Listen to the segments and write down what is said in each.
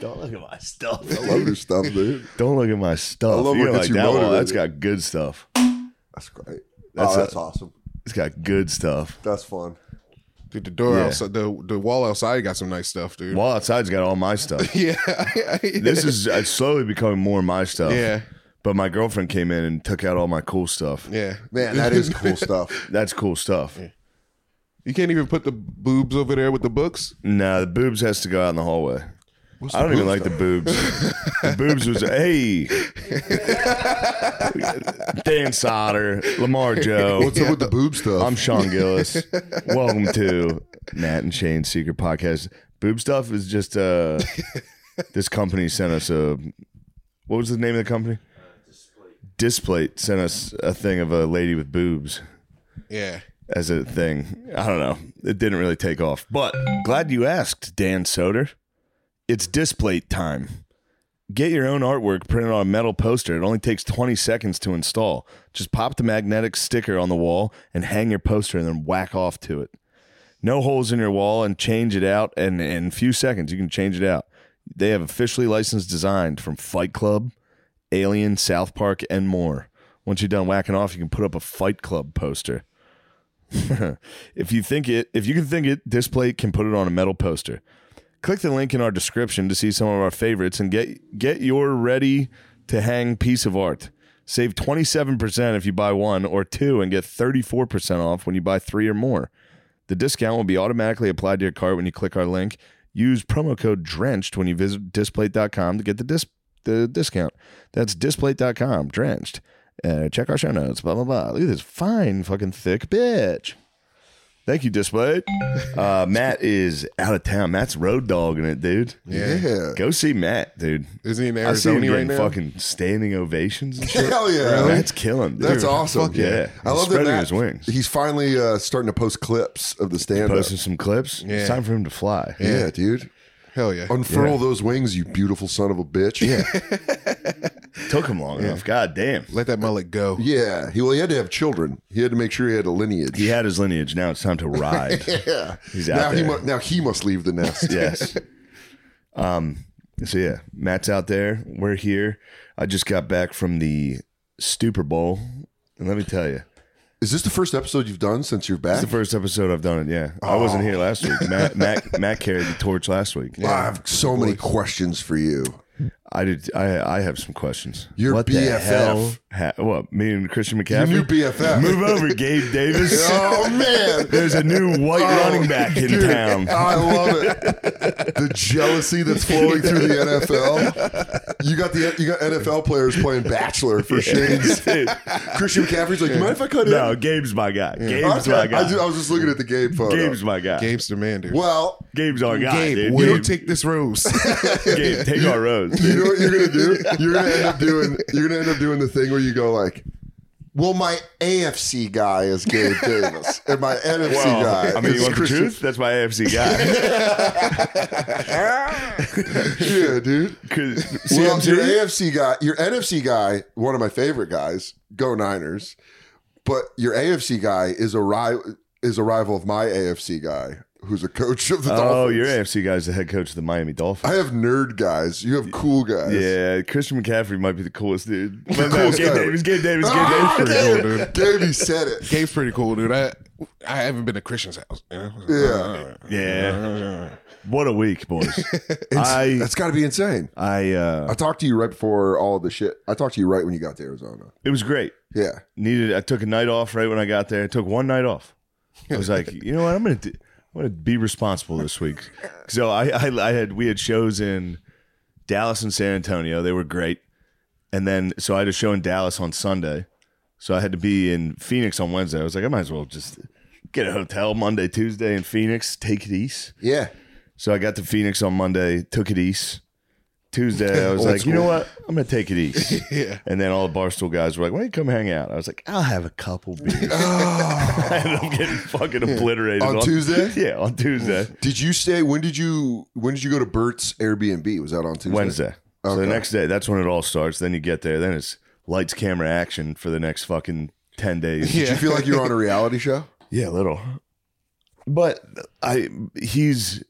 Don't look at my stuff. I love your stuff, dude. Don't look at my stuff. I love You're what like gets you that one. That's motivated." got good stuff. That's great. That's oh, that's a- awesome. It's got good stuff. That's fun. Dude, the door Yeah. outside, the the wall outside got some nice stuff, dude. Wall outside's got all my stuff. Yeah, This is it's slowly becoming more my stuff. yeah, But my girlfriend came in and took out all my cool stuff. yeah. Man, that is cool stuff. That's cool stuff. You can't even put the boobs over there with the books. Nah, the boobs has to go out in the hallway. What's I don't the even boob like the stuff? boobs. the boobs was hey, Dan Soder, Lamar Joe. What's up with the boob stuff? I'm Sean Gillis. Welcome to Nat and Shane's Secret Podcast. Boob stuff is just uh, this company sent us a what was the name of the company? Displate sent us a thing of a lady with boobs Yeah, as a thing. I don't know. It didn't really take off. But glad you asked, Dan Soder. It's displate time. Get your own artwork printed on a metal poster. It only takes 20 seconds to install. Just pop the magnetic sticker on the wall and hang your poster and then whack off to it. No holes in your wall and change it out. And in a few seconds, you can change it out. They have officially licensed designs from Fight Club, Alien, South Park, and more. Once you're done whacking off, you can put up a Fight Club poster. if you think it, if you can think it, Display can put it on a metal poster. Click the link in our description to see some of our favorites and get get your ready to hang piece of art. Save 27% if you buy one or two and get 34% off when you buy three or more. The discount will be automatically applied to your cart when you click our link. Use promo code DRENCHED when you visit displate.com to get the dis- the discount. That's displate.com, drenched. Uh, check our show notes, blah, blah, blah. Look at this fine, fucking thick bitch. Thank you, Displate. Uh, Matt is out of town. Matt's road dogging it, dude. yeah. Go see Matt, dude. Isn't he in I see him Arizona right getting now? fucking standing ovations and shit. Hell yeah. Matt's killing, dude. That's awesome. Fuck yeah. I He's love that spreading Matt, his wings. He's finally uh, starting to post clips of the stand up. Posting some clips. It's time for him to fly. Yeah, dude. Hell yeah. Unfurl those wings, you beautiful son of a bitch. Yeah. Took him long enough. God damn. Let that mullet go. yeah. He well he had to have children. He had to make sure he had a lineage. He had his lineage. Now it's time to ride. Yeah. He's now out he there. mu- now he must leave the nest. yes. Um. So yeah, Matt's out there. We're here. I just got back from the Super Bowl, and let me tell you, Is this the first episode you've done since you're it's back? the first episode I've done it. Yeah, I wasn't here last week. Matt, Matt, Matt carried the torch last week. Oh. Wow, I have so many questions for you. I did. I I have some questions. Your what the BFF. hell? Ha- what me and Christian Your McCaffrey? new BFF. Move over, Gabe Davis. oh man. Oh, There's a new white running back in Dude, town. I love it. The jealousy that's flowing through the NFL. You got the you got NFL players playing Bachelor for Shane's. Christian McCaffrey's like, you mind if I cut in? no, Gabe's my guy. Gabe's Okay. my I, ju- I guy. was just looking at the Gabe photo. Gabe's my guy. Gabe's the man, dude. Well, Gabe's our guy. Gabe, dude. will you Gabe, take this rose? Gabe, take our roads. you know what you're gonna do? You're gonna end up doing you're gonna end up doing the thing where you go like, well, my AFC guy is Gabe Davis, and my NFC guy. I mean, is you want the Christian- truth? That's my AFC guy. Yeah, dude. 'Cause Well, CMC your AFC guy, your NFC guy, one of my favorite guys, go Niners. But your AFC guy is a rival is a rival of my AFC guy, who's a coach of the oh, Dolphins. your AFC guy's the head coach of the Miami Dolphins. I have nerd guys. You have cool guys. yeah, Christian McCaffrey might be the coolest dude. But no, coolest Gabe guy. Davis, Gabe Davis, Gabe Ah, Davis. Gabe, cool, Gabe, he said it. Gabe's pretty cool, dude. I I haven't been to Christian's house. You know? Uh, Yeah. Yeah. What a week, boys. I That's got to be insane. I uh I talked to you right before all of the shit. I talked to you right when you got to Arizona. it was great. Yeah. Needed I took a night off right when I got there. I took one night off. I was like, you know what, I'm gonna do, I'm gonna be responsible this week. So I, I I had we had shows in Dallas and San Antonio. They were great. And then so I had a show in Dallas on Sunday. So I had to be in Phoenix on Wednesday. I was like, I might as well just get a hotel Monday, Tuesday in Phoenix, take it east. Yeah. So I got to Phoenix on Monday, took it east. Tuesday, I was Old like, you know school. what? I'm gonna take it east. Yeah. And then all the barstool guys were like, "Why don't you come hang out?" I was like, "I'll have a couple beers." I ended up getting fucking obliterated Oh. On Tuesday? Yeah, on Tuesday, Did you stay? When did you? When did you go to Bert's Airbnb? Was that on Tuesday? Wednesday. So the Okay. next day, that's when it all starts. Then you get there, then it's lights, camera, action for the next fucking ten days. Did you feel like you were on a reality show? Yeah, a little. But I he's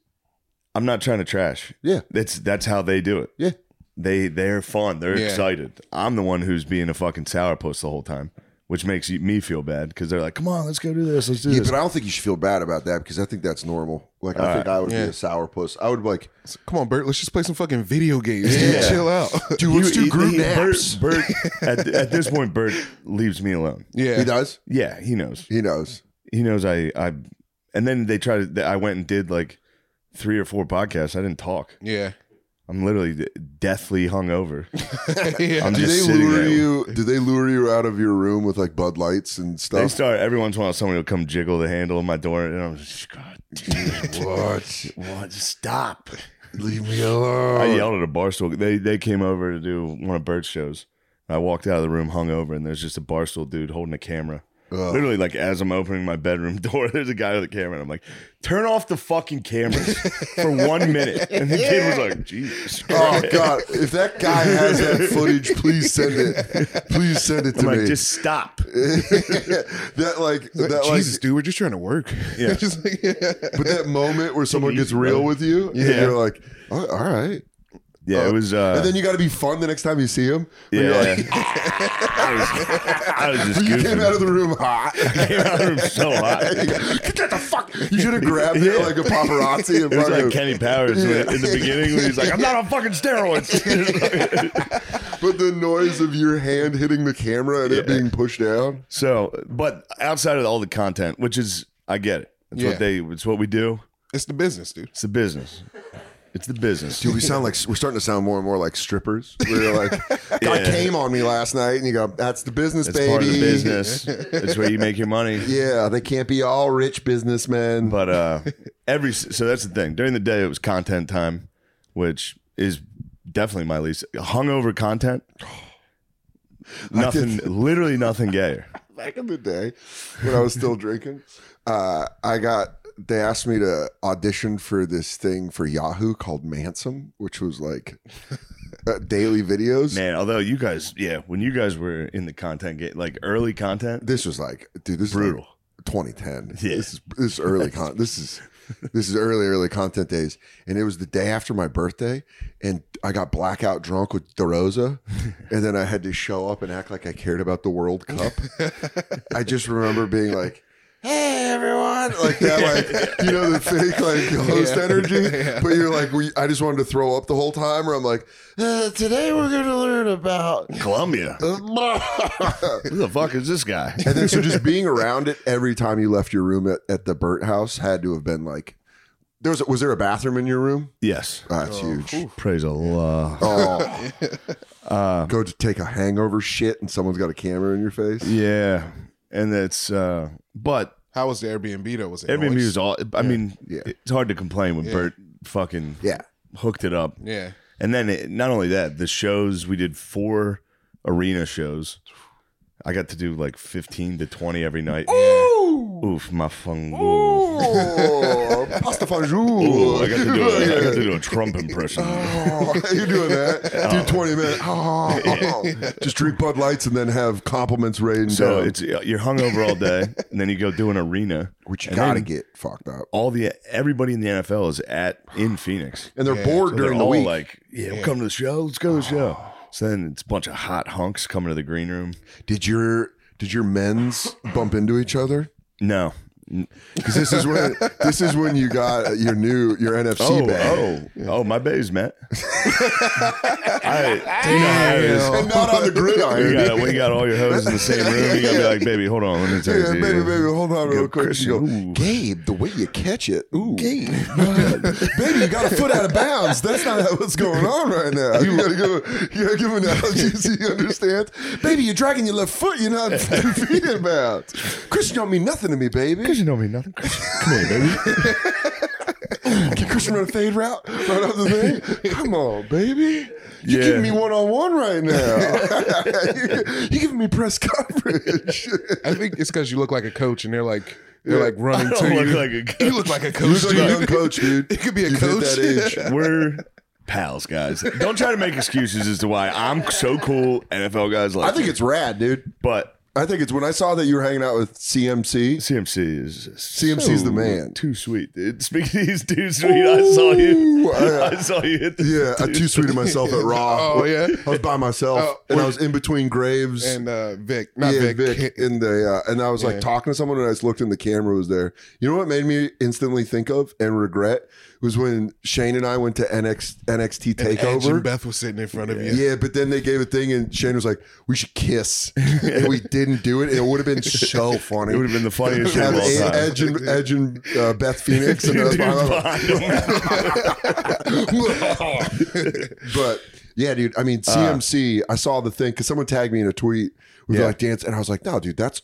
I'm not trying to trash. Yeah. That's that's how they do it. Yeah. They they're fun. They're Yeah. excited. I'm the one who's being a fucking sourpuss the whole time, which makes you- me feel bad because they're like, "Come on, let's go do this. Let's do Yeah, this." but I don't think you should feel bad about that because I think that's normal. Like I think I would be a sourpuss. I would be like, Come on, Bert. Let's just play some fucking video games. dude. Chill out. dude, let's You- do group he- naps. Bert, Bert at, at this point, Bert leaves me alone. He yeah. does. Yeah, he knows. He knows. He knows I I. And then they try to. I went and did like three or four podcasts. I didn't talk. Yeah. I'm literally deathly hungover. yeah. I'm Do just they sitting lure there. you? Do they lure you out of your room with like Bud Lights and They stuff? start every once in a while. Somebody will come jiggle the handle of my door, and I'm just God, dude, What? what? Stop! Leave me alone. I yelled at a barstool. They they came over to do one of Bert's shows. I walked out of the room hungover, and there's just a barstool dude holding a camera. Ugh. Literally, like as I'm opening my bedroom door, there's a guy with a camera, and I'm like, "Turn off the fucking cameras for one minute." And the kid was like, "Jesus." Oh Christ." God! If that guy has that footage, please send it. Please send it to I'm like, me. "Just stop." that like Like, that like Jesus, dude, we're just trying to work. Yeah. Just like, yeah. But that moment where someone gets easy, real brother. with you, and Yeah. you're like, oh, all right. Yeah, it was. Uh, Oh. and then you got to be fun the next time you see him. yeah, You're like, I was, I was just you goofing. came out of the room hot. came out of the room so hot. Get the fuck. You should have grabbed it Yeah. like a paparazzi. And It was like fucking- Kenny Powers when- in the beginning when he's like, "I'm not on fucking steroids." but the noise of your hand hitting the camera and it Yeah. being pushed down. so, but outside of all the content, which is, I get it. It's Yeah. what they. It's what we do. It's the business, dude. It's the business. It's the business. Dude, we sound like we're starting to sound more and more like strippers. We're like, "Guy Yeah. came on me last night, and you go, "That's the business, It's baby." part of the business. It's where you make your money. Yeah, they can't be all rich businessmen. But uh, every so that's the thing. During the day, it was content time, which is definitely my least hungover content. Nothing, literally nothing gayer. back in the day when I was still drinking, uh, I got they asked me to audition for this thing for Yahoo called Mansom, which was like uh, daily videos. Man, although you guys, yeah, when you guys were in the content game, like early content, This was like, dude, this brutal. is like 2010. Yeah. This is this is early con. this is this is early early content days, and it was the day after my birthday, and I got blackout drunk with DeRosa, and then I had to show up and act like I cared about the World Cup. I just remember being like, "Hey, everyone!" Like that, like you know the fake like host Yeah. energy. Yeah. But you're like, we, I just wanted to throw up the whole time. Or I'm like, uh, "Today we're going to learn about." Columbia. Who the fuck is this guy? and then so just being around it every time you left your room at, at the Burt house had to have been like, there was was there a bathroom in your room? Yes. Ah, That's huge. Praise Allah. Oh. Um, Go to take a hangover shit and someone's got a camera in your face. Yeah. And that's uh but How was the Airbnb though? Was it Airbnb noise? was all I mean, Yeah. it's hard to complain when Yeah. Bert fucking Yeah. hooked it up. Yeah. And then it, not only that, the shows we did four arena shows. I got to do like 15 to 20 every night. Oof, my fung. Ooh. Oh, pasta Ooh, fajou. I got to do a, I got to do a Trump impression. Oh, you're doing that. Do 20 minutes. Oh, Just drink Bud Lights and then have compliments rain So down. it's uh, you're hungover all day, and then you go do an arena. which you and gotta then- get fucked up. All the everybody in the NFL is at in Phoenix. And they're Yeah, bored So during they're the all week. like, yeah, Oh. we'll come to the show. Let's go to the show. So then it's a bunch of hot hunks coming to the green room. did your did your men's bump into each other? No. N- Because this is when this is when you got your new your NFC Oh, bag. oh, oh, my baby's met. I, you know how it is. And not on the We gridiron. got, we got all your hoes in the same room. You gotta be like, baby, hold on, let me tell you. Yeah, baby, baby, hold on Go real quick. She Christian, go, ooh. Gabe, the way you catch it, ooh, Gabe, baby, you got a foot out of bounds. That's not how- what's going on right now. You gotta go, you gotta give him analogies he understands. Baby, you're dragging your left foot. You're not two feet in bounds. Christian don't mean nothing to me, baby. you know me nothing. Come here, baby. Can Christian run a fade route right off the thing? Come on, baby. You're Yeah. giving me one on one right now. You're giving me press coverage. I think it's because you look like a coach, and they're like they're like running I don't to look you. like a coach. You look like a coach. You're a young dude. coach, dude. It could be a You've hit coach. that age. We're pals, guys. Don't try to make excuses as to why I'm so cool. NFL guys like, I think it's rad, dude. but I think it's when I saw that you were hanging out with CMC. CMC is CMC is so the man. Too sweet, dude. Speaking of he's too sweet, I saw you. Ooh, I- I saw you hit the Yeah, I too sweeted myself at Raw. Oh, yeah? I was by myself Oh, and I wait. was in between graves. and uh, Vic, not yeah, Vic. Vic in the uh, and I was like Yeah. talking to someone and I just looked and the camera was there. You know what made me instantly think of and regret was when Shane and I went to NX, NXT and Edge and Takeover. Beth was sitting in front of you. yeah. but then they gave a thing and Shane was like, "We should kiss," and we didn't do it. It would have been so funny. It would have been the funniest thing Have of all Ed- time. Edge and Edge and uh, Beth Phoenix and Dude, us behind- behind him. but yeah, dude. I Uh, mean, CMC. I saw the thing because someone tagged me in a tweet with Yeah. like dance, and I was like, no, dude, that's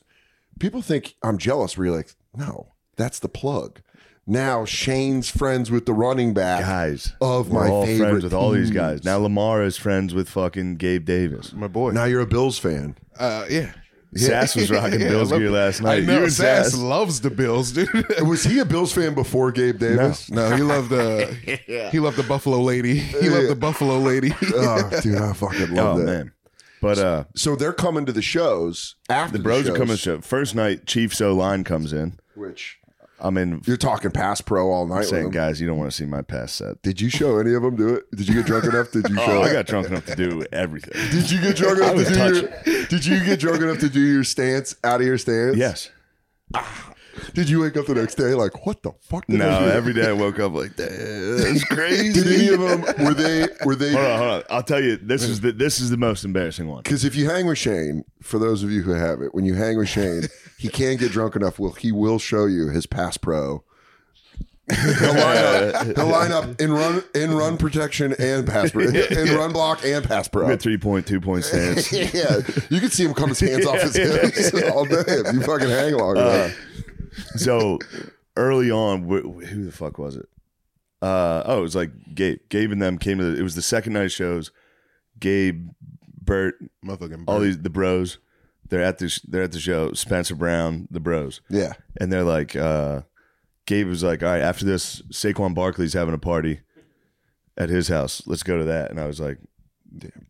people think I'm jealous. We're like, no, that's the plug. Now Shane's friends with the running back guys, of we're my all favorite friends with all these teams. guys. Now Lamar is friends with fucking Gabe Davis. my boy. Now you're a Bills fan. Uh, yeah. Sass was rocking Yeah, I Bills love gear it. last I night. You know and Sass, Sass. loves the Bills, dude. Was he a Bills fan before Gabe Davis? no, he loved the he loved the Buffalo lady. He loved the Buffalo lady. oh, dude, I fucking Oh love that. man, but uh, So they're coming to the shows after the bros shows, are coming. to show. First night, Chiefs O line comes in. Which I'm in you're talking pass pro all night. with saying, them. guys, you don't want to see my pass set. Did you show any of them do it? Did you get drunk enough? Did you show? Oh, I got drunk enough to do everything. Did you get drunk enough to was do your? Did you get drunk enough to do your stance out of your stance? Yes. Did you wake up the next day like, what the fuck? Did No, I do? every day I woke up like, damn, that's crazy. Did any of them? Were they? Were Hold they? on, hold on. I'll tell you. This is the this is the most embarrassing one. Because if you hang with Shane, for those of you who have it, when you hang with Shane, he can get drunk enough. Well, he will show you his pass pro. He'll line up, he'll line up in run in run protection and pass pro, in run block and pass pro. Good three point, two point stance. yeah, you can see him come his hands off his hips all day if you fucking hang long enough. Uh, so early on, wh- wh- who the fuck was it? Uh, oh, it was like Gabe. Gabe and them came to the. It was the second night of shows. Gabe, Bert, Motherfucking all bird. these the bros. They're at this. They're at the show. Spencer Brown, the bros, Yeah, and they're like, uh, Gabe was like, all right, after this, Saquon Barkley's having a party at his house. Let's go to that. And I was like,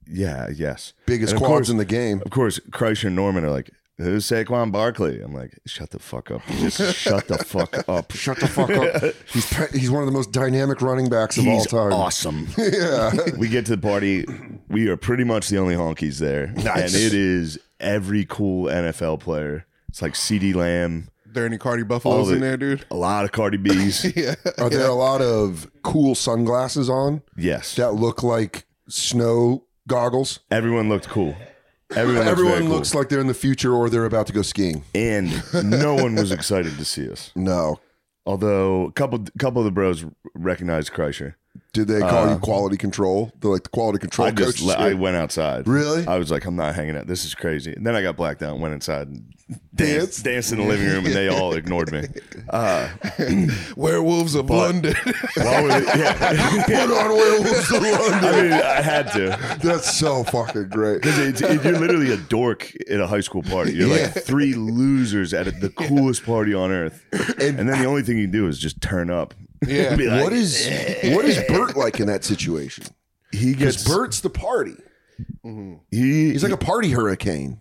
yeah, yes. biggest And of quads course- in the game. of course, Kreischer and Norman are like, who's Saquon Barkley? I'm like, shut the fuck up. Just shut the fuck up. Shut the fuck up. He's pe- he's one of the most dynamic running backs of all He's time. awesome. Yeah. we get to the party. We are pretty much the only honkies there. Nice. And it is every cool NFL player. It's like CeeDee Lamb, Are there any Cardi all Buffaloes the- in there, dude? a lot of Cardi B's. Yeah. Are there a lot of cool sunglasses on yes. that look like snow goggles? Everyone looked cool. Everyone looked Everyone very cool. looks like they're in the future or they're about to go skiing. and no one was excited to see us. No. Although a couple couple of the bros recognized Kreischer. Did they call you quality control? They're like the quality control Uh, I just coach. le- I went outside. Really? I was like, I'm not hanging out. This is crazy. And then I got blacked out and went inside and danced, danced in the living room, and they all ignored me. Werewolves of London. Why were they- yeah. Put on werewolves of London. I mean, I had to. That's so fucking great. It's- it- you're literally a dork at a high school party. You're like three losers at the coolest party on earth, and, then the only thing you can do is just turn up. Yeah. Be like, What is what is Bert like in that situation? he Because gets? Bert's the party. he, He's like a party hurricane.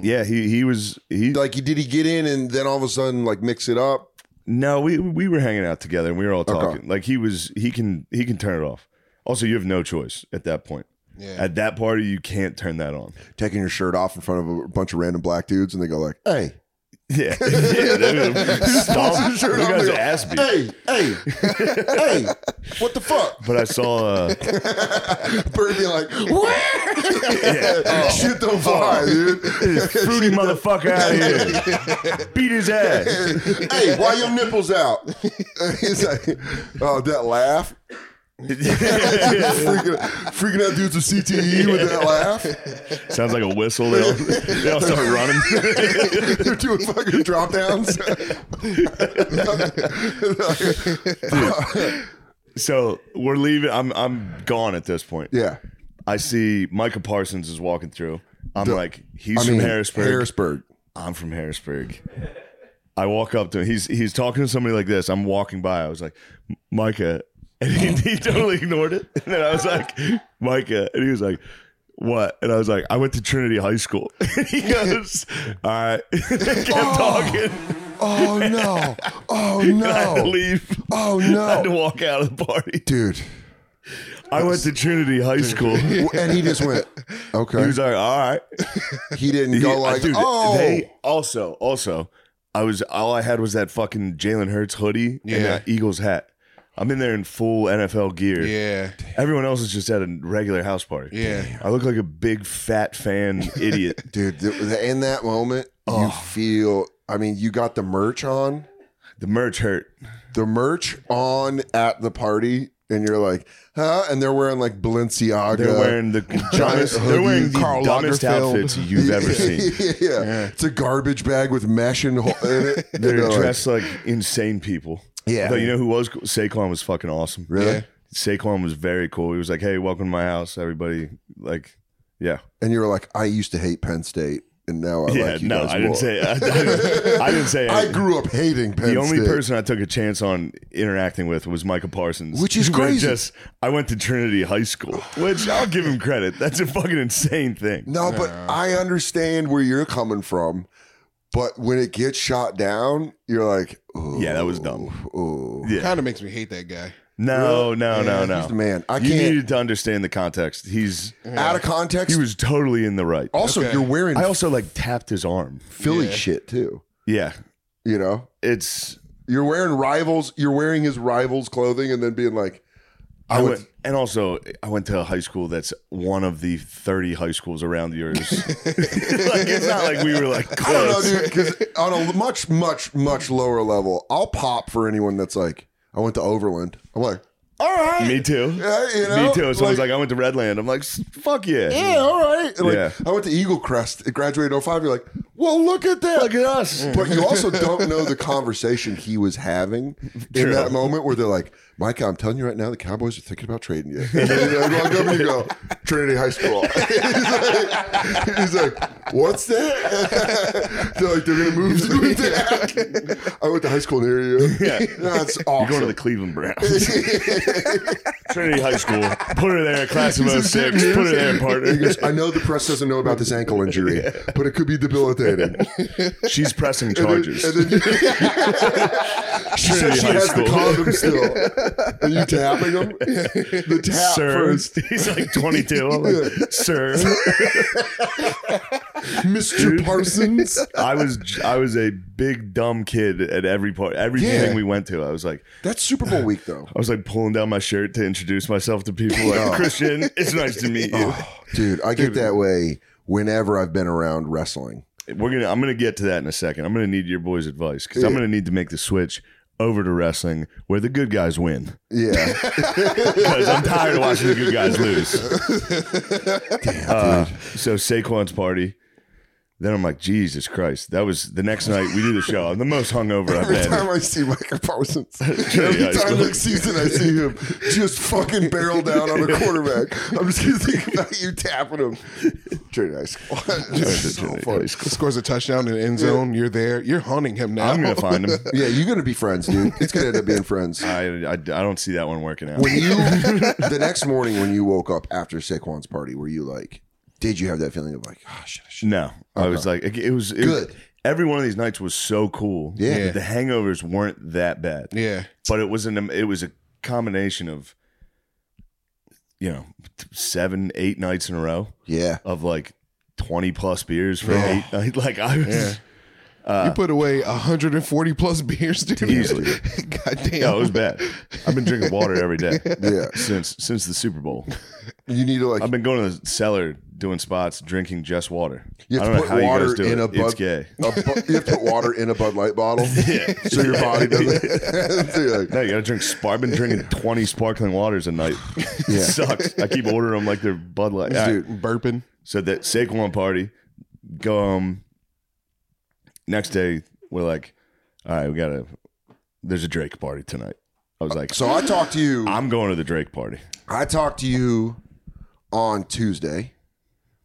yeah. He he was he. Like, did he get in and then all of a sudden like mix it up? No, we we were hanging out together and we were all talking. Like he was he can he can turn it off. Also, you have no choice at that point. Yeah. At that party, you can't turn that on. Taking your shirt off in front of a bunch of random black dudes, and they go like, "Hey, Yeah. yeah dude, stomp. his shirt You off, guys they go, ass beat. hey, hey, hey, what the fuck?" But I saw uh, Bert be like, "Where?" Shit don't fly, dude. fruity motherfucker out of here. Beat his ass. hey, why your nipples out? He's like, "Oh, that laugh." freaking, freaking out dudes with CTE with that laugh. Sounds like a whistle. They all, they all start running. They're doing fucking drop downs. So we're leaving. I'm I'm gone at this point. yeah. I see Micah Parsons is walking through. I'm like, he's from Harrisburg. Harrisburg. I'm from Harrisburg. I walk up to him. He's he's talking to somebody like this. I'm walking by. I was like, Micah. And he, he totally ignored it. And then I was like, Micah. And he was like, what? And I was like, I went to Trinity High School. he goes, all right. Kept talking. Oh no! Oh And I had to no! leave. Oh I had to no, walk out of the party. dude! I went to Trinity High School. He And he just went. Okay, was like, all right. he didn't go He- like, dude, oh, They also, also, I was all I had was that fucking Jalen Hurts hoodie Yeah. and that Eagles hat. I'm in there in full NFL gear. Yeah. Everyone else is just at a regular house party. Yeah. I look like a big fat fan idiot. dude. th- th- in that moment, you Oh. feel. I mean, you got the merch on, The merch hurt. the merch on at the party, and you're like, huh? And they're wearing like Balenciaga. They're wearing the dumbest, they're wearing the Karl dumbest Lagerfeld. outfits you've ever seen. yeah. it's a garbage bag with mesh and hole in it. And They're like, dressed like insane people. Yeah. But you know who was cool? Saquon was fucking awesome. really? Yeah. Saquon was very cool. He was like, "Hey, welcome to my house, everybody." Like, yeah, And you were like, I used to hate Penn State, and now I yeah. like you no, guys I didn't more. say. I, didn't, I didn't say. I anything. grew up hating Penn the only State. person I took a chance on interacting with was Michael Parsons, Which is who went crazy. Just, I went to Trinity High School, which I'll give him credit. That's a fucking insane thing. No, but I understand where you're coming from. But when it gets shot down, you're like, oh, Yeah, that was dumb. Oh, Yeah. Kind of makes me hate that guy. No, no, no, He's the no. man. I You can't. needed to understand the context. He's Out of context. he was totally in the right. also, Okay. you're wearing I also like tapped his arm. Philly Yeah. shit too. Yeah, You know, it's you're wearing rivals. You're wearing his rivals' clothing, and then being like, I went, and also I went to a high school that's one of the thirty high schools around yours. like it's not like we were like I don't know, close. dude, because on a much, much, much lower level, I'll pop for anyone that's like, I went to Overland. I'm like, all right, Me too. Yeah, you know, Me too. So I was like- like, I went to Redland. I'm like, "S- fuck yeah. yeah, all right. And, like, Yeah. I went to Eagle Crest, graduated in 05. You're like, well, look at that. Look at Mm. us. but you also don't know the conversation he was having in True. that moment where they're like, Mike, I'm telling you right now, the Cowboys are thinking about trading you. And then you walk up and you go, Trinity High School. he's, like, he's like, what's that? they're like, they're going to move to that. I went to high school near you. Yeah. That's You're awesome. going to the Cleveland Browns. Trinity High School. Put her there, class of 06. Put her there, He partner. goes, I know the press doesn't know about this ankle injury, but it could be debilitating. She's pressing And charges. then- and then you- she said Trinity she High has School. the condom still. Are you tapping them? The tap Sir. first. He's like 22. I'm like, sir. Mr. Parsons. I was I was a big dumb kid at every part everything Yeah. we went to. I was like That's Super Bowl week, though. I was like pulling down my shirt to introduce myself to people like Christian, it's nice to meet you. Oh, Dude, I get that way whenever I've been around wrestling. We're gonna I'm gonna get to that in a second. I'm gonna need your boys' advice because I'm gonna need to make the switch over to wrestling where the good guys win. Yeah. Because I'm tired of watching the good guys lose. Uh, so Saquon's party. Then I'm like, Jesus Christ. That was the next night we do the show. I'm the most hungover I've Every been. time I see Michael Parsons, Yeah, every he's time cool. next season I see him just fucking barrel down on a quarterback, I'm just going to think about you tapping him. Trinity High School. It's so Trinity funny. High School. Scores a touchdown in the end zone. You're there. You're hunting him now. I'm gonna find him. Yeah, you're going to be friends, dude. It's going to end up being friends. I, I, I don't see that one working out. when you the next morning when you woke up after Saquon's party, were you like, did you have that feeling of like, oh shit, I should No, I was like, it, it was it Good. every one of these nights was so cool. Yeah. that the hangovers weren't that bad, Yeah. but it was an it was a combination of, you know, seven eight nights in a row yeah, of like twenty plus beers for Yeah. eight nights. Like I was, Yeah. Uh, you put away 140 plus beers, dude. Easily. God damn. yeah, it was bad. I've been drinking water every day yeah? since since the Super Bowl. You need to like, I've been going to the cellar doing spots, drinking just water. you I have don't to know put how you guys water do it. in a it's Bud. gay. a Bu- you have to put water in a Bud Light bottle, Yeah. so your body doesn't. so you're No, like, you gotta drink. Spar- I've been drinking twenty sparkling waters a night. Yeah. It sucks. I keep ordering them like they're Bud Light. All right. dude, burping. So that Saquon party, go home. Next day, we're like, all right, we gotta. There's a Drake party tonight. I was like, so I talked to you. I'm going to the Drake party. I talked to you on Tuesday.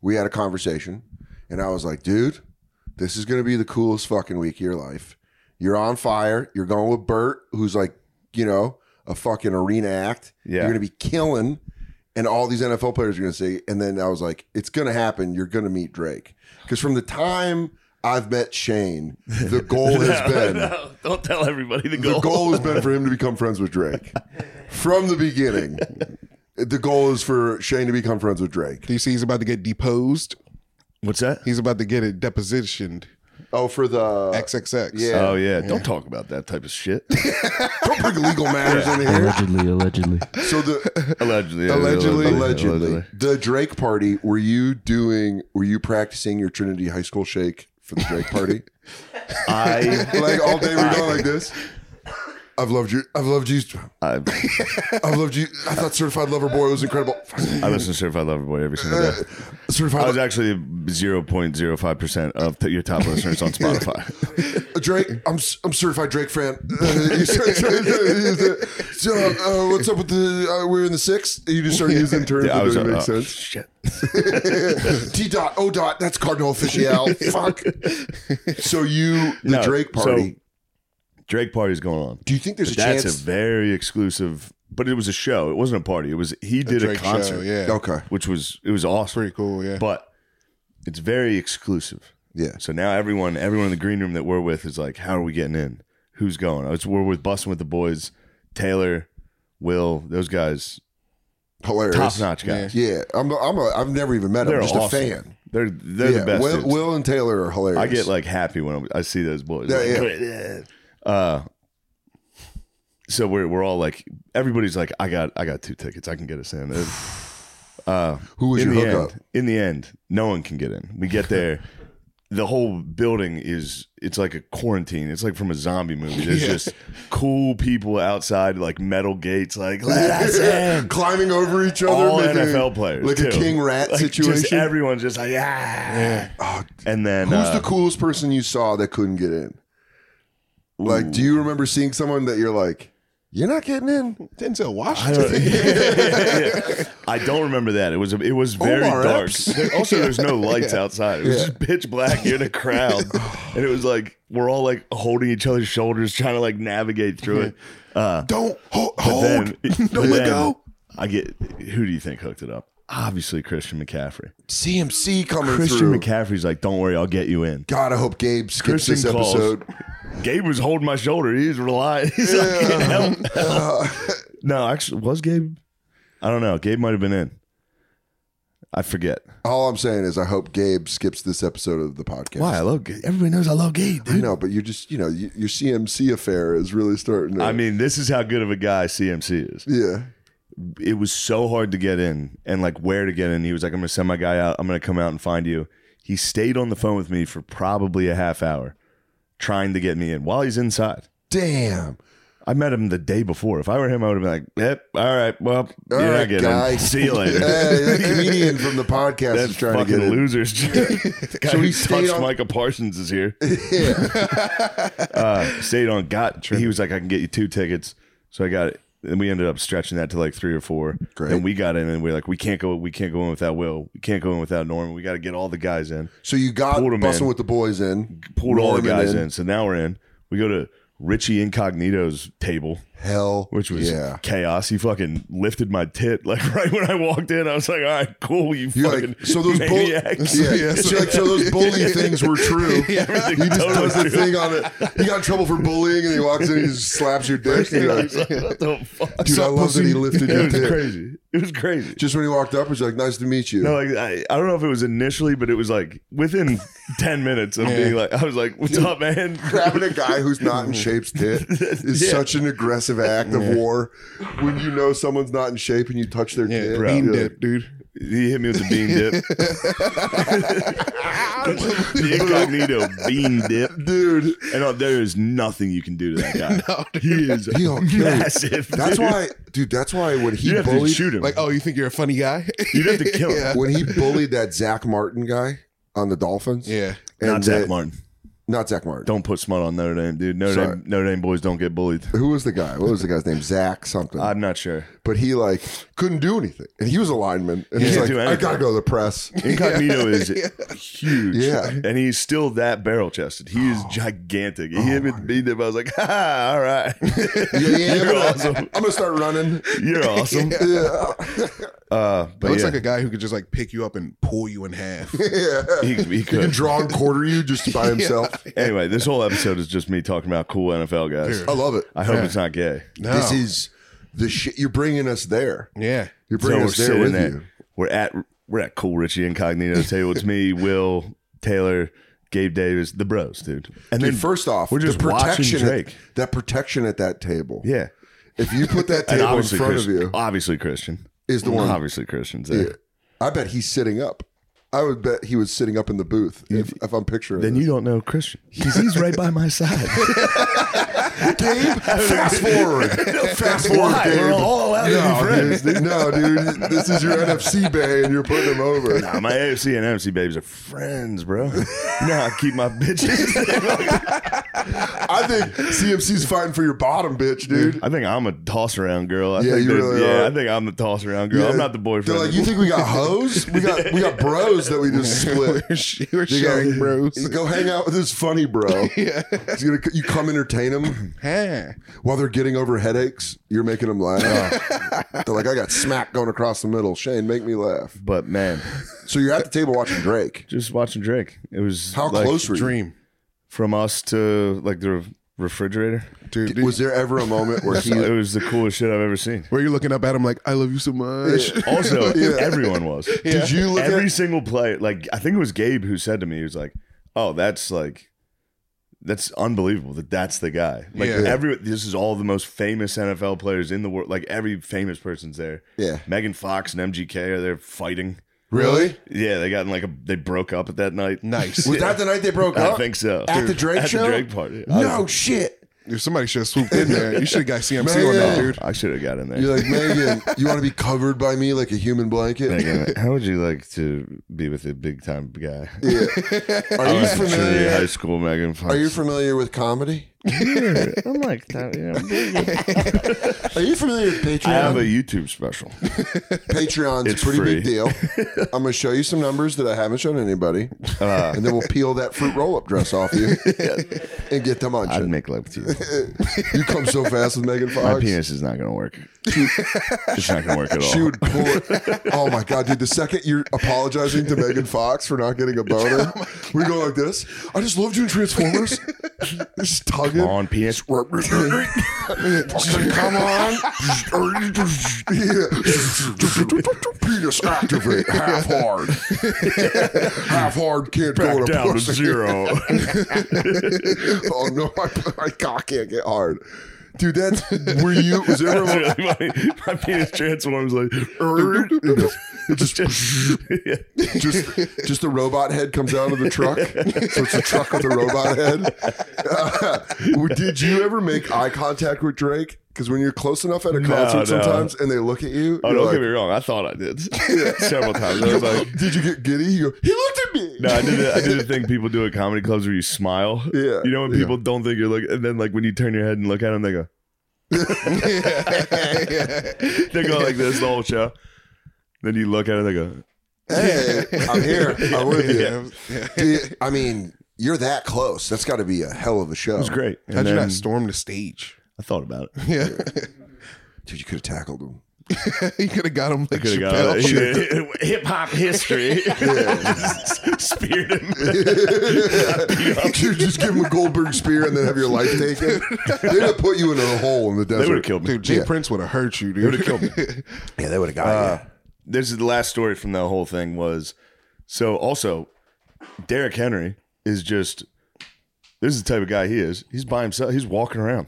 We had a conversation, and I was like, dude, this is going to be the coolest fucking week of your life. You're on fire. You're going with Bert, who's like, you know, a fucking arena act. Yeah. You're going to be killing. and all these NFL players are going to say. And then I was like, it's going to happen. You're going to meet Drake because from the time I've met Shane, the goal has been No, don't tell everybody the the goal. goal has been for him to become friends with Drake from the beginning. The goal is for Shane to become friends with Drake. Do you see he's about to get deposed? What's that? He's about to get it depositioned. Oh, for the XXX. Yeah. Oh yeah, don't talk about that type of shit. Don't bring legal matters in here. Allegedly, allegedly. So the Allegedly, Allegedly. allegedly, the Drake party. Were you doing? Were you practicing your Trinity High School shake for the Drake party? I, like all day we are going like this. I've loved you. I've loved you. I, I've loved you. I thought Certified Lover Boy was incredible. I listen to Certified Lover Boy every single day. I Certified was actually zero point zero five percent of t- your top listeners on Spotify. Drake, I'm I'm certified Drake fan. so, uh, what's up with the? Uh, we're in the sixth. You just started using terms Yeah, I that was, don't uh, make oh, sense. shit. T dot O dot. That's cardinal official. Fuck. So you the No, Drake party? so- Drake party's going on. do you think there's a That's chance? a very exclusive, but it was a show. It wasn't a party. It was he did a, Drake show, concert, yeah. okay. which was it was awesome. Pretty cool, yeah. But it's very exclusive. Yeah. So now everyone, everyone in the green room that we're with is like, how are we getting in? Who's going? It's, we're with busting with the boys, Taylor, Will, those guys, Hilarious. top notch guys. Yeah. I'm. A, I'm. A, I've never even met him. They're just awesome. a fan. They're they're yeah. the best. Will, dudes. Will and Taylor are hilarious. I get like happy when I'm, I see those boys. Yeah, Like, Uh, so we're we're all like everybody's like I got I got two tickets I can get us in. Uh, Who was in your the hookup? end, in the end, no one can get in. We get there, the whole building is it's like a quarantine. It's like from a zombie movie. There's just cool people outside, like metal gates, like let us in. climbing over each other. All making- NFL players, like a too. king rat Like, Just situation. everyone's just like ah. Oh, And then Who's uh, the coolest person you saw that couldn't get in? Like, do you remember seeing someone that you're like, you're not getting in? Denzel I Washington. don't, I don't remember that. It was it was very Omar dark. Epps. There- also, there's no lights outside. It was just pitch black. You're in a crowd, and it was like we're all like holding each other's shoulders, trying to like navigate through it. Uh, Don't ho- but hold. then- but Don't let then go. I get who do you think hooked it up? Obviously, Christian McCaffrey. CMC coming Christian through. McCaffrey's like, "Don't worry, I'll get you in." God, I hope Gabe skips Christian this calls. episode. Gabe was holding my shoulder. He's relying. He's like, "Help, help." no, actually, was Gabe? I don't know. Gabe might have been in. I forget. All I'm saying is, I hope Gabe skips this episode of the podcast. Why? I love Gabe. Everybody knows I love Gabe, I dude. know, but you're just, you know, y- your CMC affair is really starting to. I mean, this is how good of a guy CMC is. yeah. It was so hard to get in and like where to get in. He was like, I'm going to send my guy out. I'm going to come out and find you. He stayed on the phone with me for probably a half hour trying to get me in while he's inside. Damn. I met him the day before. If I were him, I would have been like, yep, all right, well, you're All right, not getting in. guys. See you later. Hey, that comedian from the podcast That's is trying to fucking get in. losers. so he he stayed touched on- Michael Parsons is here. Yeah. uh, stayed on. Got he was like, I can get you two tickets. So I got it. And we ended up stretching that to like three or four. Great. And we got in, and we are like, we can't go, we can't go in without Will. We can't go in without Norman. We got to get all the guys in. So you got Pulled 'em busting in. with the boys in. Pulled all the Norman guys in. So now we're in. We go to Richie Incognito's table, Hell. which was yeah. chaos. He fucking lifted my tit like right when I walked in. I was like, all right, cool. You You're fucking like, so those bull- maniacs. yeah, so, like, so those bully things were true. Everything He just totally does the true. thing on it. He got in trouble for bullying, and he walks in, and he just slaps your dick. And you're like, Like, what the fuck? Dude, I love that he lifted it your was dick. crazy. It was crazy. Just when he walked up, he's like, "Nice to meet you." No, like I, I don't know if it was initially, but it was like within ten minutes of being like, I was like, "What's up, man?" Grabbing a guy who's not in shape's tit is Yeah. such an aggressive act of war. When you know someone's not in shape and you touch their yeah, tit, bean you're dip, dude. He hit me with the bean dip, the incognito bean dip, like, dude. and uh, there is nothing you can do to that guy. He is He'll kill you. massive. That's dude. why, dude. That's why when he you'd have to bullied, shoot him. Like, oh, you think you're a funny guy? you'd have to kill him. yeah. when he bullied that Zach Martin guy on the Dolphins, yeah. and Not Zach that- Martin. not Zach Martin. Don't put smut on Notre Dame, dude. Notre Sorry. Dame, Notre Dame boys don't get bullied. Who was the guy? What was the guy's name? Zach something. I'm not sure. but he like couldn't do anything, and he was a lineman, and he's can't like, do I anything. gotta go to the press. Incognito is huge. Yeah. Oh. And he's still that barrel chested. He is gigantic. he even beat him. I was like, ha, all right. Yeah, yeah, I'm You're gonna, awesome. I'm gonna start running. You're awesome. Yeah. Uh, but looks yeah, like a guy who could just like pick you up and pull you in half. yeah. he, he He can could. draw and quarter you just by himself. Anyway, this whole episode is just me talking about cool NFL guys. I love it. I hope it's not gay. No. This is the shit you're bringing us there. yeah. You're bringing us there with at, you. We're at we're at Cool Richie Incognito table. It's me, Will Taylor, Gabe Davis, the Bros, dude. And Dude, then first off, we're just the protection watching Drake. At, that protection at that table. yeah, If you put that and table in obviously front of Christian, you, obviously Christian Is the one- Obviously Christian's there. yeah, I bet he's sitting up. I would bet he was sitting up in the booth if, if I'm picturing. Then this. you don't know Christian because he's right by my side. Gabe, fast forward, fast forward, Why? Gabe. We're all allowed to be no, friends. dude, no, dude, this is your NFC bay, and you're putting him over. Nah, my AFC and NFC babies are friends, bro. no, I keep my bitches. I think CMC's fighting for your bottom, bitch, dude. I think I'm a toss around girl. I Yeah, think you there's- really yeah, are. I think I'm the toss around girl. I'm Yeah. not the boyfriend. They're like, you think we got hoes? We got we got bros that we just split. We're sh- we're You go- sharing bros. Go hang out with this funny bro. Yeah. He's gonna, you come entertain him Huh. while they're getting over headaches. You're making them laugh. They're like, I got smack going across the middle. Shane, make me laugh. but man, So you're at the table watching Drake. just watching Drake. It was How like, close were you? Dream. from us to like the re- refrigerator. Dude, Was there ever a moment where he? It was the coolest shit I've ever seen. where you're looking up at him like, I love you so much. Also, everyone was. Did you look Every at? single play, like I think it was Gabe who said to me, he was like, "Oh, that's like, that's unbelievable that that's the guy." Like Yeah. every this is all the most famous NFL players in the world. Like every famous person's there. Yeah. Megan Fox and MGK are there fighting. Really? Yeah, they got in like a they broke up at that night. Nice. Was that the night they broke I up? think so. At the Drake at show. the Drake party. I was No shit. If somebody should have swooped in there, you should have got CMC on that, Man. dude. I should have got in there. You're like Megan. You want to be covered by me like a human blanket? Megan, how would you like to be with a big time guy? Are you Like, Trinity High familiar? school Megan Fox. Are you familiar with comedy? I'm like, that, you know, Are you familiar with I have a Patreon? YouTube special. Patreon's It's a pretty free. big deal. I'm going to show you some numbers that I haven't shown anybody, Uh. and then we'll peel that fruit roll-up dress off you and get to I'd munching. make love to you. You come so fast with Megan My Fox. penis is not going to work. it's not going to work at all. She would pull it. Oh my god, dude! The second you're apologizing to Megan Fox for not getting a boner, we go like this. I just loved you in Transformers. just tugging. Come on penis. Fucking Come on. Yeah. Penis activate. Half hard. Half hard can't go to Down to pussy. zero. Oh no, my, my cock can't get hard. Dude, that's were you? Was there ever a moment- Really funny. My penis transforms like. It just, just, just a robot head comes out of the truck. So it's a truck with a robot head. Uh, did you ever make eye contact with Drake? Because when you're close enough at a concert no. sometimes and they look at you, Oh, you're don't like, get me wrong. I thought I did several times. I was like, did you get giddy? You go, he looked at me. No, I did. A, I did a thing people do at comedy clubs where you smile. Yeah. you know when people don't think you're looking, and then like when you turn your head and look at them, they go. they go like this the whole show. Then you look at it, they go. Hey, I'm here. I'm with you. Yeah. Dude, I mean, you're that close. That's got to be a hell of a show. It's great. And How'd you then not storm the stage? I thought about it. Yeah. Dude, you could have tackled him. you could have got him like Could have Chappelle. got hip hop history. Speared him. Dude, just give him a Goldberg spear and then have your life taken. They'd have put you in a hole in the desert. They would have killed me. Dude, Jay Prince would have hurt you, dude. Yeah, they would have got Uh, you. this is the last story from the whole thing was so also Derrick Henry is just this is the type of guy he is. He's by himself. He's walking around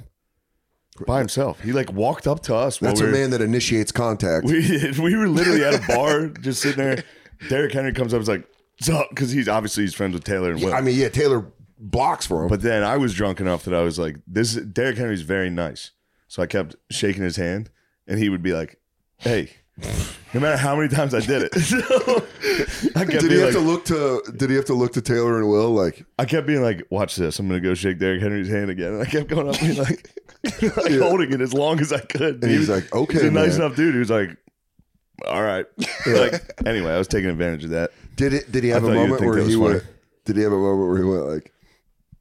by himself. He like walked up to us. while That's we a were- man that initiates contact. We, we were literally at a bar just sitting there. Derrick Henry comes up. He's like, because he's obviously he's friends with Taylor and Will. I mean, yeah, Taylor blocks for him. But then I was drunk enough that I was like, this Derrick Henry's very nice. So I kept shaking his hand and he would be like, hey, no matter how many times I did it. So I kept did he being have like, to look to? Did he have to look to Taylor and Will? Like, I kept being like, watch this. I'm going to go shake Derrick Henry's hand again. And I kept going up and being like, like holding it as long as I could. and he's dude. like, okay, he's a nice man. enough dude. He was like, all right. like, anyway, I was taking advantage of that. Did it? Did he have I a thought you'd moment think where that was he funny. went? Did he have a moment where he went like?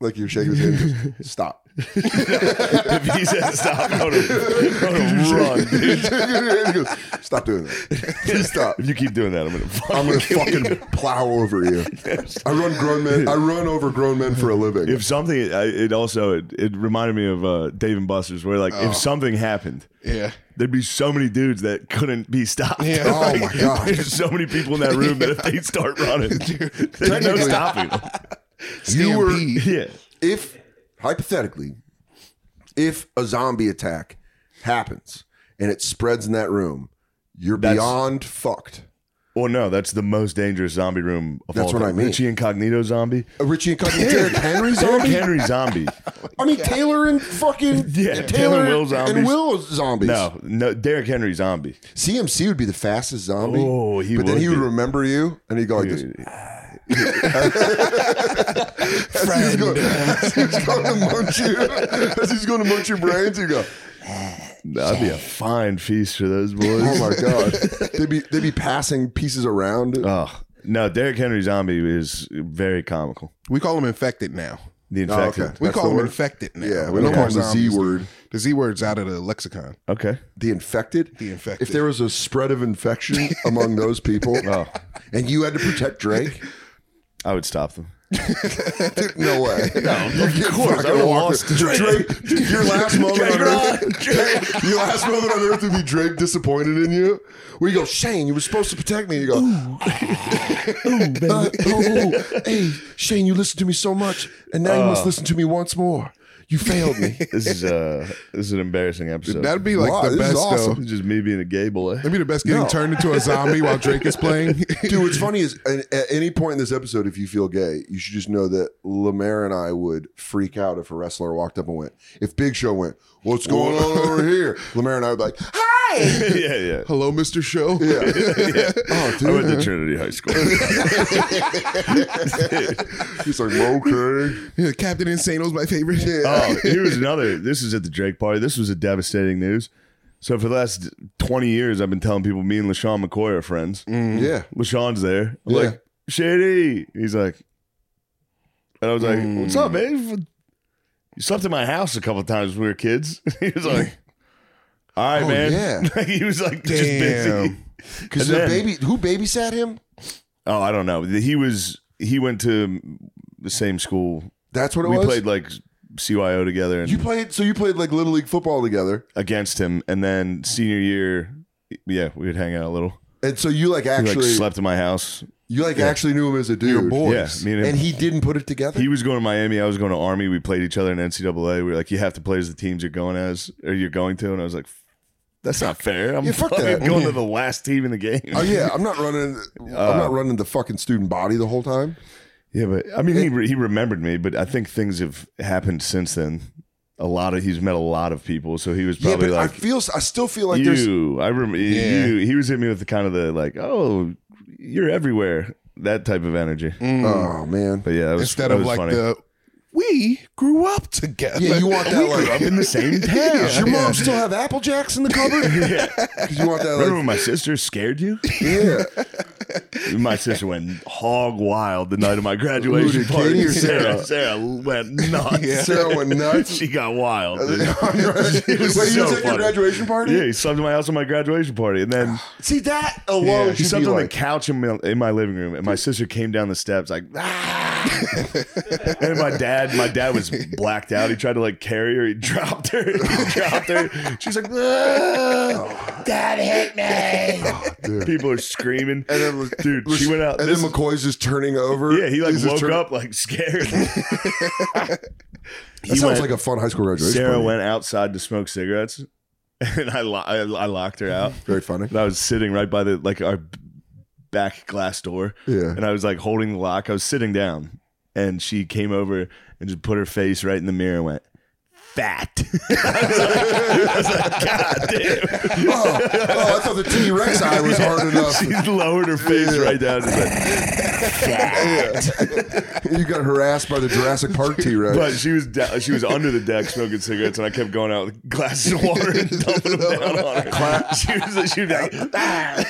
like you were shaking his hand. just Stop. If he says stop, I'm gonna, I'm gonna run. dude. He goes, Stop doing that. Please stop. If you keep doing that, I'm gonna. Fuck. I'm gonna fucking plow over you. I run grown men. I run over grown men for a living. If something, I, it also it, it reminded me of uh, Dave and Buster's, where like Oh. if something happened, Yeah. there'd be so many dudes that couldn't be stopped. Yeah. Oh Like, my God. There's so many people in that room that if they start running, there's no Technically- stopping. them. you were Stampede. Yeah, if hypothetically, if a zombie attack happens and it spreads in that room, you're That's- beyond fucked. well, no, that's the most dangerous zombie room of That's all what time. I mean. Richie Incognito zombie, A Uh, Richie and Cutting Derrick Henry Derrick zombie. Henry zombie. I mean Taylor and fucking Yeah, Taylor, Taylor and Will and zombies. Will zombies. No, no, Derrick Henry zombie. CMC would be the fastest zombie. Oh, he but then would he would be. remember you and he'd go like this. As he's, going, as he's going to munch you, as he's going to munch your brains, you go, That'd be a fine feast for those boys. "Oh my god!" They'd be they'd be passing pieces around. Oh no, Derrick Henry zombie is very comical. We call him infected now. The Oh, infected. okay. We That's call the him word? infected now. Yeah, we don't No call more him the Z zombies. word. The Z word's out of the lexicon. Okay. The infected. The infected. If there was a spread of infection among those people, Oh. and you had to protect Drake, I would stop them. no way. No, you of course, I lost. Drake, your last moment on earth, Drake, your last moment on earth would be Drake disappointed in you. Where you go, Shane, you were supposed to protect me. You go, Uh, oh, oh, hey, Shane, you listened to me so much, and now you must listen to me once more. You failed me. This is uh this is an embarrassing episode. That'd be like Wow, the this is best awesome. though. It's just me being a gay boy. That'd be the best getting No. turned into a zombie while Drake is playing. Dude, what's funny is at, at any point in this episode, if you feel gay, you should just know that Lemaire and I would freak out if a wrestler walked up and went, if Big Show went, what's going on over here? Lemaire and I would be like, hi. yeah, yeah. Hello, Mr. Show. Oh, I went dude. to Trinity High School. He's like, okay. Yeah, Captain Insano's my favorite. oh, here's another. This is at the Drake party. This was a devastating news. So for the last 20 years, I've been telling people me and LaShawn McCoy are friends. Mm. Yeah. LaShawn's there. I'm Yeah. like, Shady. He's like, and I was like, what's up, Mm. man? You slept at my house a couple times when we were kids. he was like, all right, Oh, man. he was like, just busy. Damn. Because And the then- baby, who babysat him? Oh, I don't know. He was, he went to the same school. That's what it we was? played like CYO together and you played, so you played like Little League football together. against him. And then senior year, yeah, we would hang out a little. And so you like He, actually, like slept in my house. you like actually knew him as a dude. You're boys. Yeah, me and him. And he didn't put it together? He was going to Miami. I was going to Army. We played each other in NCAA. We were like, you have to play as the teams you're going as or you're going to. And I was like, that's not fair. I'm Yeah, fuck fucking that. going to the last team in the game. Oh yeah, I'm not running. I'm Um, not running the fucking student body the whole time. yeah, but I mean, he re- he remembered me. But I think things have happened since then. A lot of he's met a lot of people, so he was Yeah, probably but like, I feel. I still feel like there's. you. I remember Yeah. you. He was hitting me with the kind of the like, oh, you're everywhere. That type of energy. Mm. Oh man. But yeah, that was, Uh, Instead that of was like funny. the we grew up together. Yeah, you want that like in the same town. Does your mom still have Apple Jacks in the cupboard? yeah. you want that Remember like when my sister scared you? yeah. My sister went hog wild the night of my graduation Who did, Katie party. or Sarah, Sarah? Sarah went nuts. Sarah went nuts. She got wild. dude. Wait, you was was so at your funny. graduation party? Yeah, he slept in my house on my graduation party, and then See that alone he should slept Oh, be on like. the couch in my, in my living room, and my sister came down the steps like, ah! and my dad, my dad was blacked out. He tried to like carry her. He dropped her. He dropped her. She's like, Oh. ah, dad hit me. People are screaming. and then, Dude, she went out. And this then is- McCoy's just turning over. yeah, he like He's just woke turn- up like scared. That sounds like a fun high school graduation. Sarah party. went outside to smoke cigarettes, and I, lo- I, I locked her out. Very funny. And I was sitting right by the like our b- back glass door. Yeah. And I was like holding the lock. I was sitting down. And she came over and just put her face right in the mirror and went, fat. Oh, oh, I thought the T Rex eye was hard enough. she lowered her face right down. and said- you got harassed by the Jurassic Park T Rex. But she was da- she was under the deck smoking cigarettes, and I kept going out with glasses of water and dumping them down on her. She was, she was like, "Ah."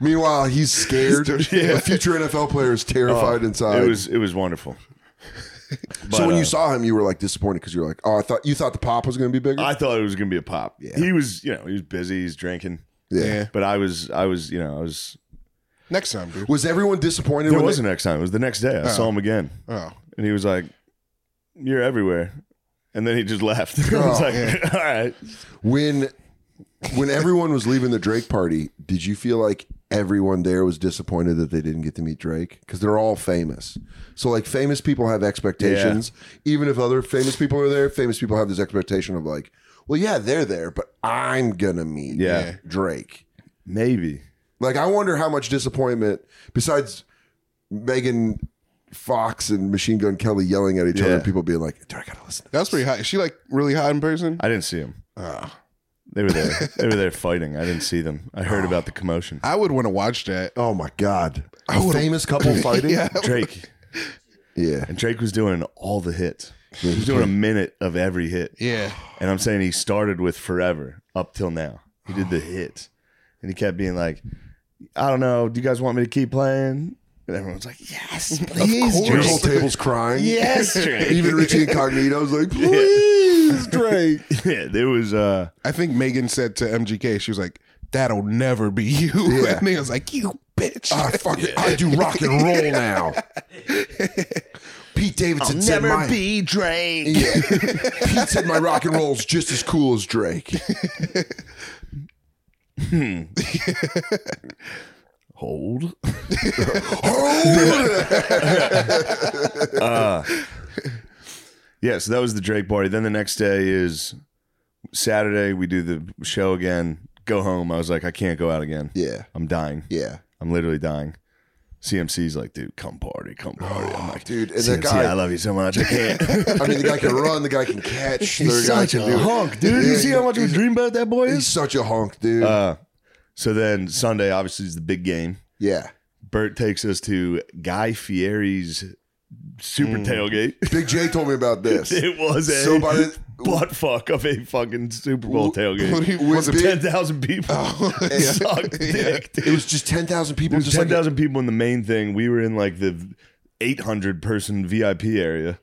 Meanwhile, he's scared. Yeah. A future NFL player is terrified inside. it was it was wonderful. so But, when uh, you saw him, you were like disappointed because you were like, "Oh, I thought you thought the pop was going to be bigger." I thought it was gonna be a pop. Yeah. He was, you know, he was busy. He's drinking, yeah. but I was, I was, you know, I was. Next time, dude. Was everyone disappointed? It when was they- the next time. It was the next day. I saw him again, Oh, and he was like, "You're everywhere," and then he just left. I was Oh, like, "All right." when when everyone was leaving the Drake party, did you feel like everyone there was disappointed that they didn't get to meet Drake because they're all famous? So like famous people have expectations, even if other famous people are there. Famous people have this expectation of like, well, yeah, they're there, but I'm gonna meet Yeah. Drake. Maybe. Like, I wonder how much disappointment besides Megan. Fox and Machine Gun Kelly yelling at each other, Yeah. and people being like, "Dude, I gotta listen." to that's pretty hot. Is she like really hot in person? I didn't see him. Oh. They were there. they were there fighting. I didn't see them. I heard about the commotion. I would want to watch that. Oh my god! I A would've- famous couple fighting. Yeah. Drake yeah. and Drake was doing all the hits. He was doing a minute of every hit. Yeah. And I'm saying he started with forever up till now. He did the hit. And he kept being like, I don't know, do you guys want me to keep playing? And everyone's like, Yes, please. Your whole Drake. table's crying. Yes, Drake. Even Richie Incognito's like, please, Drake. yeah, there was uh I think Megan said to MGK, she was like, "That'll never be you." Yeah. And he was like, "You bitch." I fucking I do rock and roll now. Pete Davidson said my be Drake. yeah. Pete said my rock and roll's just as cool as Drake. Hold. Oh, Uh, Yeah, so that was the Drake party. Then the next day is Saturday. We do the show again. Go home. I was like, I can't go out again. yeah, I'm dying. yeah. I'm literally dying. CMC's like, dude, come party, come party. I'm like, dude, and that CMC, guy- I love you so much. I can't. I mean, the guy can run, the guy can catch, the He's guy such can a do. it. hunk, dude. Yeah, you see how much of a dreamboat that boy He's is? such a honk, dude. Uh, so then Sunday, obviously, is the big game. yeah, Bert takes us to Guy Fieri's super tailgate. Big J told me about this. It was a So by the- butt fuck of a fucking Super Bowl tailgate. With It was Big- ten thousand people. It sucked dick, dude. it was just ten thousand people. It was Just ten like thousand people in the main thing. We were in like the eight hundred person VIP area.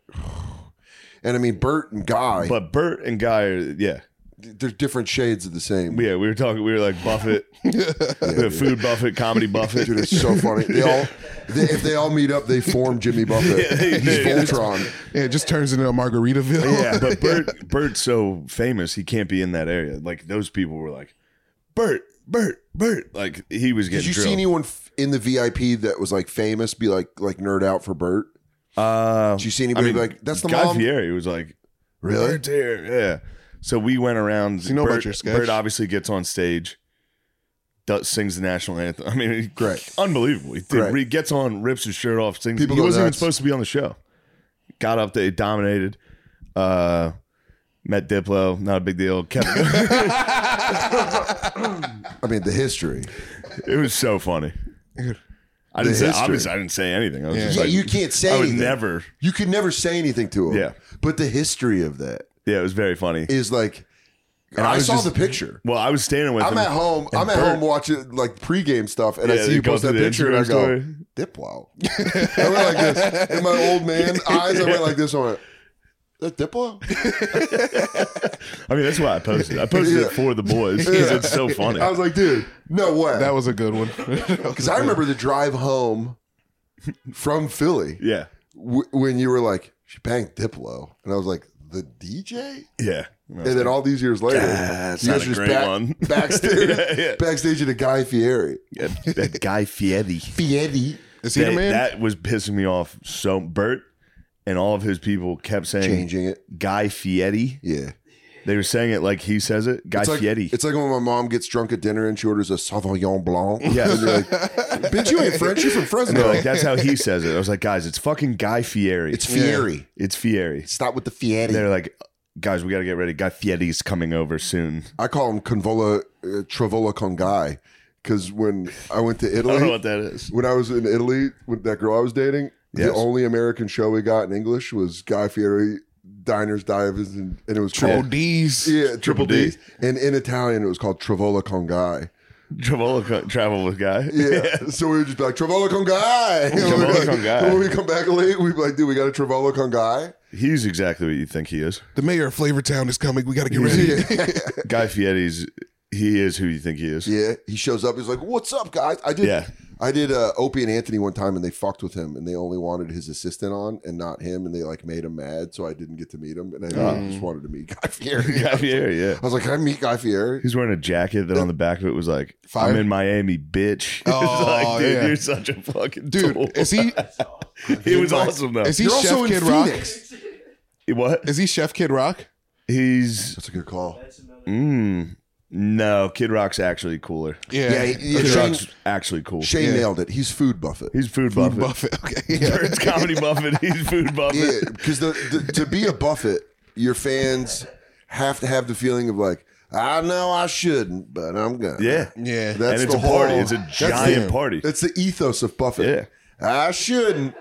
and I mean, Bert and Guy, But Bert and Guy, are, yeah, they're different shades of the same. yeah, we were talking. We were like Buffett, the food Buffett, comedy Buffett. Dude, it's so funny. They all, they, if they all meet up, they form Jimmy Buffett. Yeah, they He's do. Voltron. Yeah, it just turns into a Margaritaville. Yeah, but Bert, Bert's so famous, he can't be in that area. Like those people were like, Bert, Bert, Bert. Like he was Did getting you drilled. see anyone f- in the VIP that was like famous? Be like, like nerd out for Bert. Uh, Did you see anybody be like that's the Guy mom? Fieri was like, Really? Bert's here. Yeah. So we went around. you know about Bert- your sketch? Bert obviously gets on stage, does, sings the national anthem. I mean, he- Great. unbelievable. He, did- Great. he gets on, rips his shirt off, sings. People he go wasn't even nuts. supposed to be on the show. Got up, they dominated. Uh, met Diplo, not a big deal. Kept going. I mean, the history. it was so funny. I didn't The say history. obviously I didn't say anything. I was just Yeah, like, you can't say. I would anything. never. You could never say anything to him. Yeah. But the history of that Yeah, it was very funny. is like, And I, I was saw just- the picture. Well, I was standing with I'm him. at home. I'm at Bert- home watching like pregame stuff, and I Yeah, see you you go post through that the picture, and I Instagram go, story. "Diplo." I went like this in my old man eyes. I went like this. I went, "That Diplo." I mean, that's why I posted. it. I posted Yeah. it for the boys because it's so funny. I was like, "Dude, no That way." was a good one. Because I remember the drive home from Philly Yeah, w- when you were like, "She banged Diplo," and I was like, "The DJ." yeah. And then all these years later, that's you not guys a just great one. backstage, Yeah, yeah. backstage at a Guy Fieri. Yeah, that guy Fieri. Fieri Is he the That, man? that was pissing me off. So Bert and all of his people kept saying changing it. Guy Fieri. Yeah. They were saying it like he says it. Guy It's like, Fieri. it's like when my mom gets drunk at dinner and she orders a Sauvignon Blanc. Yeah. And you're like, bitch, you ain't French. You're from And they're Fresno. like, that's how he says it. I was like, guys, it's fucking Guy Fieri. it's Fieri. It's Fieri. Stop with the Fieri. They're like, guys, we got to get ready. Guy Fieri's coming over soon. I call him Convola, uh, Travola con Guy. Because when I went to I don't know Italy, what that is. when I was in Italy with that girl I was dating, Yes. the only American show we got in English was Guy Fieri, Diners, Divers, and, and it was Triple called, D's. yeah, Triple D. D. And in Italian, it was called Travola con Guy. Travel travel with guy. Yeah. So we would just be like, Travola con guy. Travola Like, con guy. When we come back late, we'd be like, dude, we got a Travola con guy. He's exactly what you think he is. The mayor of Flavortown is coming. We got to get ready. Yeah. Guy Fieri's he is who you think he is. yeah. He shows up. He's like, what's up, guys? I did. Yeah. I did uh, Opie and Anthony one time, and they fucked with him, and they only wanted his assistant on and not him, and they like made him mad, so I didn't get to meet him, and I really just wanted to meet Guy Fieri. Guy Fieri, Mm. yeah. I was like, can I meet Guy Fieri? He's wearing a jacket that on the back of it was like, Fire? "I'm in Miami, bitch." It's Oh, like, dude, yeah. you're such a fucking Dude, tool. is he he was awesome though. is he You're also Chef in Kid Rock? Phoenix. what? Is he Chef Kid Rock? He's That's a good call. mm, no Kid Rock's actually cooler. Yeah, Yeah. he- yeah, Kid Shane, Rock's actually cool. Shane Yeah. nailed it. He's food buffet. He's food, buffet. Buffett. Okay. Yeah. Kurt's comedy buffet. He's food buffet. Yeah, because the, the, to be a Buffett, your fans have to have the feeling of like, I know I shouldn't, but I'm gonna. Yeah. Yeah. that's And it's the a party. whole- It's a that's giant the- party. That's the ethos of Buffett. I shouldn't,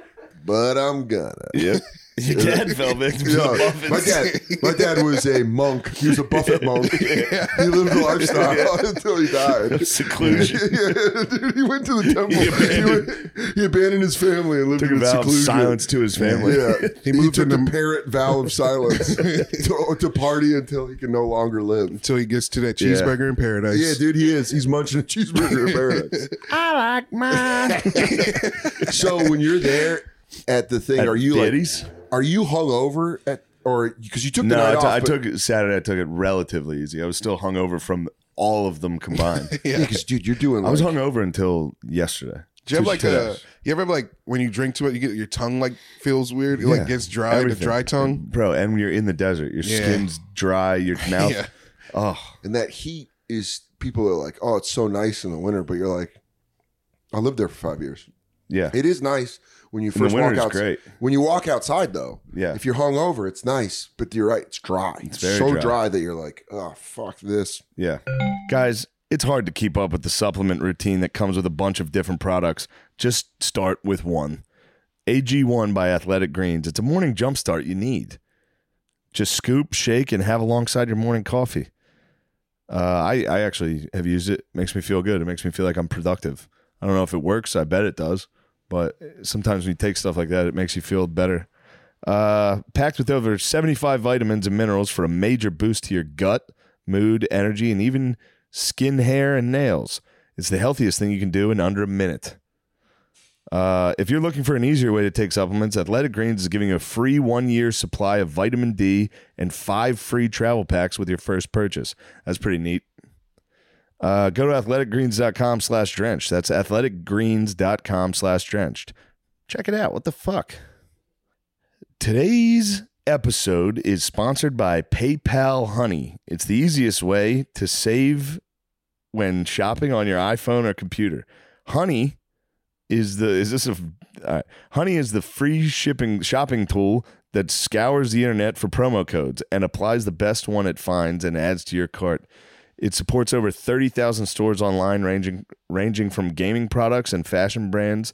but I'm gonna. Yep. Your dad fell victim to Yeah, the buffets. my dad, my dad was a monk. He was a Buffett monk. He lived the lifestyle until he died. Seclusion. Yeah, dude, he went to the temple. He He abandoned- abandoned, he abandoned his family and lived Took a in vow of seclusion. silence to his family. Yeah, he, He moved took the into- parrot vow of silence to, to party until he can no longer live. Until he gets to that cheeseburger in paradise. Yeah, dude, he is. He's munching a cheeseburger in paradise. I like mine. so when you're there at the thing, At are you like, Diddy's? are you hungover at or because you took the No, night I, t- off? I but- took it Saturday. I took it relatively easy. I was still hungover from all of them combined. yeah, because dude, you're doing. Like, I was hungover until yesterday. Do you have like Today. a? You ever have like when you drink too much, you get your tongue like feels weird. It like gets dry, like a Everything. dry tongue. bro? And when you're in the desert, your Yeah. skin's dry. Your mouth. Yeah. Oh, and that heat is people are like, oh, it's so nice in the winter, but you're like, I lived there for five years. yeah. It is nice when you the first winter walk is out. great. When you walk outside, though, Yeah. if you're hungover, it's nice, but you're right, it's dry. It's, very so dry. dry. that you're like, oh fuck this. Yeah. Guys, it's hard to keep up with the supplement routine that comes with a bunch of different products. Just start with one. AG1 by Athletic Greens. It's a morning jumpstart you need. Just scoop, shake, and have alongside your morning coffee. Uh, I, I actually have used it. Makes me feel good. It makes me feel like I'm productive. I don't know if it works. I bet it does. But sometimes when you take stuff like that, it makes you feel better. Uh, packed with over 75 vitamins and minerals for a major boost to your gut, mood, energy, and even skin, hair, and nails. It's the healthiest thing you can do in under a minute. Uh, if you're looking for an easier way to take supplements, Athletic Greens is giving you a free one year supply of vitamin D and five free travel packs with your first purchase. That's pretty neat. Uh, go to athleticgreens.com slash drenched. That's athleticgreens.com slash drenched. Check it out. What the fuck? Today's episode is sponsored by PayPal Honey. It's the easiest way to save when shopping on your iPhone or computer. Honey is the is this a all right. Honey is the free shipping shopping tool that scours the internet for promo codes and applies the best one it finds and adds to your cart. It supports over 30,000 stores online ranging ranging from gaming products and fashion brands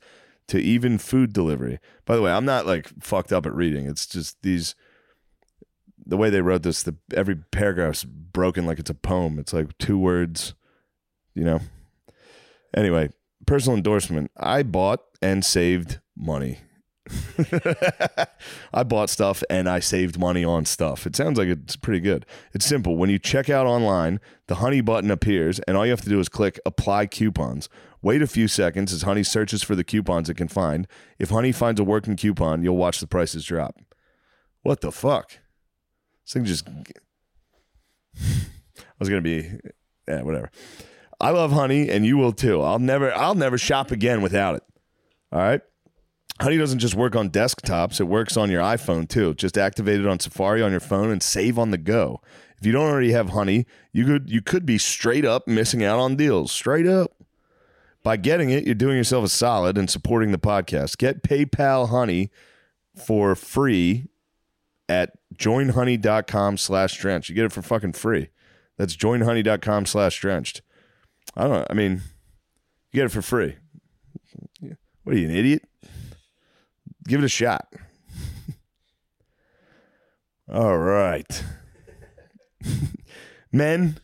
to even food delivery. By the way, I'm not like fucked up at reading. It's just these the way they wrote this, the every paragraph's broken like it's a poem. It's like two words, you know. Anyway, personal endorsement. I bought and saved money. I bought stuff and I saved money on stuff. It sounds like it's pretty good. It's simple. When you check out online, the Honey button appears, and all you have to do is click Apply Coupons. Wait a few seconds as Honey searches for the coupons it can find. If Honey finds a working coupon, you'll watch the prices drop. What the fuck? This thing just. I was gonna be, yeah, whatever. I love honey, and you will too. I'll never, I'll never shop again without it. All right. Honey doesn't just work on desktops, it works on your iPhone too. Just activate it on Safari on your phone and save on the go. If you don't already have Honey, you could you could be straight up missing out on deals. Straight up. By getting it, you're doing yourself a solid and supporting the podcast. Get PayPal Honey for free at joinhoney.com slash drenched. You get it for fucking free. That's joinhoney.com slash drenched. I don't I mean, you get it for free. What are you, an idiot? give it a shot. All right. Men,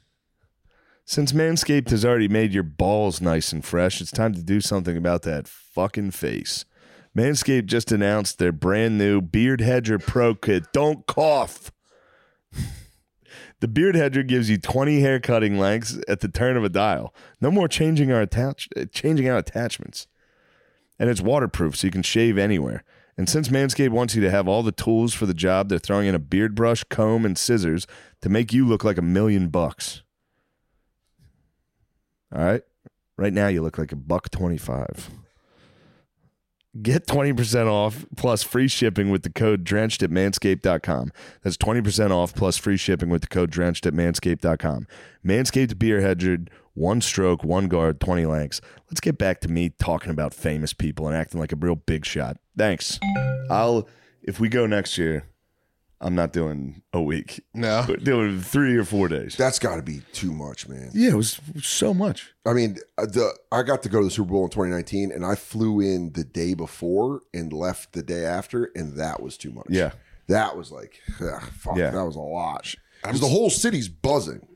Since Manscaped has already made your balls nice and fresh, it's time to do something about that fucking face. Manscaped just announced their brand new Beard Hedger Pro Kit. Don't cough. the Beard Hedger gives you 20 hair cutting lengths at the turn of a dial. No more changing our attach- uh, changing out attachments. And it's waterproof so you can shave anywhere. And since Manscaped wants you to have all the tools for the job, they're throwing in a beard brush, comb, and scissors to make you look like a million bucks. All right. Right now, you look like a buck 25. Get 20% off plus free shipping with the code drenched at manscaped.com. That's 20% off plus free shipping with the code drenched at manscaped.com. Manscaped Beer Hedged, one stroke, one guard, 20 lengths. Let's get back to me talking about famous people and acting like a real big shot. Thanks. I'll, if we go next year, I'm not doing a week. No. We're doing three or four days. That's got to be too much, man. Yeah, it was so much. I mean, uh, the I got to go to the Super Bowl in 2019, and I flew in the day before and left the day after, and that was too much. Yeah. that was like, ugh, fuck, Yeah. that was a lot. Because the whole city's buzzing.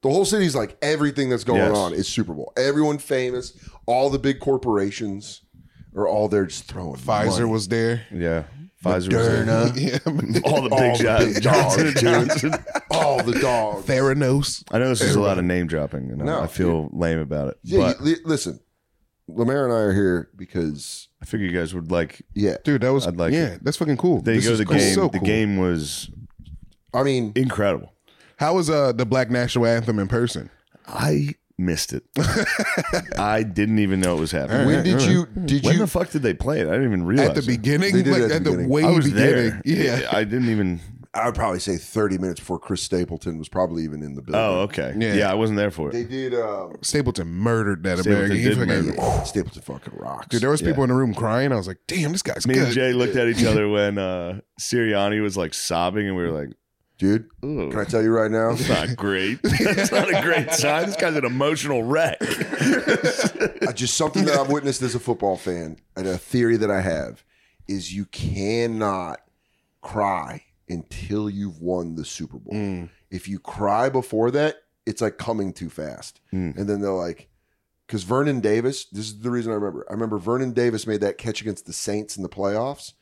The whole city's like everything that's going Yes. on is Super Bowl. Everyone famous, all the big corporations are all there just throwing Pfizer money. was there. Yeah. Pfizer was there. Moderna. Yeah. All the big All the shots. big Johnson dogs, and Johnson. all the dogs. Theranos. I know this is a lot of name dropping, and I- No, I feel lame about it. Yeah, but you, li- listen, Lemaire and I are here because I figure you guys would like. yeah, Dude, that was I'd like yeah, that's fucking cool. There you This go. is The cool. game. So the cool. game was I mean, incredible. How was uh the Black National Anthem in person? I missed it. I didn't even know it was happening. when did you did When you the fuck did they play it? I didn't even realize. At the it. beginning, They did like it at, the, beginning. way I was beginning. there. Yeah. I didn't even. I would probably say 30 minutes before Chris Stapleton was probably even in the building. Oh, okay. Yeah. Yeah, I wasn't there for it. They did. Um, Stapleton murdered that Stapleton American. He did fucking- murder. yeah, Stapleton fucking rocks. Dude, there was people in the room crying. I was like, damn, this guy's Me good. and Jay looked at each other when uh, Sirianni was like sobbing, and we were like, Dude, "Ooh, can I tell you right now? that's not great. that's not a great sign. This guy's an emotional wreck." Uh, Just something that I've witnessed as a football fan, and a theory that I have is you cannot cry until you've won the Super Mm. Bowl. If you cry before that, it's like coming too fast. Mm. And then they're like, because Vernon Davis, this is the reason I remember. I remember Vernon Davis made that catch against the Saints in the playoffs.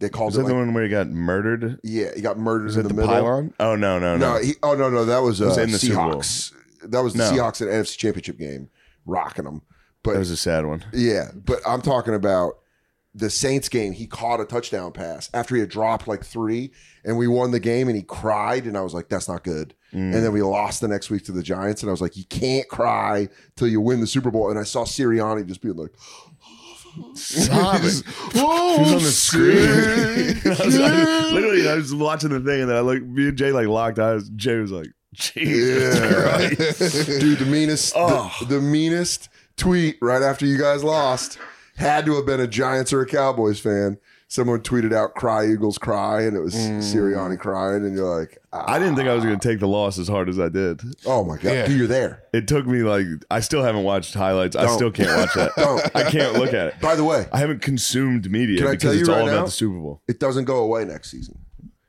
They called Was it that like the one where he got murdered? Yeah, he got murdered Was in it the, the middle. pylon? Oh no, no, no. No, he, oh no, no, that was, uh, was in the Super Bowl. Seahawks. That was the No. Seahawks at NFC Championship game, rocking them. But that was a sad one. yeah, but I'm talking about the Saints game. He caught a touchdown pass after he had dropped like three, and we won the game. And he cried, and I was like, "That's not good." Mm. And then we lost the next week to the Giants, and I was like, "You can't cry till you win the Super Bowl." And I saw Sirianni just being like, Sobbing. Just, oh, He was on the shit. screen. I was- I was- literally, I was watching the thing, and then I like me and Jay like locked eyes. Jay was like, "Jesus Christ." dude the meanest Oh. the, the meanest tweet right after you guys lost had to have been a giants or a cowboys fan someone tweeted out cry eagles cry and it was sirianni crying and you're like ah, I didn't think I was going to take the loss as hard as I did. oh my god Yeah. dude you're there It took me like I still haven't watched highlights. I Don't. still can't watch that. Don't. I can't look at it. Oh, by the way I haven't consumed media Can I because tell you it's all right about now? the Super Bowl. it doesn't go away next season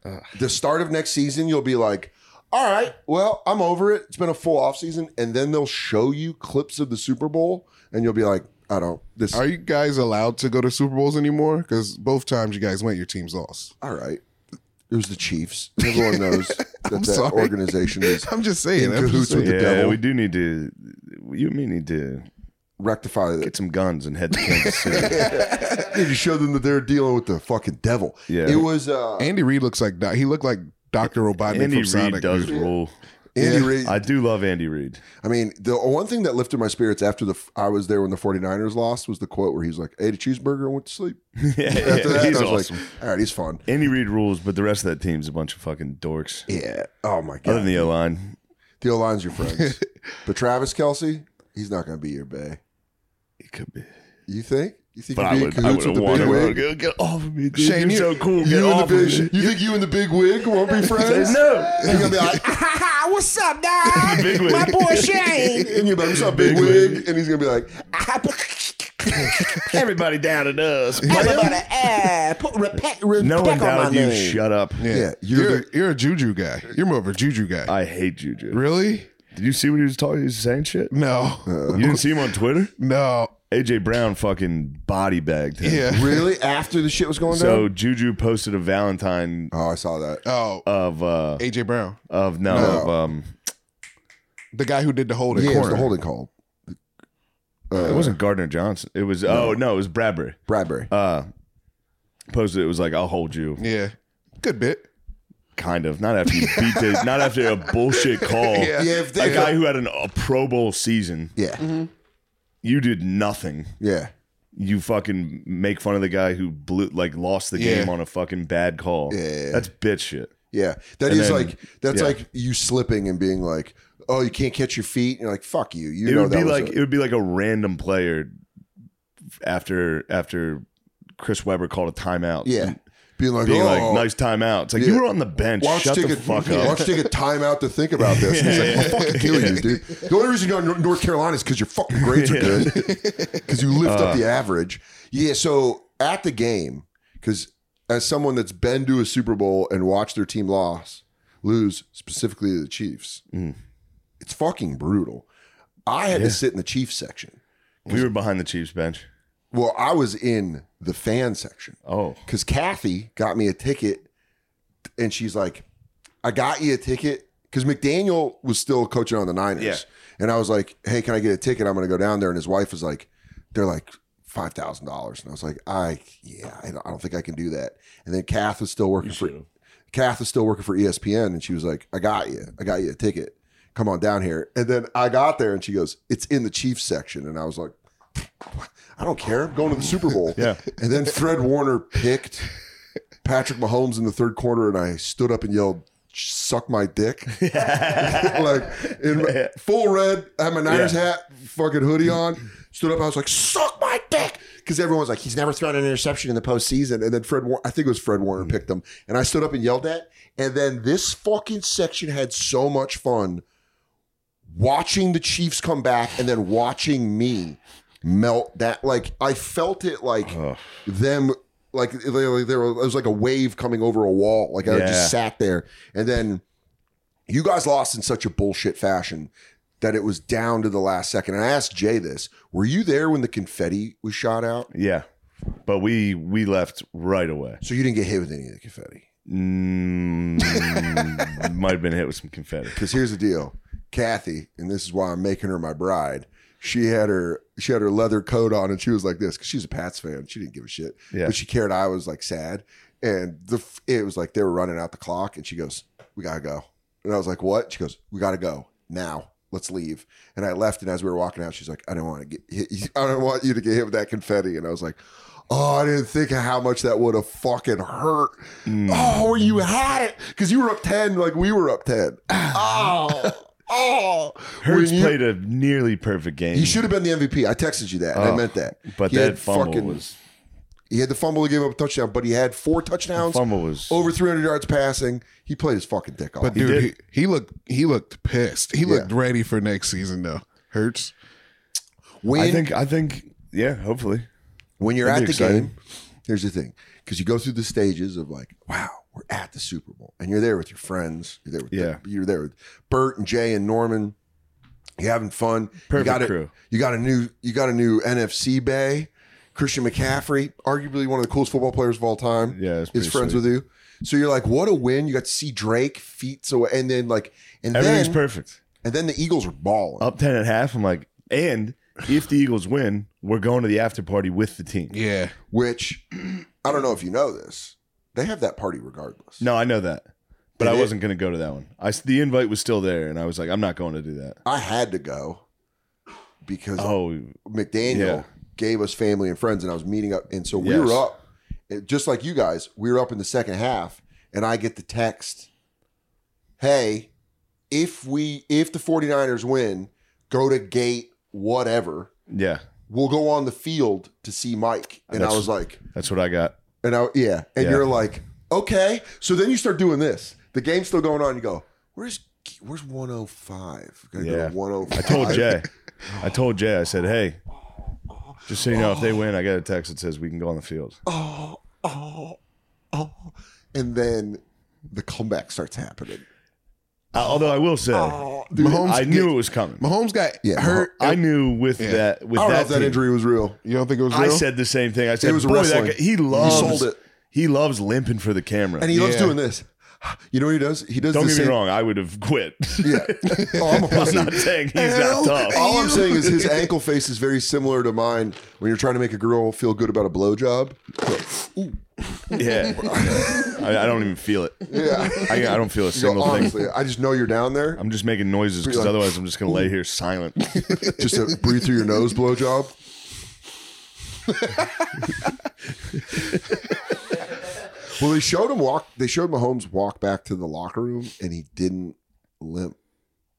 Ah. the start of next season you'll be like all right well i'm over it it's been a full off season and then they'll show you clips of the super bowl and you'll be like i don't this Are you guys allowed to go to Super Bowls anymore? Because both times you guys went, your teams lost. all right it was the chiefs everyone knows that that sorry. organization is I'm just saying. In I'm just cahoots with saying. The yeah, devil. we do need to. You and me need to rectify get it. some guns and head to Kansas City. Need to show them that they're dealing with the fucking devil. Yeah. It was uh, Andy Reid looks like doc- he looked like Doctor Robotnik Andy from Reid Sonic. does rule. Andy Reid. I I, do love Andy Reid. mean, the one thing that lifted my spirits after the I was there when the 49ers lost was the quote where he's like, ate a cheeseburger and went to sleep. yeah, After that, he's I was awesome. like, all right, he's fun. Andy Reid rules, but the rest of that team's a bunch of fucking dorks. Yeah. Oh my Other than god. the O line, The O line's your friends. but Travis Kelsey, he's not gonna be your bay. it could be. You think? You think But I you'd be in would, I cahoots would with the want big to wig? go get off of me, dude. you're Shane, you- so cool. Get You, and the off of me. big, you think you and the big wig won't be friends? No, And you're gonna be like, What's up, dog? big wig. My boy Shane. and you're like, what's up, big wig? And he's gonna be like, Everybody down at us. Everybody, uh, put repent, repent No one on my doubted you. name. Shut up. Yeah, Yeah, you're you're you're a, Juju guy. You're more of a Juju guy. I hate Juju. really? Did you see what he was talking? He was saying shit. No, Uh, You didn't see him on Twitter. no. AJ Brown fucking body bagged him. Yeah. Really? After the shit was going So down? Juju posted a Valentine Oh, I saw that. Oh, of uh AJ Brown, of no, No. of um the guy who did the holding. yeah, it was corner. the holding call. Uh, it wasn't Gardner Johnson. It was oh no, it was Bradbury. Bradbury. Uh posted it was like I'll hold you Yeah, good bit. kind of not after you beat the, not after a bullshit call. Yeah. yeah, if A they, guy who Mm-hmm. had an, a Pro Bowl season, yeah, you did nothing. yeah. You fucking make fun of the guy who blew, like lost the Yeah. game on a fucking bad call. Yeah. That's bitch shit. Yeah, that And is then- like that's yeah. like you slipping and being like, "Oh, you can't catch your feet." And you're like, "Fuck you." You it know would that be was like a- it would be like a random player after after Chris Weber called a timeout. yeah, being like, Being "Oh, like, nice timeout. It's like Yeah. you were on the bench. Watch Shut take the a fuck yeah, up. watch take a timeout to think about this. And he's like, I'll fucking kill you, dude. The only reason you're on Nor- North Carolina is because your fucking grades are good, because you lift Uh. up the average. Yeah. So at the game, because as someone that's been to a Super Bowl and watched their team loss lose, specifically to the Chiefs, Mm. it's fucking brutal. I had to sit in the Chiefs section. We were behind the Chiefs bench. Well, I was in the fan section Oh. because Kathy got me a ticket, and she's like, "I got you a ticket." Because McDaniel was still coaching on the Niners, Yeah. and I was like, "Hey, can I get a ticket? I'm going to go down there." And his wife was like, "They're like five thousand dollars," and I was like, "I yeah, I don't- I don't think I can do that." And then Kath was still working for Kath was still working for E ESPN, and she was like, "I got you, I got you a ticket. Come on down here." And then I got there, and she goes, "It's in the Chiefs section," and I was like. I don't care. I'm going to the Super Bowl. Yeah. And then Fred Warner picked Patrick Mahomes in the third quarter, and I stood up and yelled, "Suck my dick!" like in full red, I had my Niners Yeah. hat, fucking hoodie on. Stood up, I was like, "Suck my dick!" Because everyone was like, "He's never thrown an interception in the postseason." And then Fred, War- I think it was Fred Warner, picked him, and I stood up and yelled that. And then this fucking section had so much fun watching the Chiefs come back and then watching me melt that like I felt it like them like they, like there was, it was like a wave coming over a wall like I Yeah. just sat there and then you guys lost in such a bullshit fashion that it was down to the last second and I asked Jay this were you there when the confetti was shot out Yeah. But we we left right away. so you didn't get hit with any of the confetti Mm, might have been hit with some confetti. because here's the deal Kathy and this is why I'm making her my bride she had her she had her leather coat on and she was like this because she's a Pats fan she didn't give a shit Yeah. but she cared I was like sad and the f- it was like they were running out the clock and she goes we gotta go and I was like what she goes we gotta go now let's leave and I left and as we were walking out she's like I don't want to get hit I don't want you to get hit with that confetti and I was like oh I didn't think of how much that would have fucking hurt mm, oh you had it because you were up 10 like we were up 10 oh oh Hurts When you- played a nearly perfect game. he should have been the MVP. I texted you that. and I Oh, meant that. but He that had fumble fucking- was He had the fumble to give up a touchdown, but he had four touchdowns, fumble was over 300 yards passing. He played his fucking dick off. But dude, he, he, looked he looked pissed. He looked ready for next season though. Hurts. when, I think I think yeah, hopefully. when you're at that'd be the exciting. game, here's the thing. Because you go through the stages of like, wow, we're at the Super Bowl. And you're there with your friends. You're there with, Yeah. you're there with Bert and Jay and Norman. You're having fun. you Perfect got a, crew. You got a new you got a new NFC bay. Christian McCaffrey, arguably one of the coolest football players of all time. Yeah, it's is pretty friends sweet. with you. So you're like, what a win! You got to see Drake feet so, and then like, and Everything's Oh. then perfect. and then the Eagles are balling. Up ten and a half, I'm like, and if the Eagles win, we're going to the after party with the team. Yeah. Which I don't know if you know this, they have that party regardless. No, I know that. But They I did? wasn't going to go to that one. I s- the invite was still there, and I was like, I'm not going to do that. I had to go because Oh, McDaniel Yeah. gave us family and friends, and I was meeting up, and so we Yes. were up, and just like you guys. We were up in the second half, and I get the text, "Hey, if we if the 49ers win, go to gate whatever." yeah, we'll go on the field to see Mike. And I That's- was like, that's what I got. and I yeah. And Yeah. you're like, okay. So then you start doing this. The game's still going on. You go, where's where's 105? Gotta go oh Yeah. to 105. I told Jay. I told Jay. I said, hey, just so you know, if they win, I got a text that says we can go on the field. Oh. And then the comeback starts happening. Uh, although I will say, Oh, Mahomes I knew get- it was coming. Mahomes got Yeah, hurt. I knew with that with I don't know that, if that team- injury was real. You don't think it was real? I said the same thing. I said, It was "Boy, that wrestling. guy, he loves sold it. He loves limping for the camera." And he loves Yeah. doing this. You know what he does? He does Don't the get me same- wrong. I would have quit. Yeah. Oh, I'm a I'm pussy. not saying he's not tough. All I'm saying is his ankle face is very similar to mine when you're trying to make a girl feel good about a blowjob. Yeah, I, I don't even feel it. Yeah. I, I don't feel a You go, single thing. honestly, I just know you're down there. I'm just making noises because like, otherwise I'm just gonna lay here silent. Just a breathe through your nose blowjob. well, they showed him walk. They showed Mahomes walk back to the locker room, and he didn't limp.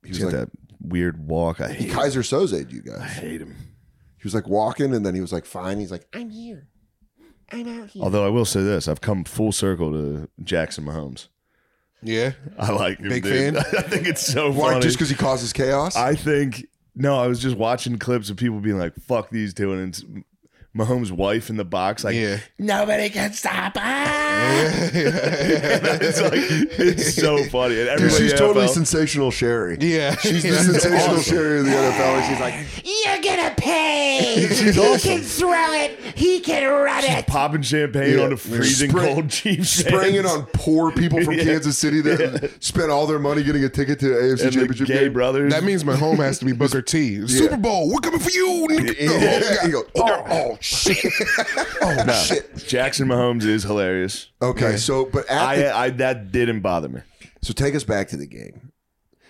He He's was got like that weird walk. I hate. Kaiser Soze, you guys. I hate him. He was like walking, and then he was like, "Fine." He's like, I'm here. I'm out here. Although I will say this, I've come full circle to Jackson Mahomes. yeah. I like him, Big dude. fan? I think it's so "Why? funny. Just because he causes chaos?" I think no, I was just watching clips of people being like, "Fuck these two," and it's Mahomes' wife in the box, like, Yeah. Nobody can stop us. it's like it's so funny. And Dude, everybody, she's in totally NFL sensational, Sherry. Yeah. She's the sensational awesome. Sherry of the NFL. and She's like, You're gonna pay. he can throw it. He can run it. popping champagne Yeah. on a freezing Spray- cold Chiefs, spraying it fans. on poor people from Yeah. Kansas City that spent all their money getting a ticket to the AFC and the Championship gay game. brothers. That means my home has to be Booker T. Super Bowl, we're coming for you. nigga. Yeah. You go, oh, oh, shit. oh, No, shit. Jackson Mahomes is hilarious. Okay, so but at I, uh, the, I that didn't bother me. so take us back to the game.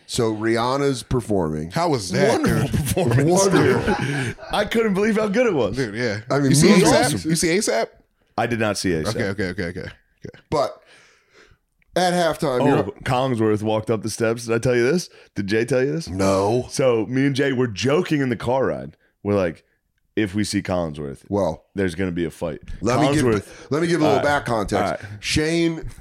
So Rihanna's performing. How was that? Wonderful dude? performance. Wonderful. dude. I couldn't believe how good it was. Dude, yeah. I mean, you see moves ASAP? awesome. You see ASAP? I did not see ASAP. Okay, okay, okay, okay. okay. But at halftime, Oh, you're, Collingsworth walked up the steps. Did I tell you this? Did Jay tell you this? no. So me and Jay were joking in the car ride. We're like, if we see Collinsworth, Well, there's going to be a fight. Let me give let me give a little All right. back context. All Shane,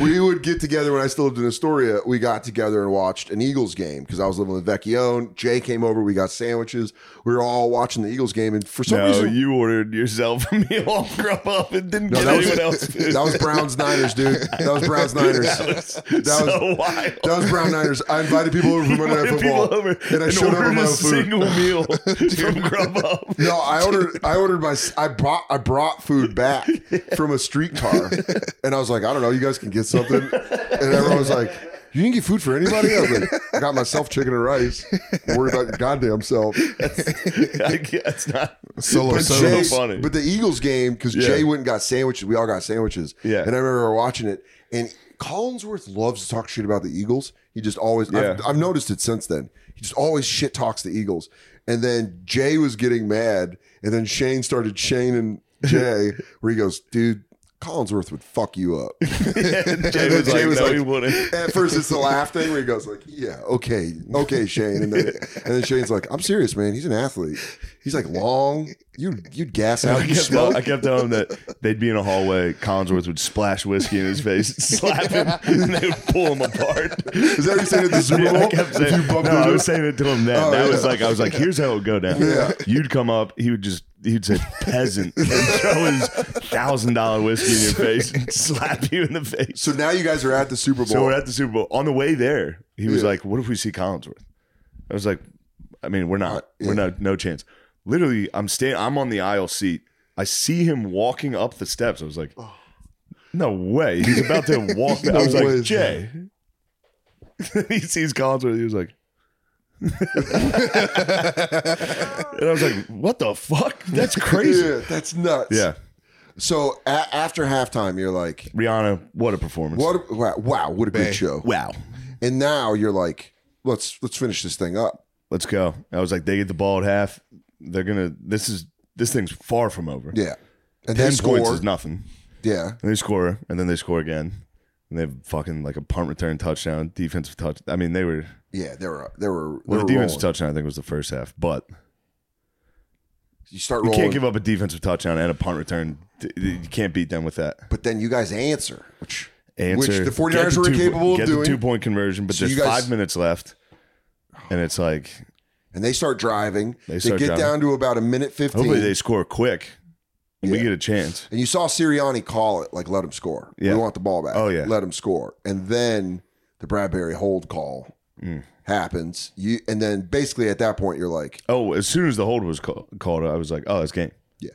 we would get together when I still lived in Astoria. We got together and watched an Eagles game because I was living with Vecchione. Jay came over. We got sandwiches. We were all watching the Eagles game, and for some No, reason, you ordered yourself a meal off Grubhub and didn't No, get that was- anyone else food. that was Browns Niners, dude. That was Browns Niners. That was so wild. That was Brown Niners. I invited people over for Monday Night Invited Football, people over and I showed ordered over my a food. single meal from Grubhub. No, I ordered. I ordered my. I brought. I brought food back from a streetcar, and I was like, I don't know. You guys can get something. And everyone was like, You didn't get food for anybody. I was like, I got myself chicken and rice. Worry about your goddamn self. I guess not. Solo But solo. Jay- Jay's- funny. But the Eagles game because Yeah. Jay went and got sandwiches. We all got sandwiches. Yeah. And I remember watching it. And Collinsworth loves to talk shit about the Eagles. He just always. Yeah. I've, I've noticed it since then. He just always shit talks the Eagles. And then Jay was getting mad, and then Shane started Shane and Jay, where he goes, "Dude, Collinsworth would fuck you up." And Jay And then was like, Jay was no, like- he wouldn't. At first, it's the laugh thing where he goes like, "Yeah, okay, okay, Shane," and then, and then Shane's like, "I'm serious, man. He's an athlete. He's like long. You you'd gas out. I You kept, smoke. tell, I kept telling him that they'd be in a hallway. Collinsworth would splash whiskey in his face, slap him, and they would pull him apart. Is that what you said at the Super Bowl? I kept saying, you bumped no, I into was him? saying it to him then. Oh, that yeah. was like, I was like, here's how it would go down. Yeah. You'd come up, he would just, he'd say peasant and throw his thousand dollar whiskey in your face and slap you in the face. So now you guys are at the Super Bowl. So we're at the Super Bowl. On the way there, he was Yeah. like, "What if we see Collinsworth?" I was like, "I mean, we're not. Uh, yeah. We're not. No chance." Literally, I'm staying. I'm on the aisle seat. I see him walking up the steps. I was like, Oh. "No way!" He's about to walk. I was way. like, "Jay." he sees Collinsworth. He was like. and I was like, "What the fuck? That's crazy." yeah, that's nuts. yeah, So a- after halftime, you're like, Rihanna, what a performance! what? a- Wow, wow what a Bae. great show. Wow, And now you're like, let's let's finish this thing up. let's go. I was like, they get the ball at half. They're gonna. This is this thing's far from over. Yeah. And ten they score. points is nothing. yeah. And they score, and then they score again, and they have fucking like a punt return touchdown, defensive touch. I mean, they were Yeah. They were they were they well, the were defensive rolling. touchdown. I think was the first half, but You start you rolling, can't give up a defensive touchdown and a punt return. D- You can't beat them with that. but then you guys answer, which Answer, which the get 49ers were two- incapable of get doing. the two point conversion, but So there's you guys- five minutes left, and it's like and they start driving. They, start get driving. down to about a minute fifteen. hopefully they score quick, and we get a chance. And you saw Sirianni call it, like, let him score. Yeah. We want the ball back. Oh, yeah. Let him score. And then the Bradbury hold call Mm. happens. You and then basically at that point you're like, Oh, as soon as the hold was call- called, I was like, oh, it's game. Yeah.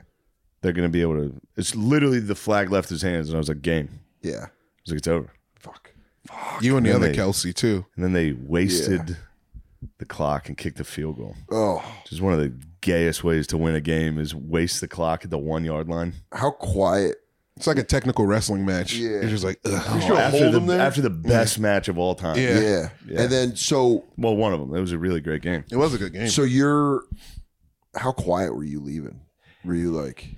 They're going to be able to. It's literally the flag left his hands, and I was like, game. I yeah, was like, it's over. fuck. You and the Then other they- Kelsey too. And then they wasted the clock and kicked the field goal. Oh, Which is one of the gayest ways to win a game is waste the clock at the one yard line. how quiet. It's like a technical wrestling match. Yeah. You're just like, ugh. Sure, after, hold the, them there. after the best match of all time. Yeah. Yeah. And then so Well, one of them. It was a really great game. It was a good game. so you're how quiet were you leaving? Were you like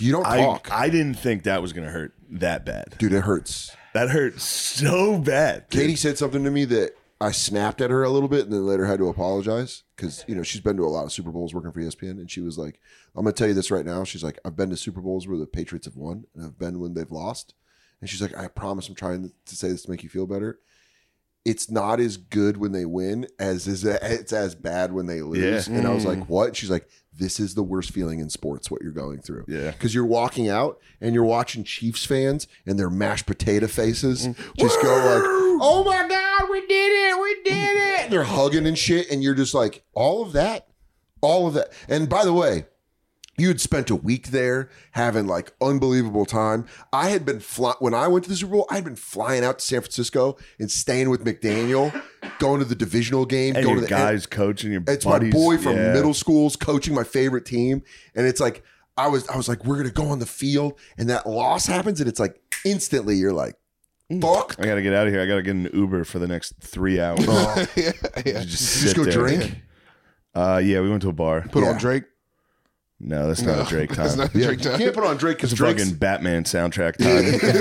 you don't I, talk. I didn't think that was going to hurt that bad. Dude, it hurts. That hurt so bad. dude. Katie said something to me that I snapped at her a little bit and then later had to apologize because you know she's been to a lot of Super Bowls working for E ESPN and she was like, "I'm gonna tell you this right now." She's like, "I've been to Super Bowls where the Patriots have won and I've been when they've lost," and she's like, "I promise I'm trying to say this to make you feel better." It's not as good when they win as is it's as bad when they lose. Yeah. And I was like, "What?" She's like, "This is the worst feeling in sports. What you're going through." Yeah. because you're walking out and you're watching Chiefs fans and their mashed potato faces just go like, "Oh my god, we did it, we did it!" They're hugging and shit, and you're just like, "All of that, all of that." And by the way, you had spent a week there having like unbelievable time. I had been fly- when I went to the Super Bowl, I had been flying out to San Francisco and staying with McDaniel, going to the divisional game, And going your to the guys coaching your it's buddies. my boy from Yeah. middle school's coaching my favorite team and it's like i was i was like we're gonna go on the field and that loss happens and it's like instantly you're like fuck I gotta get out of here. I gotta get an Uber for the next three hours. yeah, yeah. Just, just sit go there. drink Uh, yeah, we went to a bar. Put on Yeah. Drake. No, that's not a Drake time. It's That's not yeah. Drake you time. can't put on drake because drake's fucking Batman soundtrack time. Fucking-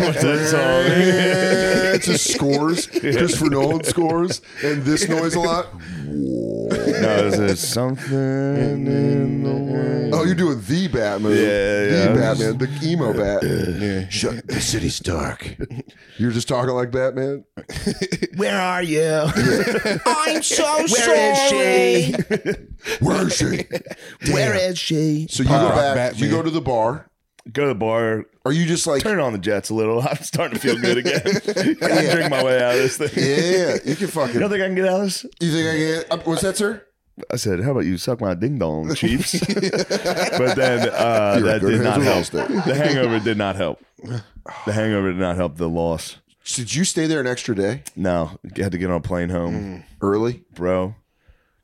what's that song? it's just scores christopher nolan scores and this noise a lot no, it's a something in the way. oh you're doing the batman Yeah, the yeah. batman the emo bat Shut, the city's dark you're just talking like batman Where are you? I'm so sorry. where is she Where is she? so you go Pop back Batman. you go to the bar Go to the bar. are you just like Turn on the jets a little. I'm starting to feel good again. I can drink my way out of this thing. Yeah, you can You fucking. don't think I can get out of this? You think I can? uh, What's that, sir? I said, "How about you suck my ding dong, Chiefs?" but then uh, You're that good did hands not with help. Allstate. The hangover did not help. The hangover did not help the loss. Did you stay there an extra day No, had to get on a plane home, early? bro.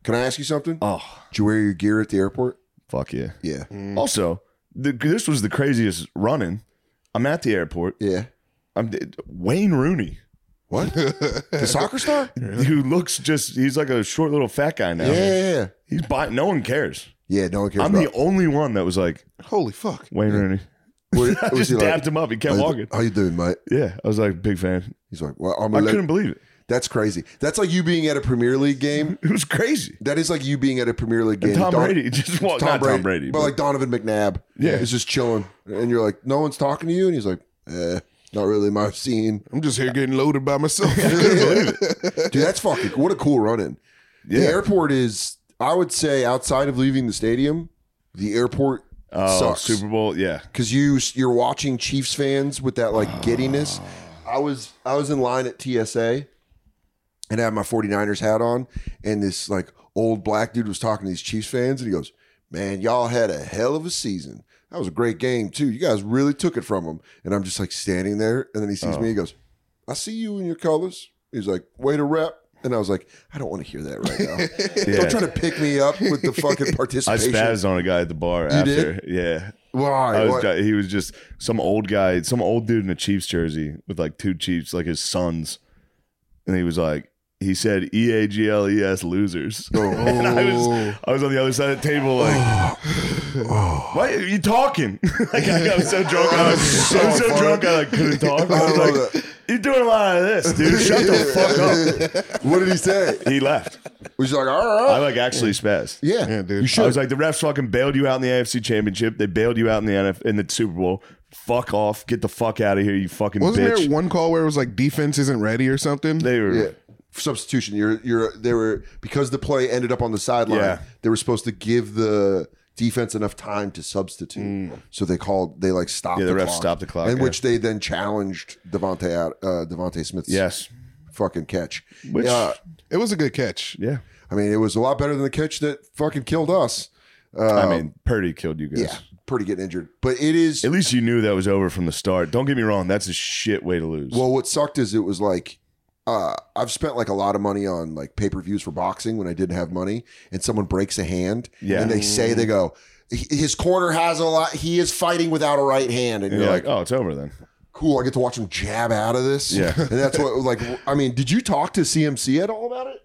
Can I ask you something? Oh, Did you wear your gear at the airport? Mm. fuck yeah. Uh, Yeah, Also, the, this was the craziest running. I'm at the airport. yeah. I'm Wayne Rooney, What? the soccer star? Yeah, who looks just—he's like a short little fat guy now. yeah, yeah. He's by, no one cares. Yeah, no one cares I'm the about. only one that was like Holy fuck. Wayne Rooney. What- I what was just he like? dapped him up. He How kept you- walking. How you doing, mate? Yeah, I was like big fan. He's like, well, I'm I gonna let- couldn't believe it. That's crazy. That's like you being at a Premier League game. It was crazy. That is like you being at a Premier League game. Tom Don- Brady just walked. not Tom Brady, but, but, like Donovan McNabb. Yeah. is just chilling, and you're like, no one's talking to you, and he's like, eh, not really my scene. I'm just here getting loaded by myself. Dude, that's fucking what a cool run in. The Yeah. airport is, I would say, outside of leaving the stadium, the airport oh, sucks Super Bowl. Yeah, because you you're watching Chiefs fans with that like giddiness. Ah. I was I was in line at TSA and I had my 49ers hat on, and this like old black dude was talking to these Chiefs fans, and he goes, "Man, y'all had a hell of a season. That was a great game too. You guys really took it from them." And I'm just like standing there, and then he sees me, he Oh. goes, "I see you in your colors." He's like, "Way to rep." And I was like, I don't want to hear that right now. Yeah. Don't try to pick me up with the fucking I participation. spazzed on a guy at the bar after. Yeah, Why? I was, What? di- he was just some old guy, some old dude in a Chiefs jersey with like two Chiefs, like his sons, and he was like, he said E A G L E S losers. Oh. and I was, I was on the other side of the table, like, Oh. why are you talking? like I got so drunk, I was so, I was so funny. drunk, I like, couldn't talk. I love was like, you're doing a lot of this, dude. Shut the fuck up. what did he say? He left. He's like, all right. I like actually spazzed. Yeah, Yeah, dude. You I should. was like, the refs fucking bailed you out in the AFC Championship. They bailed you out in the NF- in the Super Bowl. Fuck off. Get the fuck out of here, you fucking Wasn't bitch. there one call where it was like defense isn't ready or something? they were. yeah. Substitution. You're you're they were because the play ended up on the sideline. Yeah. They were supposed to give the defense enough time to substitute. So they called. They like stopped. Mm. Yeah, the the ref clock. stopped the clock, in yeah. which they then challenged Devonte out uh, Devonte Smith's Yes. fucking catch. Which- Uh, It was a good catch. Yeah. I mean, it was a lot better than the catch that fucking killed us. Uh, I mean, Purdy killed you guys. yeah, pretty getting injured, but it is. At least you knew that was over from the start. Don't get me wrong. That's a shit way to lose. Well, what sucked is it was like uh, I've spent like a lot of money on like pay per views for boxing when I didn't have money, and someone breaks a hand, Yeah. and they say they go, "H- his corner has a lot. He is fighting without a right hand, and and you're you're like, like, oh, it's over then. cool, I get to watch him jab out of this. Yeah. and that's what like I mean, did you talk to CMC at all about it?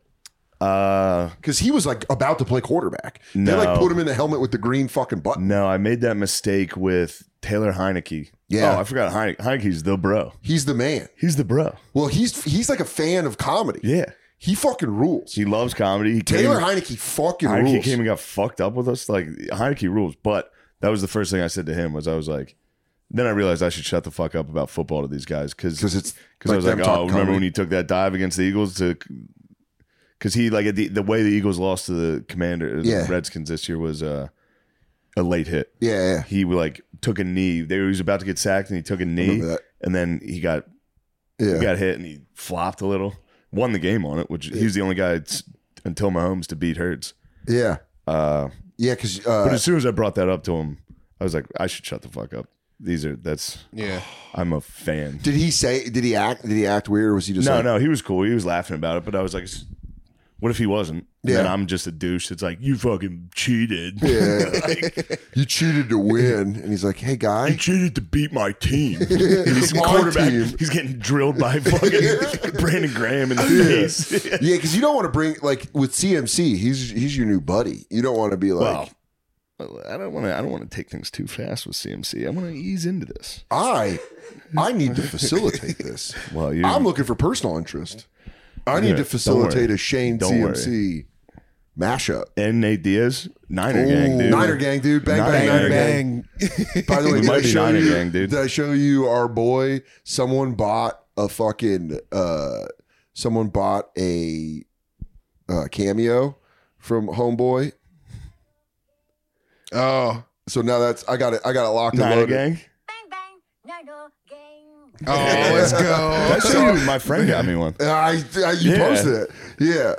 Uh, Because he was like about to play quarterback. They like No. put him in the helmet with the green fucking button. no, I made that mistake with Taylor Heineke. Yeah. Oh, I forgot Heine- Heineke's the bro. He's the man. He's the bro. Well, he's he's like a fan of comedy. Yeah. He fucking rules. He loves comedy. He Taylor came, Heineke fucking Heineke rules. came and got fucked up with us. Like Heineke rules. But that was the first thing I said to him was I was like, then I realized I should shut the fuck up about football to these guys because because it's Because I was them like, talk oh, remember comedy. when you took that dive against the Eagles to? Because he like at the the way the Eagles lost to the Commander, the Yeah. Redskins this year was uh, a late hit. Yeah, yeah. He like took a knee. They he was about to get sacked, and he took a knee, Remember that. and then he got Yeah. he got hit, and he flopped a little. Won the game on it, which he was the only guy s- until Mahomes to beat Hurts. yeah. Uh, Yeah, because but uh, as soon as I brought that up to him, I was like, I should shut the fuck up. These are that's Yeah. I'm a fan. did he say? Did he act? Did he act weird? Or was he just No, like, no, he was cool. He was laughing about it, but I was like, what if he wasn't? Yeah. Yeah. And I'm just a douche. It's like, you fucking cheated. Yeah. like, You cheated to win, and he's like, "Hey, you guy." cheated to beat my team. He's a My quarterback. team. He's getting drilled by fucking Brandon Graham in the face. Yeah, because you don't want to bring like with CMC. He's he's your new buddy. You don't want to be like, well, I don't want to. I don't want to take things too fast with CMC. I want to ease into this. I I need to facilitate this. Well, you. I'm looking for personal interest. I need Yeah, to don't facilitate worry. a Shane Don't CMC mashup. and Nate Diaz, Niner gang, dude. Niner gang, dude. Bang, Niner bang, gang. Niner gang. By the way, We did might I, be show Niner you, gang, dude. did I show you our boy? Someone bought a fucking uh someone bought a uh cameo from Homeboy. Oh. So now that's I got it I got it locked and Niner loaded. gang. Bang bang, nano gang. Oh, let's I go. showed you- my friend got me one. And I, I you Yeah. posted it. Yeah.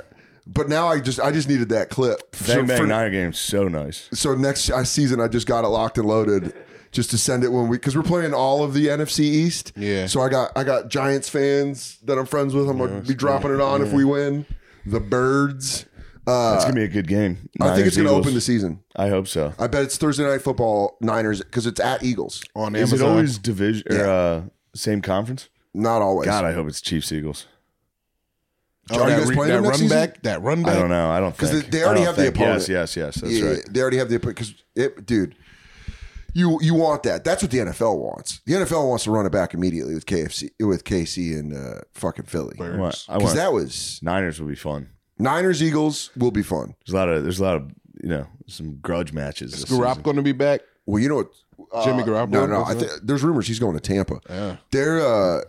But now I just I just needed that clip. Bang bang for- Niner game's so nice. so next uh, season I just got it locked and loaded just to send it when we because we're playing all of the NFC East. Yeah. So I got I got Giants fans that I'm friends with. I'm gonna be dropping it on if we win. The Birds. Uh, It's gonna be a good game. I think it's gonna Niners, open the Eagles. season. I hope so. I bet it's Thursday night football Niners because it's at Eagles. On Is Amazon. it always division or uh, same conference? Not always. God, I hope it's Chiefs Eagles. Oh, Are you that guys re- playing that them next run season? back? That run I back? don't know. I don't 'Cause because they- they already have the opponent. Yes, yes, yes. That's Yeah, right. They already have the because it, dude. You you want that? That's what the NFL wants. The NFL wants to run it back immediately with KFC with KC and uh, fucking Philly. I want, I Because want that was Niners will be fun. Niners Eagles will be fun. There's a lot of there's a lot of you know some grudge matches. This Garopp season. going to be back? Well, you know what? uh, Jimmy Garoppolo No, no. goes I th- there's rumors he's going to Tampa. Yeah. They're uh,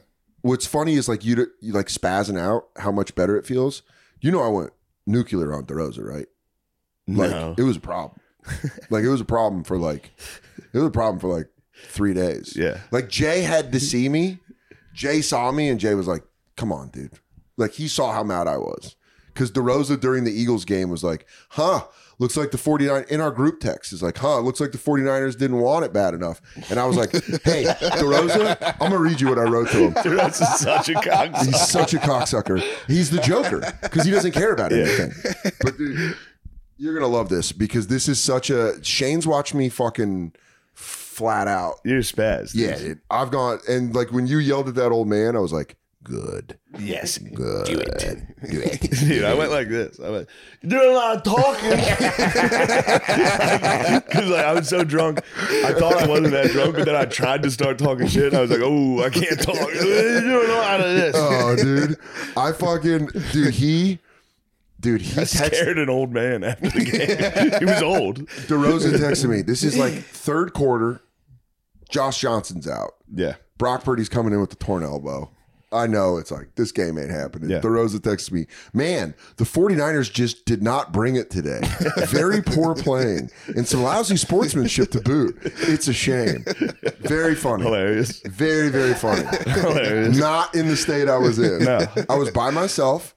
what's funny is like you you like spazzing out how much better it feels. You know, I went nuclear on DeRosa, right? Like No. it was a problem. like it was a problem for like it was a problem for like three days. Yeah. Like Jay had to see me. Jay saw me, and Jay was like, "Come on, dude!" Like he saw how mad I was. Because DeRosa during the Eagles game was like, "Huh." Looks like the 49 in our group text is like, huh, looks like the 49ers didn't want it bad enough. And I was like, hey, DeRosa, I'm going to read you what I wrote to him. Dude, that's just such a cocksucker. He's such a cocksucker. He's the Joker because he doesn't care about anything. But dude, you're gonna love this because this is such a Shane's watched me fucking flat out. You're spaz. dude. Yeah, dude. I've gone and like when you yelled at that old man, I was like, good, Yes. good, do it, do it. Dude, I went like this. I went, you're doing a lot of talking. Because like, I was so drunk. I thought I wasn't that drunk, but then I tried to start talking shit. And I was like, oh, I can't talk. You're doing a lot of this. Oh, dude, I fucking dude. He, dude, he I texted scared an old man after the game. he was old. DeRozan texted me. This is like third quarter. Josh Johnson's out. Yeah. Brock Purdy's coming in with the torn elbow. I know it's like this game ain't happening. Yeah. The Rosa texts me, man, the 49ers just did not bring it today. Very poor playing and some lousy sportsmanship to boot. It's a shame. Very funny. Hilarious. Very, very funny. Hilarious. Not in the state I was in. No. I was by myself.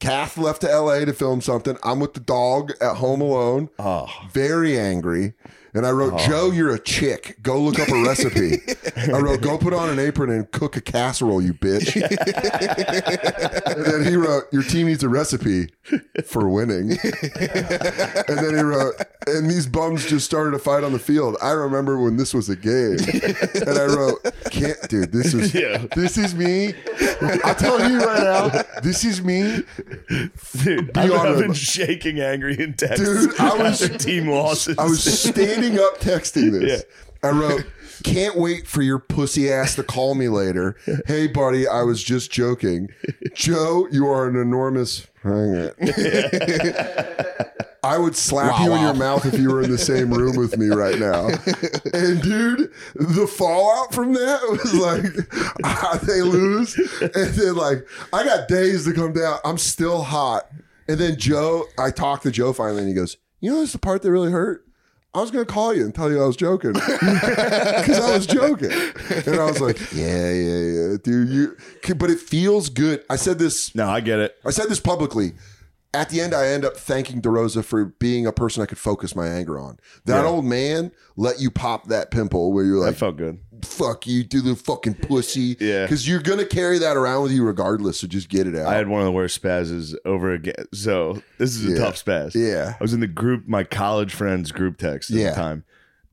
Kath left to LA to film something. I'm with the dog at home alone. Very angry. And I wrote, Joe, you're a chick. Go look up a recipe. I wrote, go put on an apron and cook a casserole, you bitch. and then he wrote, your team needs a recipe for winning. And then he wrote, and these bums just started a fight on the field. I remember when this was a game. And I wrote, can't, dude, this is, Yeah. this is me. I'll tell you right now, this is me. Dude, I've, I've honorable. been shaking angry in text. Dude, I was- after team losses. I was standing up texting this. I wrote, can't wait for your pussy ass to call me later. Hey, buddy, I was just joking. Joe, you are an enormous. Hang it. I would slap you in your mouth if you were in the same room with me right now. And dude, the fallout from that was like, ah, they lose. And then, like, I got days to come down. I'm still hot. And then Joe, I talked to Joe finally, and he goes, You know, that's the part that really hurt. I was gonna call you and tell you I was joking because I was joking, and I was like, "Yeah, yeah, yeah, dude." You, but it feels good. I said this. no, I get it. I said this publicly. At the end, I end up thanking DeRosa for being a person I could focus my anger on. That old man let you pop that pimple where you're That like, felt good. "Fuck you, do the fucking pussy," Yeah. because you're gonna carry that around with you regardless. So just get it out. I had one of the worst spazzes over again. So this is a Yeah. tough spaz. yeah, I was in the group, my college friends group text at Yeah. the time.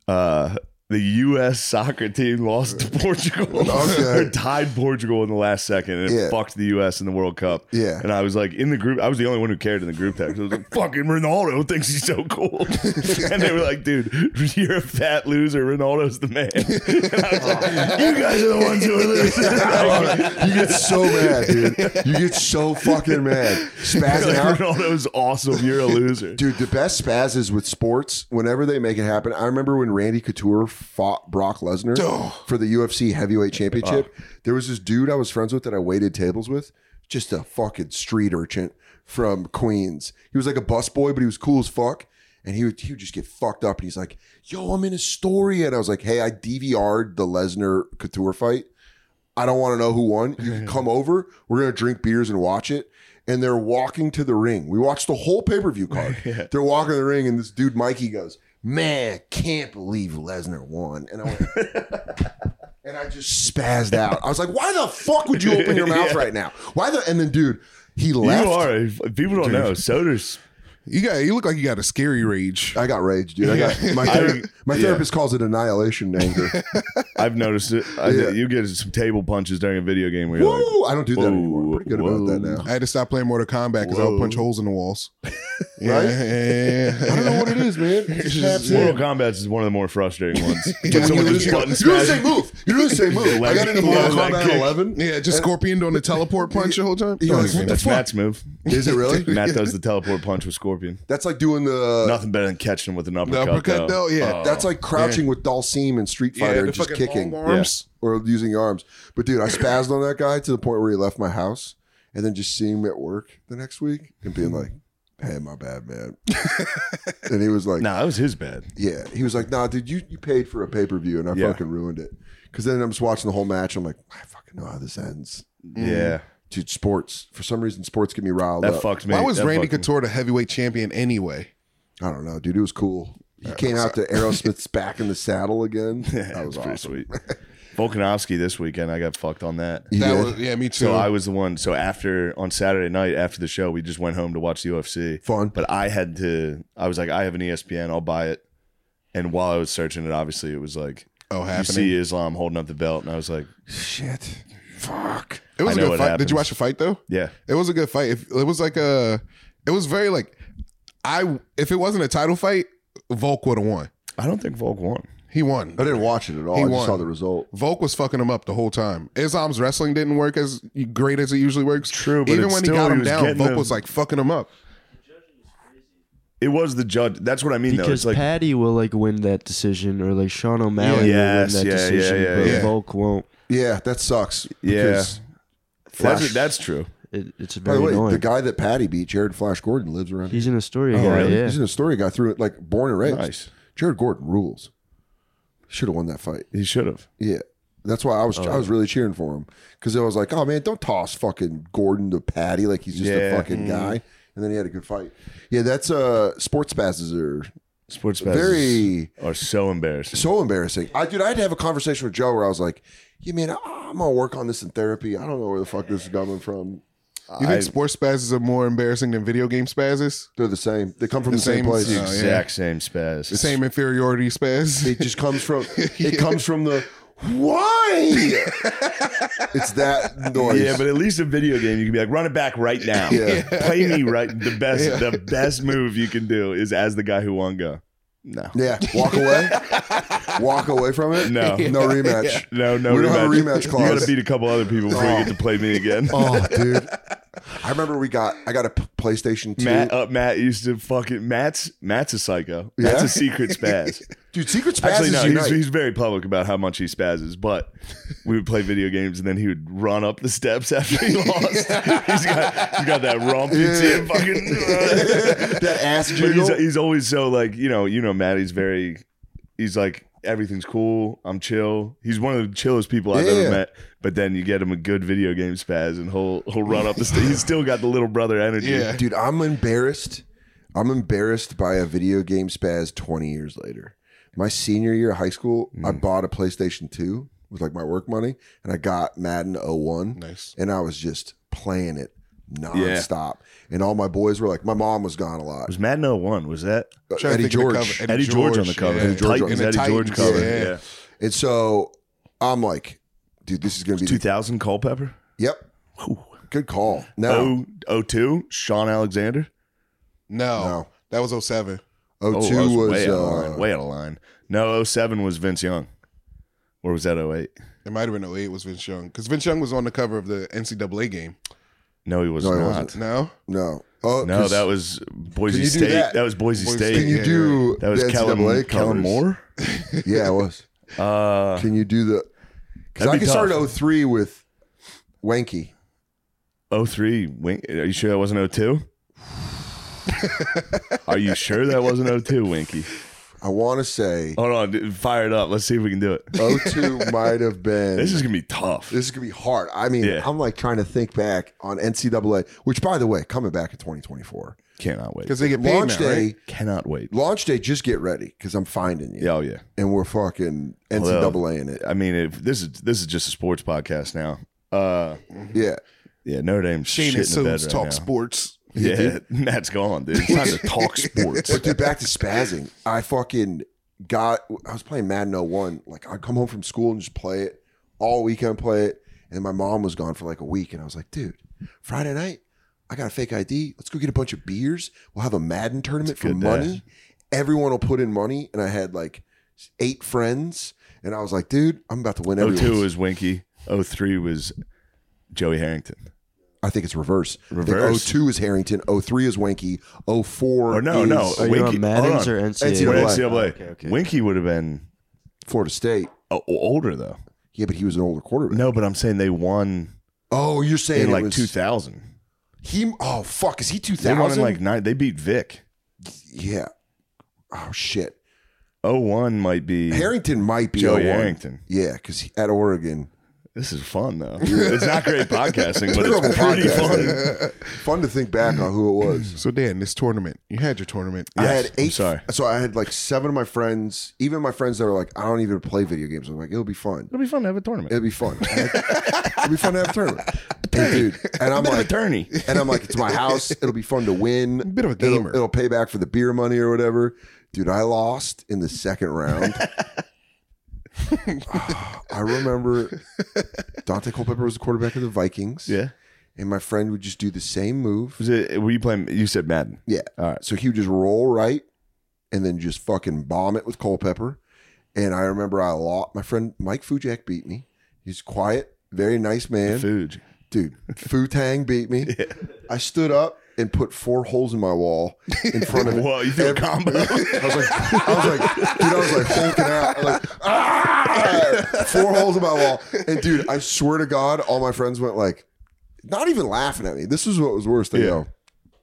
Uh, the U.S. soccer team lost to Portugal. Okay. or tied Portugal in the last second, and it Yeah. fucked the U.S. in the World Cup. Yeah. And I was like, in the group, I was the only one who cared in the group text. I was like, fucking Ronaldo thinks he's so cool. and they were like, dude, you're a fat loser. Ronaldo's the man. And I was like, you guys are the ones who are losing. Like, you get so mad, dude. You get so fucking mad, spazzing like, out. Ronaldo's awesome. You're a loser. Dude, the best spaz is with sports. Whenever they make it happen, I remember when Randy Couture fought Brock Lesnar for the UFC heavyweight championship. There was this dude I was friends with that I waited tables with, just a fucking street urchin from Queens. He was like a busboy, but he was cool as fuck. And he would, he would just get fucked up. And he's like, "Yo, I'm in Astoria," and I was like, "Hey, I DVR'd the Lesnar Couture fight." I don't want to know who won. You can come over. We're going to drink beers and watch it. And they're walking to the ring. We watched the whole pay per view card. They're walking to the ring, and this dude, Mikey, goes, Man, can't believe Lesnar won. And I went, and I just spazzed out. I was like, Why the fuck would you open your mouth right now? Why the, and then, dude, he you left. are. if People don't know. Soder's You got. You look like you got a scary rage. I got rage, dude. I got, my, ther- my yeah. therapist calls it annihilation anger. I've noticed it. I, Yeah. You get some table punches during a video game where you're Woo! I don't do that anymore. I'm pretty good Whoa. about that now. I had to stop playing Mortal Kombat because I would Whoa. punch holes in the walls. right? Right? I don't know what it is, man. It just like, happens. Mortal Kombat is one of the more frustrating ones. When You someone do just the button same smashes- move. You do the same move. I got into Mortal Yeah, Kombat kick. 11. Yeah, just scorpion doing the teleport punch the whole time. He goes, "What Like, the That's fuck?" Matt's move. Is it really? Matt does the teleport punch with Scorpion. That's like doing the. Nothing better than catching him with an the uppercut. Oh. uppercut though, yeah, That's like crouching with Dalsim and Street Fighter and just kicking arms. or using your arms. But dude, I spazzed on that guy to the point where he left my house, and then just seeing him at work the next week and being like, "Hey, my bad, man." and he was like, Nah, that was his bad. Yeah, he was like, "Nah, dude, you, you paid for a pay per view, and I Yeah. fucking ruined it." Because then I'm just watching the whole match. I'm like, I fucking know how this ends, Yeah, dude. Sports for some reason, sports get me riled that up. fucked me. Why was That Randy fucked Couture the heavyweight champion anyway? I don't know, dude. It was cool. He came out to Aerosmith's back in the saddle again. me. That was That's pretty awesome. sweet. Volkanovski this weekend. I got fucked on that. You That did? was, yeah, me too. So I was the one. So after on Saturday night after the show, we just went home to watch the UFC. Fun. But I had to. I was like, I have an E ESPN. I'll buy it. And while I was searching it, obviously it was like oh, you happening. see Islam holding up the belt, and I was like, Shit, fuck. It was I a know good what fight. Did happens. you watch the fight though? Yeah, It was a good fight. If- It was like a. It was very like, I if it wasn't a title fight, Volk would have won. I don't think Volk won. He won. I didn't watch it at all. He I just won. saw the result. Volk was fucking him up the whole time. Islam's wrestling didn't work as great as it usually works. True, but even it's when still- he got he him was down, getting Volk the- was like fucking him up. It was the judge. That's what I mean. though. Because It's like Patty will like win that decision, or like Sean O'Malley Yeah. will win Yes, that yeah, yeah, decision, yeah, but yeah. Volk won't. Yeah, that sucks. Yeah. because That's, Flash. that's true. It, it's By very the way, annoying. the guy that Patty beat, Jared Flash Gordon, lives around. here. He's an Astoria guy. Oh, really? Yeah. He's an Astoria guy through it, like born and raised. Nice. Jared Gordon rules. Should have won that fight. He should have. Yeah. That's why I was I Oh. was really cheering for him because I was like, oh man, don't toss fucking Gordon to Patty like he's just a Yeah. fucking guy. And then he had a good fight. Yeah, that's uh sports passes are Sports passes very are so embarrassing. so embarrassing. I dude, I had to have a conversation with Joe where I was like, yeah man, I- I'm gonna work on this in therapy. I don't know where the fuck this is coming from. You think sports spazzes are more embarrassing than video game spazzes? They're the same. They come from the, The same, same- place. yeah. Exact same spaz. The same inferiority spaz. It just comes from it comes from the why. it's that noise. Yeah, but at least a video game, you can be like, run it back right now. Yeah. Play me right. The best, the best move you can do is as the guy who won go. No, Yeah, walk away. walk away from it. No. no rematch. no, no. We don't have a rematch clause. You got to beat a couple other people before you get to play me again. Oh, dude. I remember we got I got a P- PlayStation 2. Matt, up. Matt used to fucking Matt's. Matt's a psycho. That's Yeah? a secret spaz. dude, Secret Spazzes Actually, no, he's, unite. he's very public about how much he spazzes, but we would play video games and then he would run up the steps after he lost. he's, got, he's got that rump you see him fucking. uh, that ass But jiggle. he's, he's always so like you know you know Matt. He's very he's like everything's cool. I'm chill. He's one of the chillest people I've Yeah. ever met. But then you get him a good video game spaz and he'll he'll run up the. St- he's still got the little brother energy. Yeah. dude, I'm embarrassed. I'm embarrassed by a video game spaz 20 years later. My senior year of high school, I Hmm. bought a PlayStation 2 with like my work money and I got Madden 01. Nice. And I was just playing it nonstop. And all my boys were like, my mom was gone a lot. Uh, Was Madden 01, Was that I'm trying Eddie to think of the George. cover. Eddie, George, on the cover? yeah. Eddie George, And Titans, the Eddie George Titans, cover. yeah. Yeah. And so I'm like, dude, this is going to be. Two The, thousand Culpepper. yep. Good call. No. Oh, oh two. Sean Alexander. No, No. that was 07. Oh, O I two was, way, out of uh, line, way out of line. No, 07 was Vince Young. Or was that 08? It might have been 08 was Vince Young because Vince Young was on the cover of the NCAA game. No, he was No, he not. wasn't. No, no. Oh, No, 'cause that was Boise Can you do State. that? That? was Boise, Boise State. Can you Yeah, do That was the Kellen, NCAA Kellen covers? Moore. Yeah, it was. Uh, Can you do the? Because That'd I be could tough. start at 03 with Wanky. 03. Wink, are you sure that wasn't 02? are you sure that wasn't 02, Winky? I want to say Hold on. dude, Fire it up. Let's see if we can do it. 02 might have been. This is going to be tough. this is gonna be hard. I mean, Yeah. I'm like trying to think back on NCAA, which by the way, coming back in 2024. Cannot wait. because they get paid Launch now, right? day, Cannot wait. launch day, just get ready because I'm finding you. Yeah, oh, yeah. And we're fucking NCAA in it. I mean, if this is this is just a sports podcast now. Uh, Yeah. yeah, Notre Dame's Shane shit and in the bed Suits right talk now. sports. Yeah, Matt's gone, dude. It's time to talk sports. But dude, back to spazzing. I fucking got. I was playing Madden 01. Like I'd come home from school and just play it all weekend, play it. And my mom was gone for like a week, and I was like, dude, Friday night, I got a fake ID. Let's go get a bunch of beers. We'll have a Madden tournament for good money. Everyone will put in money, and I had like eight friends, and I was like, dude, I'm about to win. 02 everyone. was Winky. 03 was Joey Harrington. I think it's reverse. Reverse. I think 02 is Harrington. 03 is Wanky. 04 Or no, is no. Are you Winky- on Madden's hold on. or Wait, NCAA? NCAA. NCAA. Oh, Okay, okay. Winky would have been uh, Florida State. o- older though. Yeah, but he was an older quarterback. No, but I'm saying they won Oh, you're saying in it like was- 2000. He oh fuck is he two They won in thousand? like nine. They beat Vic. yeah. Oh shit. 01 might be Harrington might be Joey 01. Harrington. Yeah, because at Oregon, This is fun though. it's not great podcasting, but Terrible it's pretty fun. podcasting. fun to think back on who it was. So Dan, this tournament, you had your tournament. I Yes, had I'm eight. sorry. So I had like seven of my friends, even my friends that were like, I don't even play video games. I'm like, it'll be fun. It'll be fun to have a tournament. It'll be fun. it'll be fun to have a tournament. And dude, and I'm Bit of like, a tourney. and I'm like, it's my house. It'll be fun to win. Bit of a It'll- gamer. It'll, pay back for the beer money or whatever. Dude, I lost in the second round. I remember Dante Culpepper was the quarterback of the Vikings. Yeah. And my friend would just do the same move. Was it? Were you playing? You said Madden. Yeah. All right. So he would just roll right and then just fucking bomb it with Culpepper. And I remember I lost. My friend Mike Fujak beat me. He's quiet, very nice man Food. dude, Fu Tang beat me. I stood up and put four holes in my wall in front of it. Whoa, you threw a Every- combo. I was like, I was like, dude, I was like hulking out, I'm like ah! four holes in my wall. And dude, I swear to God, all my friends went like, not even laughing at me. This is what was worse. They Yeah. go,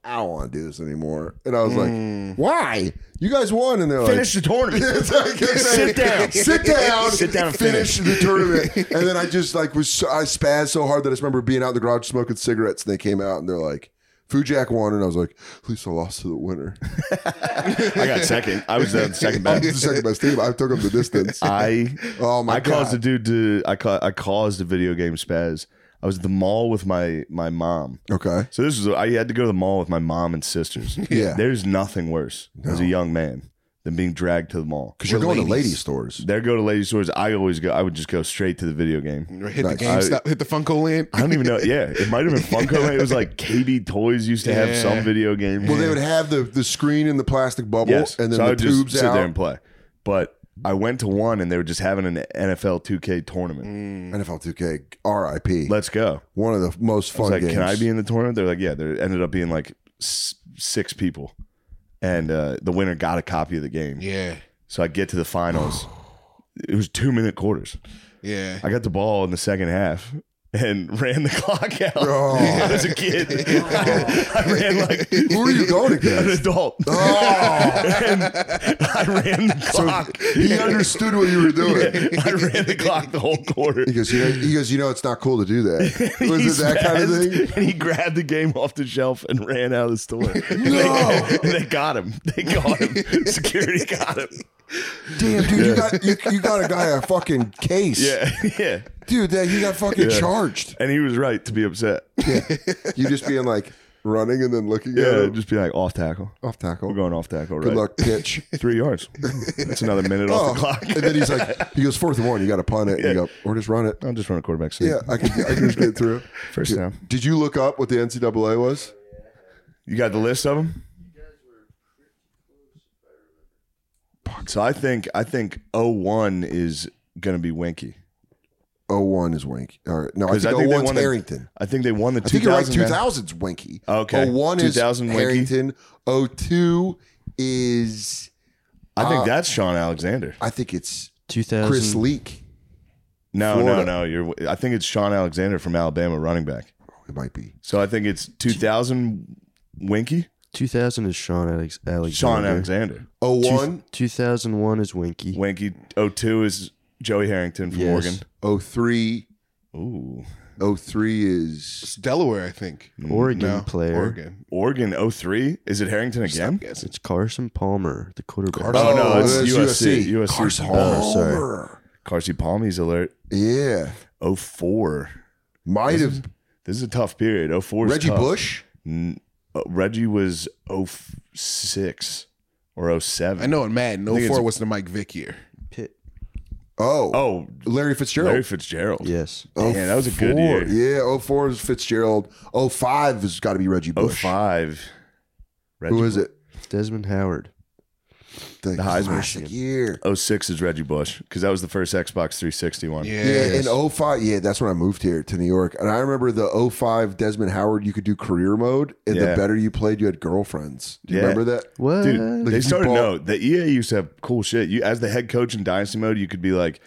I don't want to do this anymore. And I was like, why? You guys won. And they're like, Finish the tournament. It's like- Sit down. sit down, Sit down and finish, the tournament. And then I just like was so, I spazzed so hard that I just remember being out in the garage smoking cigarettes, and they came out and they're like, "Fujak won," and I was like, "At least I lost to the winner." I got second. I was the second I'm the best. second best team. I took them the distance. I oh my I god! caused a dude to I ca- I caused a video game spaz. I was at the mall with my my mom. okay, So this is I had to go to the mall with my mom and sisters. Yeah. There's nothing worse as a young man than being dragged to the mall. because you're We're going to ladies. lady stores. There go to lady stores. I always go I would just go straight to the video game. Or hit Nice. the GameStop, hit the Funko Land. I don't even know. Yeah, it might have been Funko. It was like KB Toys used to have Yeah. some video games. Well, they would have the the screen in the plastic bubble, yes. and then so I the would just tubes sit out. there and play. But I went to one and they were just having an NFL 2K tournament. Mm, NFL 2K, RIP. Let's go. One of the most I was fun like, games. can I be in the tournament? They're like, yeah. There ended up being like s- six people, and uh, the winner got a copy of the game. Yeah, So I get to the finals. it was two minute quarters. yeah. I got the ball in the second half and ran the clock out Bro. as a kid. I, ran like Who are you going an against? Oh. adult. and I ran the clock. He understood what you were doing. I ran the clock the whole quarter. He goes, you know, he goes, you know, it's not cool to do that. He Was it that kind of spazzed, thing? And he grabbed the game off the shelf and ran out of the store. And No. they, and they got him. They got him. Security got him. Damn, dude, you got you, you got a guy a fucking case. Yeah, yeah. Dude, that he got fucking Yeah. charged. And he was right to be upset. Yeah, You just being like running and then looking at him. just be like off tackle. off tackle. We're Good going off tackle. Right? luck, pitch. Three yards. That's another minute Oh. off the clock. and then he's like, he goes fourth and one. You got to punt it. And you go, or just run it. I'll just run a quarterback sneak. Yeah, I can, I can just get through. First Did- down. Did you look up what the NCAA was? You got the list of them? So I think I think 01 is gonna be Winky. 01 is Wink. All right, no, I 'Cause think I think they 01's won the- Harrington. I think they won the I think you're right. 2000 Two man- thousand's Winky. Okay. 01 is 2000 Winky. Harrington. 02 is I Uh, think that's Sean Alexander. I think it's 2000. Chris Leak. No, no, Florida. no. You're. I think it's Sean Alexander from Alabama, running back. It might be. So I think it's 2000 Winky. 2000 is Sean Alex- Alexander. Sean Alexander. Oh Two- one, 2001 is Winky. Winky. 02 is Joey Harrington from Yes. Oregon. oh three, Ooh. oh three is It's Delaware, I think. Oregon No, player. Oregon. Oregon 03. Is it Harrington again? It's Carson Palmer, the quarterback. Oh, no, Oh, it's that's USC. USC. USC. Carson Palmer. Palmer. Carsey Palmies alert. Yeah, 04. might have This is a tough period. 04 is Reggie tough. Bush. N- uh, Reggie was 06 or 07. I know in Madden, think it's- 04 was the Mike Vick year. Pitt. Oh, Oh, Larry Fitzgerald. Larry Fitzgerald. Yes. Oh, Man, that was a good four. year. Yeah, oh four is Fitzgerald. Oh five has got to be Reggie Oh Bush. five. 05. Reggie Who is it? Desmond Howard. The, Heisman. classic year. Oh six is Reggie Bush because that was the first Xbox 360 one. Yeah. Yeah, in oh five. Yeah, that's when I moved here to New York, and I remember the oh five Desmond Howard. You could do career mode, and Yeah. the better you played, you had girlfriends. Do you Yeah. remember that? What? Dude, they you started ball- no. The EA used to have cool shit. You as the head coach in Dynasty mode, you could be like,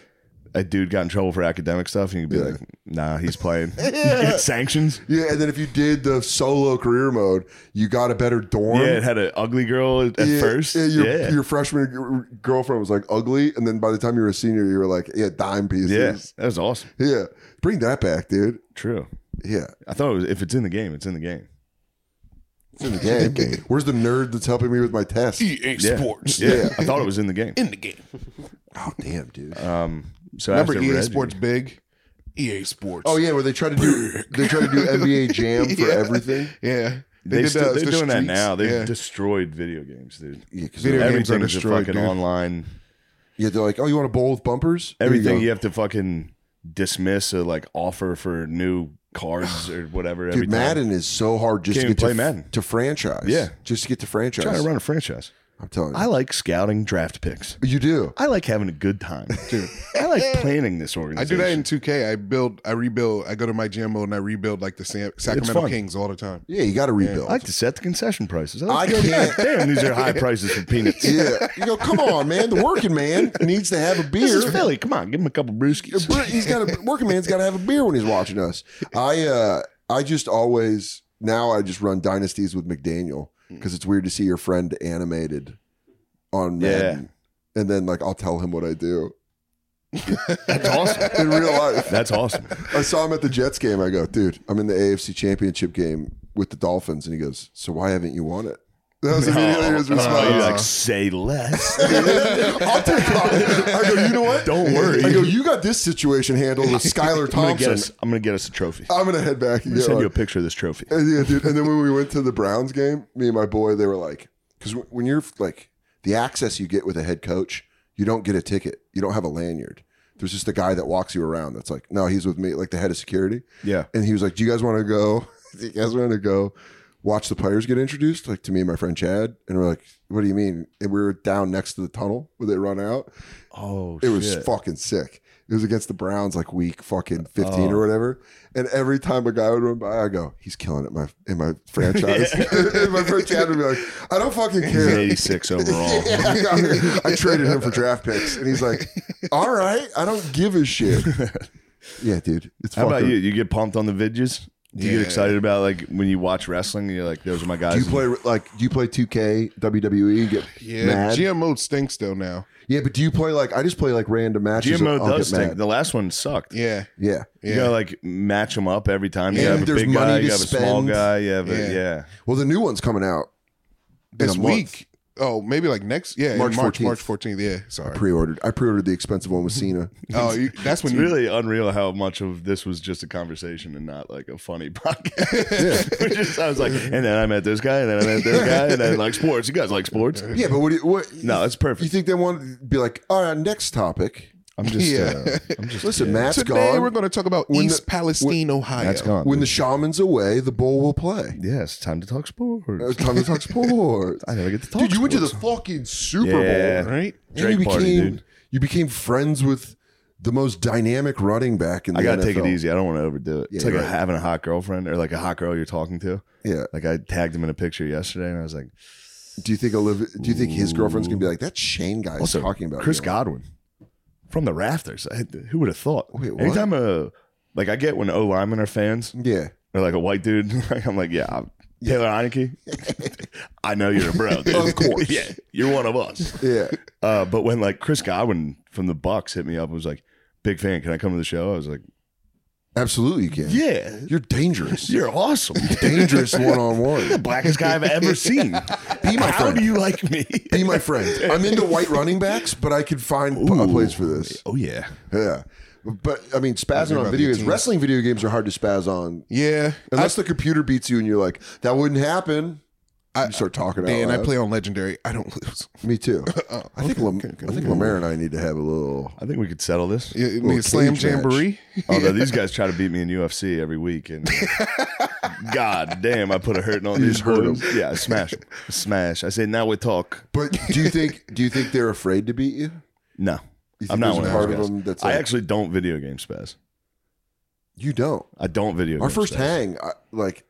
a dude got in trouble for academic stuff, and you'd be like, nah, he's playing. You get sanctions. Yeah, and then if you did the solo career mode, you got a better dorm. Yeah, it had an ugly girl at, at Yeah, first. yeah, your, yeah, your freshman g- girlfriend was like ugly, and then by the time you were a senior, you were like, yeah, dime yeah, pieces. that was awesome. Yeah, bring that back, dude. True. Yeah, I thought it was, if it's in the game, it's in the game. it's in the game. Where's the nerd that's helping me with my test? EA Yeah. E Sports. Yeah, I thought it was in the game. In the game. Oh, damn, dude. Um, so Remember after EA Reggie- Sports big? EA E Sports. oh yeah, where they try to do they try to do NBA Jam for Yeah. everything. Yeah. They did still, the- they're the doing that streets. now. They've Yeah. destroyed video games, dude. Yeah, 'cause Video they're, games are Everything's a destroyed, fucking dude. online. yeah, they're like, oh, you want a bowl with bumpers? Here you Everything go. you, have to fucking dismiss a like offer for new cards or whatever. every Dude, time. Madden is so hard just Can't to even get to, play f- Madden. to franchise. Yeah. just to get to franchise. trying to run a franchise. I'm telling you, I like scouting draft picks. you do. I like having a good time, dude. I like planning this I organization. do that in 2K. I build, I rebuld, I go to my gym mode and I rebuild like the Sam, Sacramento fun. Kings all the time. Yeah, you got to rebuild. I like to set the concession prices. I, I like to go, can't- "God Damn, these are high prices for peanuts. yeah, you go. Come on, man. The working man needs to have a This is beer. Philly. Come on, give him a couple brewskis. He's got a working man's got to have a beer when he's watching us. I uh, I just always now I just run dynasties with McDaniel because it's weird to see your friend animated on Yeah. Madden, and then like I'll tell him what I do That's awesome. in real life. That's awesome. I saw him at the Jets game. I go, dude, I'm in the AFC Championship game with the Dolphins, and he goes, so why haven't you won it? That was immediately his Oh, response. you're like, say less. I'll take it. I go, you know what? Don't worry. I go, you got this situation handled with Skylar I'm gonna get Thompson. us. I'm gonna get us a trophy. I'm gonna head back and I'll get send one. you a picture of this trophy. And, yeah, dude. And then when we went to the Browns game, me and my boy, they were like, because when you're like the access you get with a head coach, you don't get a ticket, you don't have a lanyard. There's just a guy that walks you around. That's like, no, he's with me, like the head of security. Yeah. And he was like, do you guys want to go? Do you guys want to go watch the players get introduced? Like to me and my friend Chad. And we're like, what do you mean? And we were down next to the tunnel where they run out. Oh, It was fucking sick. It was against the Browns, like week fucking Oh. fifteen or whatever. And every time a guy would run by, I go, "He's killing it, my in my franchise." and my friend Chad would be like, "I don't fucking care." 86 overall. I, traded him for draft picks, and he's like, "All right, I don't give a shit." yeah, dude, it's How about fucking- you? You get pumped on the vidges? Do you get excited about like when you watch wrestling? and You're like, those are my guys. Do you play like? Do you play two K WWE? Get Yeah, mad? GM mode stinks though now. yeah, but do you play like? I just play like random matches. GMO I'll get does stink. mad. The last one sucked. Yeah, Yeah, You gotta like match them up every time. You And have a there's big guy, money you to have a small spend. guy. You have Yeah. a, yeah. well, the new one's coming out in a this month. week. Oh, maybe like next. Yeah, in March March 14th. March fourteenth. Yeah, sorry. Pre-ordered. I pre-ordered the expensive one with Cena. oh, you, that's when It's you really unreal how much of this was just a conversation and not like a funny podcast. Which is- I was like, and then I met this guy, and then I met this guy, and then like sports. You guys like sports? Yeah, but what? Do you, what No, it's perfect. You think they want to be like, all right, next topic. I'm just, Yeah. uh, I'm just. Listen, Matt's Today gone. we're going to talk about When East the- Palestine, Ohio. That's gone. when the shaman's away, the bull will play. yeah, it's time to talk sports. It's time to talk sports. I never get to talk. Dude, you went to the sports. fucking Super Yeah. Bowl. right? And Drake you became, party, dude. You became friends with the most dynamic running back in the I gotta NFL. take it easy. I don't want to overdo it. it's Yeah, like right. having a hot girlfriend or like a hot girl you're talking to. Yeah. Like I tagged him in a picture yesterday, and I was like, Do you think Olivia, Do you think his girlfriend's gonna be like that? Shane guy is also talking about Chris you." Godwin from the rafters. I, who would have thought? Wait, what? Anytime a like I get when O linemen are fans Yeah. or like a white dude, like I'm like, yeah, I'm Taylor Heineke. I know you're a bro, dude. Of course. yeah, you're one of us. Yeah. Uh, but when like Chris Godwin from the Bucks hit me up and was like, big fan, can I come to the show? I was like, Absolutely, you can. yeah, You're dangerous. you're awesome. dangerous one on one. blackest guy I've ever seen. Be my How friend. do you like me? Be my friend. I'm into white running backs, but I could find a place for this. Oh yeah. Yeah. But I mean, spazzing on video games, wrestling video games are hard to spaz on. Yeah. Unless the computer beats you and you're like, that wouldn't happen. I you start talking out Dan, I loud. play on Legendary. I don't lose. Me too. Oh, I think, Lam- I think Lemaire and I need to have a little. I think we could settle this. You you mean cage Slam match. Jamboree? Although these guys try to beat me in UFC every week, and uh, god damn, I put a hurting on these just hurt boys. Yeah, I smash, 'em. smash. I say now we talk. But do you think do you think they're afraid to beat you? No, You think I'm not there's one a of part those of guys. them that's I like- actually don't video game spaz. You don't. I don't video. Our game first spaz. hang, I, like,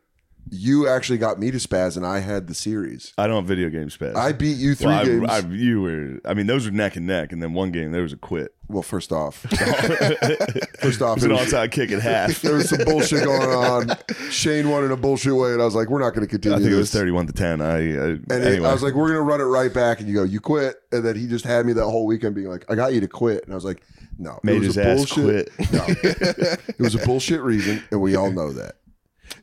you actually got me to spaz and I had the series. I don't video game spaz. I beat you three Well, I, games. I, you were. I mean, those were neck and neck, and then one game there was a quit. well, first off, it first off, was an onside kick at half. there was some bullshit going on. Shane won in a bullshit way, and I was like, "We're not going to continue." I think it was this." thirty-one to ten. I, I And it- anyway. I was like, "We're going to run it right back." And you go, "You quit," and then he just had me that whole weekend being like, "I got you to quit," and I was like, "No, made his ass quit. No, it was a bullshit reason, and we all know that."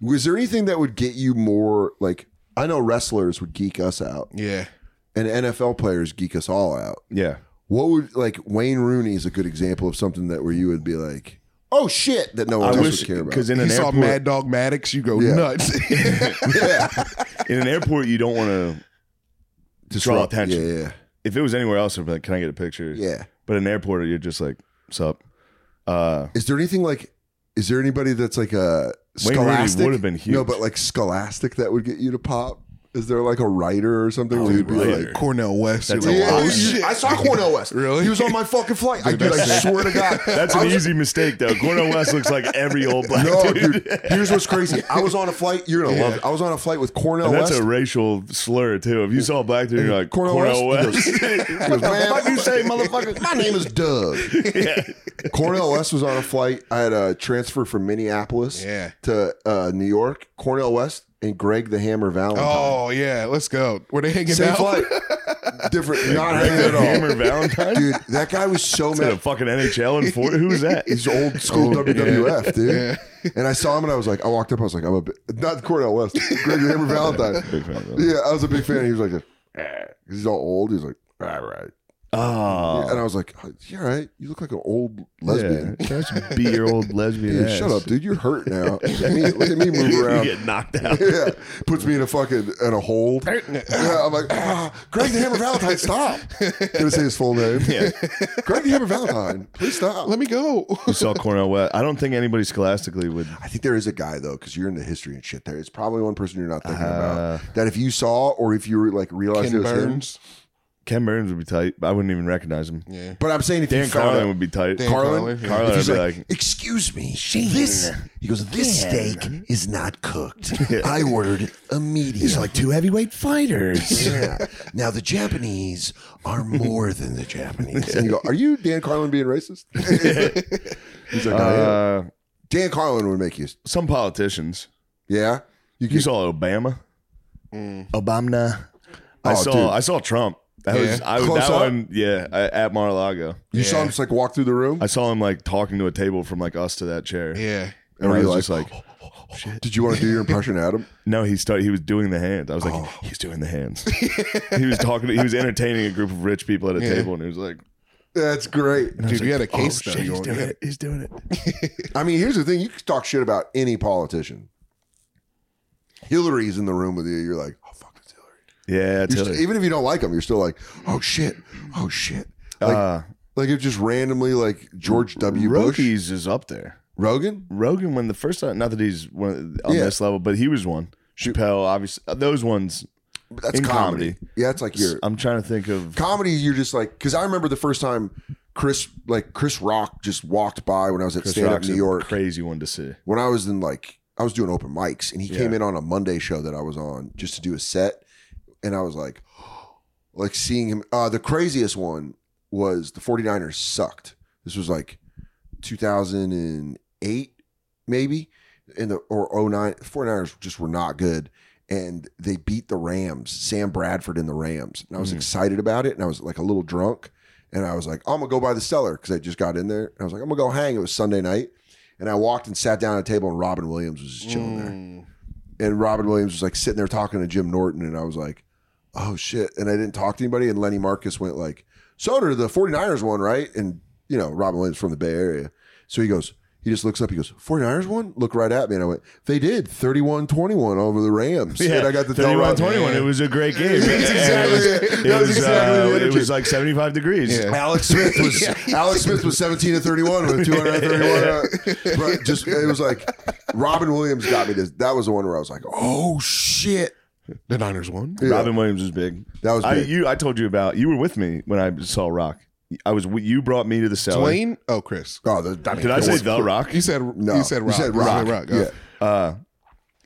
Was there anything that would get you more like? I know wrestlers would geek us out, Yeah. and NFL players geek us all out. Yeah. What would like Wayne Rooney is a good example of something that where you would be like, "Oh shit," that no one I else wish would care about. because in you an saw airport, Mad Dog Maddox, you go Yeah. nuts. in an airport, you don't want to draw Disrupt- attention. Yeah, yeah, If it was anywhere else, I'd be like, "Can I get a picture?" yeah. But in an airport, you're just like, "Sup." Uh, Is there anything like? Is there anybody that's like a Wayne Rooney scholastic? would've been huge. No, but like scholastic that would get you to pop. Is there like a writer or something? where you'd be Oh, writer. like, Cornell West. That's you're a like, lot. "Oh, yeah, shit." I saw Cornell West. Really? He was on my fucking flight. I dude, I swear to God. that's I an was- easy mistake, though. Cornel West looks like every old black No, dude. dude. Here's what's crazy. I was on a flight. You're gonna love it. I was on a flight with Cornell And that's West. a racial slur too. If you saw a black dude, you're like Cornel Cornel West. West? He goes, what the "Man, fuck you say, motherfucker? My name is Doug. Cornell West was on a flight. I had a transfer from Minneapolis Yeah. to uh, New York. Cornell West and Greg the Hammer Valentine. Oh yeah, let's go. Were they hanging Same out? flight. Different. Not hanging at all. Hammer Valentine? Dude, that guy was so Is that a mad. fucking NHL in Florida? Who was that? He's old school Oh, WWF, dude. And I saw him and I was like, I walked up, I was like, I'm a bi- not Cornell West, Greg the Hammer Valentine. Yeah, I was a big fan. He was like, "Eh," 'cause he's all old. He's like, all right. Oh. And I was like, yeah, all right. You look like an old lesbian. Yeah. Just be your old lesbian. Yeah, ass. shut up, dude. You're hurt now. Look at me, look at me move around. You get knocked out. yeah, puts me in a fucking in a hold. Yeah, I'm like, ah, Greg the Hammer Valentine, stop. Gonna say his full name. Yeah. Greg the Hammer Valentine, please stop. Let me go. Oh, You saw Cornell West. I don't think anybody scholastically would. I think there is a guy though, because you're in the history and shit. There, it's probably one person you're not thinking Uh, about. That if you saw or if you were like realized it Ken was him. Burns. Ken Burns would be tight. but I wouldn't even recognize him. Yeah. But I'm saying if you Dan found Carlin out- would be tight. Dan Carlin, yeah. Carlin if would he's be like, like, excuse me, this. He goes, this steak is not cooked. I ordered a medium. two heavyweight fighters. Yeah. Now the Japanese are more than the Japanese. And you go, are you Dan Carlin being racist? He's like, I am. uh, Dan Carlin would make you. some politicians. Yeah. You You can. saw Obama. Obama. I Oh, saw. dude. I saw Trump. That was. Yeah. I was Close that up? one. Yeah, I, at Mar-a-Lago. You saw him just like walk through the room. I saw him like talking to a table from like us to that chair. Yeah. And were I you was just like, Did you want to do your impression, Adam? no, he started. He was doing the hands. I was like, he's doing the hands. he was talking. To, he was entertaining a group of rich people at a table, and he was like, That's great. Dude, we had a oh, case shit, study he's on doing it. it. He's doing it. I mean, here's the thing: you can talk shit about any politician. Hillary's in the room with you. You're like, oh fuck, it's Hillary. Yeah, it's You're Hillary. still- even if you don't like him, you're still like, oh shit, oh shit. Like, uh, like if just randomly like George W. Bush, Rokies is up there. Rogan. Rogan when the first time, not that he's one on Yeah. this level, but he was one. Chappelle, obviously, those ones. That's In comedy. comedy. Yeah, it's like your I'm trying to think of. comedy. You're just like because I remember the first time Chris like Chris Rock just walked by when I was at Chris stand up Rock's New a York. crazy one to see. when I was in like I was doing open mics and he came Yeah. in on a Monday show that I was on just to do a set and I was like like seeing him uh the craziest one was the 49ers sucked. This was like 2008 maybe in the or 09 49ers just were not good and they beat the Rams, Sam Bradford and the Rams. And I was excited about it and I was like a little drunk and I was like I'm going to go by the cellar cuz I just got in there. And I was like I'm going to go hang. It was Sunday night. And I walked and sat down at a table, and Robin Williams was just chilling Hmm. Mm. there. And Robin Williams was like sitting there talking to Jim Norton, and I was like, oh shit. And I didn't talk to anybody. And Lenny Marcus went like, Soder, the 49ers won, right? And, you know, Robin Williams from the Bay Area. So he goes, he just looks up, he goes, 49ers won? Look right at me. And I went, they did 31 21 over the Rams. and I got the tell Rob- 21. It was a great game. That's exactly it. It That was was, exactly the uh, it energy. was like 75 degrees. Yeah. Alex Smith was Alex Smith was 17 to 31 with 231. uh, But just it was like Robin Williams got me this. That was the one where I was like, oh shit. The Niners won. Yeah, Robin Williams was big. that was I big. you I told you about. You were with me when I saw Rock. I was you brought me to the cellar. Dwayne. Oh, Chris. oh, the, I mean, Did I it say was- the Rock? You said No, You said rock. rock. Oh. Yeah. uh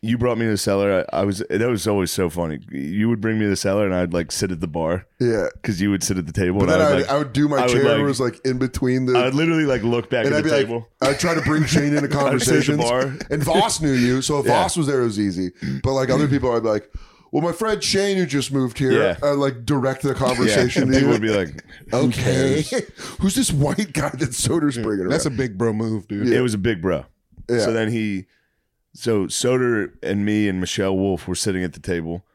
you brought me to the cellar. I, I was that was always so funny. You would bring me to the cellar, and I'd like sit at the bar Yeah. because you would sit at the table. and But then I I would, would, like, I would do my I would, chair like- where it was like in between the I would literally like look back and at I'd the be table. like I'd try to bring Shane into conversations. bar. And Voss knew you, so if Voss was there it was easy. But like other people I'd be like, Well, my friend Shane who just moved here, Yeah. I'd like direct the yeah, conversation and to you. people would be like, Okay. Who's this white guy that Soder's bringing around? That's a big bro move, dude. it was a big bro. Yeah. So then he, so Soder and me and Michelle Wolf were sitting at the table.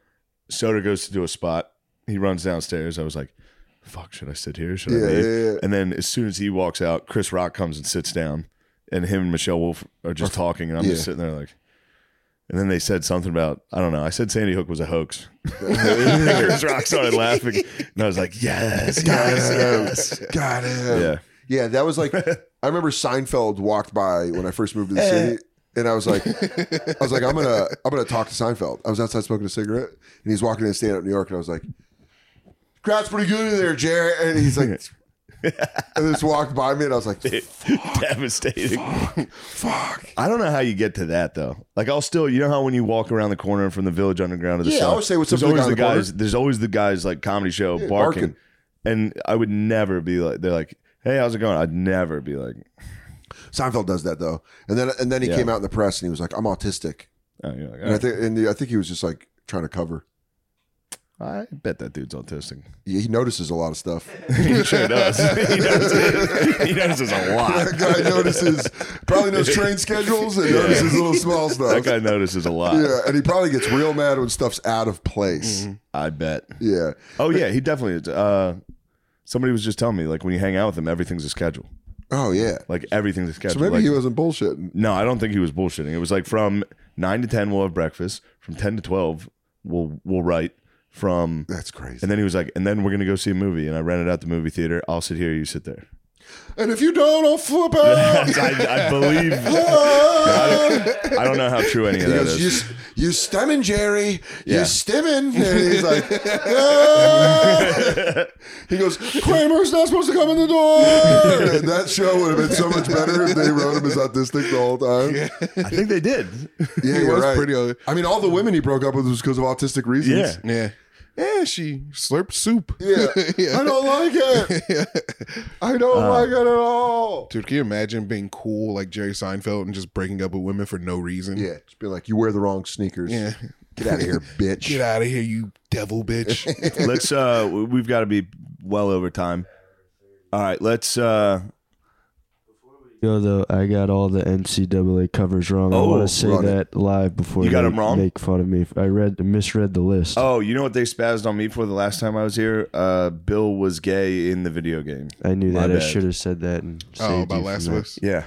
Soder goes to do a spot. He runs downstairs. I was like, "Fuck, should I sit here? Should I Yeah, leave?" yeah, yeah. And then as soon as he walks out, Chris Rock comes and sits down, and him and Michelle Wolf are just talking, and I'm just Yeah. sitting there like. And then they said something about I don't know. I said Sandy Hook was a hoax. Chris Rock started laughing, and I was like, "Yes, guys, yes, Got him. yeah." Yeah, that was like I remember Seinfeld walked by when I first moved to the city. And I was like, I was like, I'm gonna, I'm gonna talk to Seinfeld. I was outside smoking a cigarette, and he's walking in stand up New York, and I was like, "Crowd's pretty good in there, Jared." And he's like, and just walked by me, and I was like, Devastating. "Fuck." I don't know how you get to that though. Like I'll still, you know how when you walk around the corner from the Village Underground to the Yeah, I South, always say what's there's up to the always guy the in the guys. There's always the guys like comedy show barking, barking. and I would never be like they're like, hey, how's it going? I'd never be like, Seinfeld does that though, and then and then he Yeah. came out in the press and he was like, "I'm autistic," oh, you're like, and I think and I think he was just like trying to cover. I bet that dude's autistic. He he notices a lot of stuff. he sure does. he, notices, he notices a lot. that guy notices probably knows train schedules and notices little small That stuff. guy notices a lot. Yeah, and he probably gets real mad when stuff's out of place. I bet. Yeah, Oh yeah, he definitely is. Uh, somebody was just telling me like when you hang out with him, everything's a schedule. Oh yeah. Like everything's a schedule. So maybe Like, he wasn't bullshitting. no, I don't think he was bullshitting. It was like from nine to ten we'll have breakfast. From ten to twelve we'll we'll write. From That's crazy. and then he was like, and then we're gonna go see a movie. And I rented out the movie theater. I'll sit here, you sit there. And if you don't, I'll flip out. I, I believe. I don't know how true any of He that goes, is. you, s- you stemmin', Jerry. Yeah. You stemmin'. And he's like, "Ah." he goes, Kramer's not supposed to come in the door. And that show would have been so much better if they wrote him as autistic the whole time. Yeah, I think they did. He you're was right. pretty ugly. I mean, all the women he broke up with was because of autistic reasons. Yeah. Yeah, she slurped soup. Yeah. yeah. I don't like it. I don't Uh, like it at all. Dude, can you imagine being cool like Jerry Seinfeld and just breaking up with women for no reason? Yeah, just be like, you wear the wrong sneakers. Yeah. Get out of here, bitch. Get out of here, you devil bitch. let's uh w- we've got to be well over time all right let's uh Yo, though, I got all the NCAA covers wrong. I Oh, want to say run it. that live before You got they 'em wrong? Make fun of me. I read misread the list. oh you know what they spazzed on me for the last time i was here uh bill was gay in the video game I knew my that. I bad. should have said that. And oh, saved about you from Last that. of Us. yeah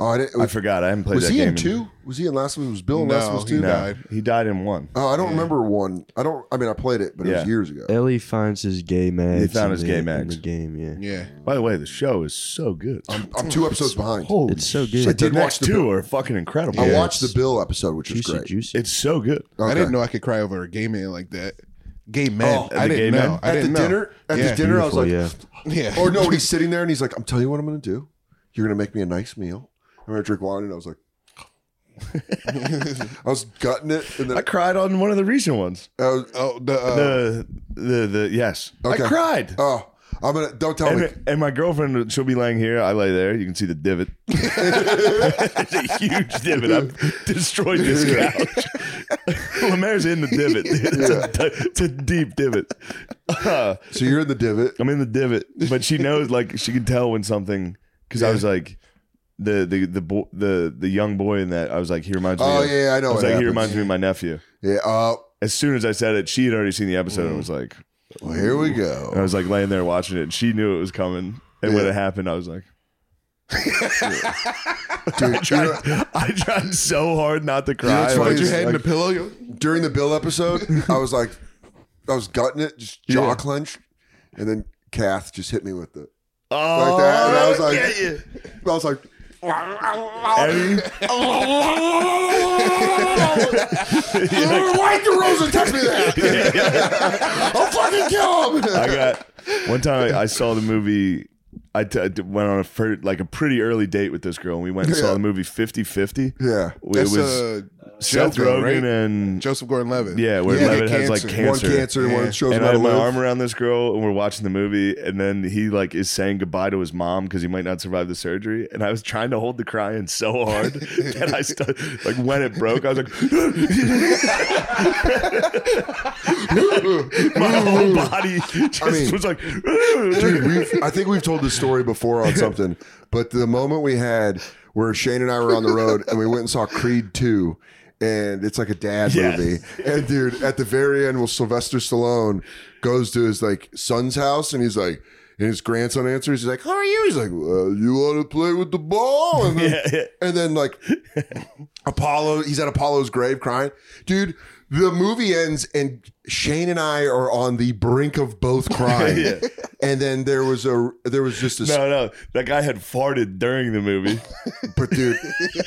Oh, I didn't, i forgot i haven't played was that he game in two? Was he in last one? Was Bill in No, last one's he two? no, died. he died in one. Oh, I don't remember one. I don't. I mean, I played it, but it Yeah. was years ago. Ellie finds his gay mags. found in his the- gay in mags. the game. Yeah, Yeah. by the way the show is so good I'm two episodes behind. holy it's so shit, good. the did watch next the two Bill- are fucking incredible I Yeah. watched the Uh, Bill episode, which was Juicy, great. juicy. it's so good Okay. I didn't know I could cry over a gay man like that. Gay man. Oh, I the gay didn't know. man? I At the didn't know. dinner, at yeah. the dinner, I was Beautiful, like, yeah. Yeah. or no, he's sitting there and he's like, "I'm telling you what I'm going to do. You're going to make me a nice meal. I'm going to drink wine." And I was like, I was gutting it, and then i cried on one of the recent ones I was, oh, the, uh, the the the yes Okay. i cried oh, I'm gonna don't tell me. and, and my girlfriend, she'll be laying here. I lay there. You can see the divot. it's a huge divot. I've destroyed this couch. Lemaire's in the divot. dude. It's, a, it's a deep divot. Uh, So you're in the divot. I'm in the divot, but she knows. Like she can tell when something. Because I was like, the the the bo- the the young boy in that. I was like, he reminds me. Oh of, yeah, I I know. was what like, he happens. reminds me of my nephew. Yeah. Uh, As soon as I said it, she had already seen the episode Mm. and was like, well, here we and I go. was like laying there watching it, and she knew it was coming. And when Yeah. it happened, I was like. Dude, you know- I tried so hard not to know cry. what's funny Like, put your is, head in like- the pillow. you- during the Bill episode, I was like, I was gutting it, just jaw clenched, and then Kath just hit me with the oh, like that, and I was like, yeah, yeah. I was like, why did Rosa text me that? I'll fucking kill him. I got one time. I saw the movie. I t- I d- went on a fir- like a pretty early date with this girl, and we went and saw Yeah. the movie 50 50. Yeah. it That's, was uh, Seth Jethro, Rogen right? and Joseph Gordon-Levitt. yeah, where Yeah, Levitt has like cancer. one cancer. cancer, Yeah. one shows And how I to had my arm live. around this girl, and we're watching the movie, and then he like is saying goodbye to his mom because he might not survive the surgery. And I was trying to hold the crying so hard that I stu- like when it broke, I was like, my whole body just mean- was like, Dude, we've, I think we've told this story before on something, but the moment we had where Shane and I were on the road and we went and saw Creed 2, and it's like a dad Yes. movie. And dude, at the very end, well, Sylvester Stallone goes to his like son's house and he's like, and his grandson answers, he's like, Who are you? He's like, well, You want to play with the ball? And then, Yeah, yeah. and then like Apollo, he's at Apollo's grave crying. Dude, the movie ends and Shane and I are on the brink of both crying. Yeah. And then there was a there was just a no, no, that guy had farted during the movie. but dude,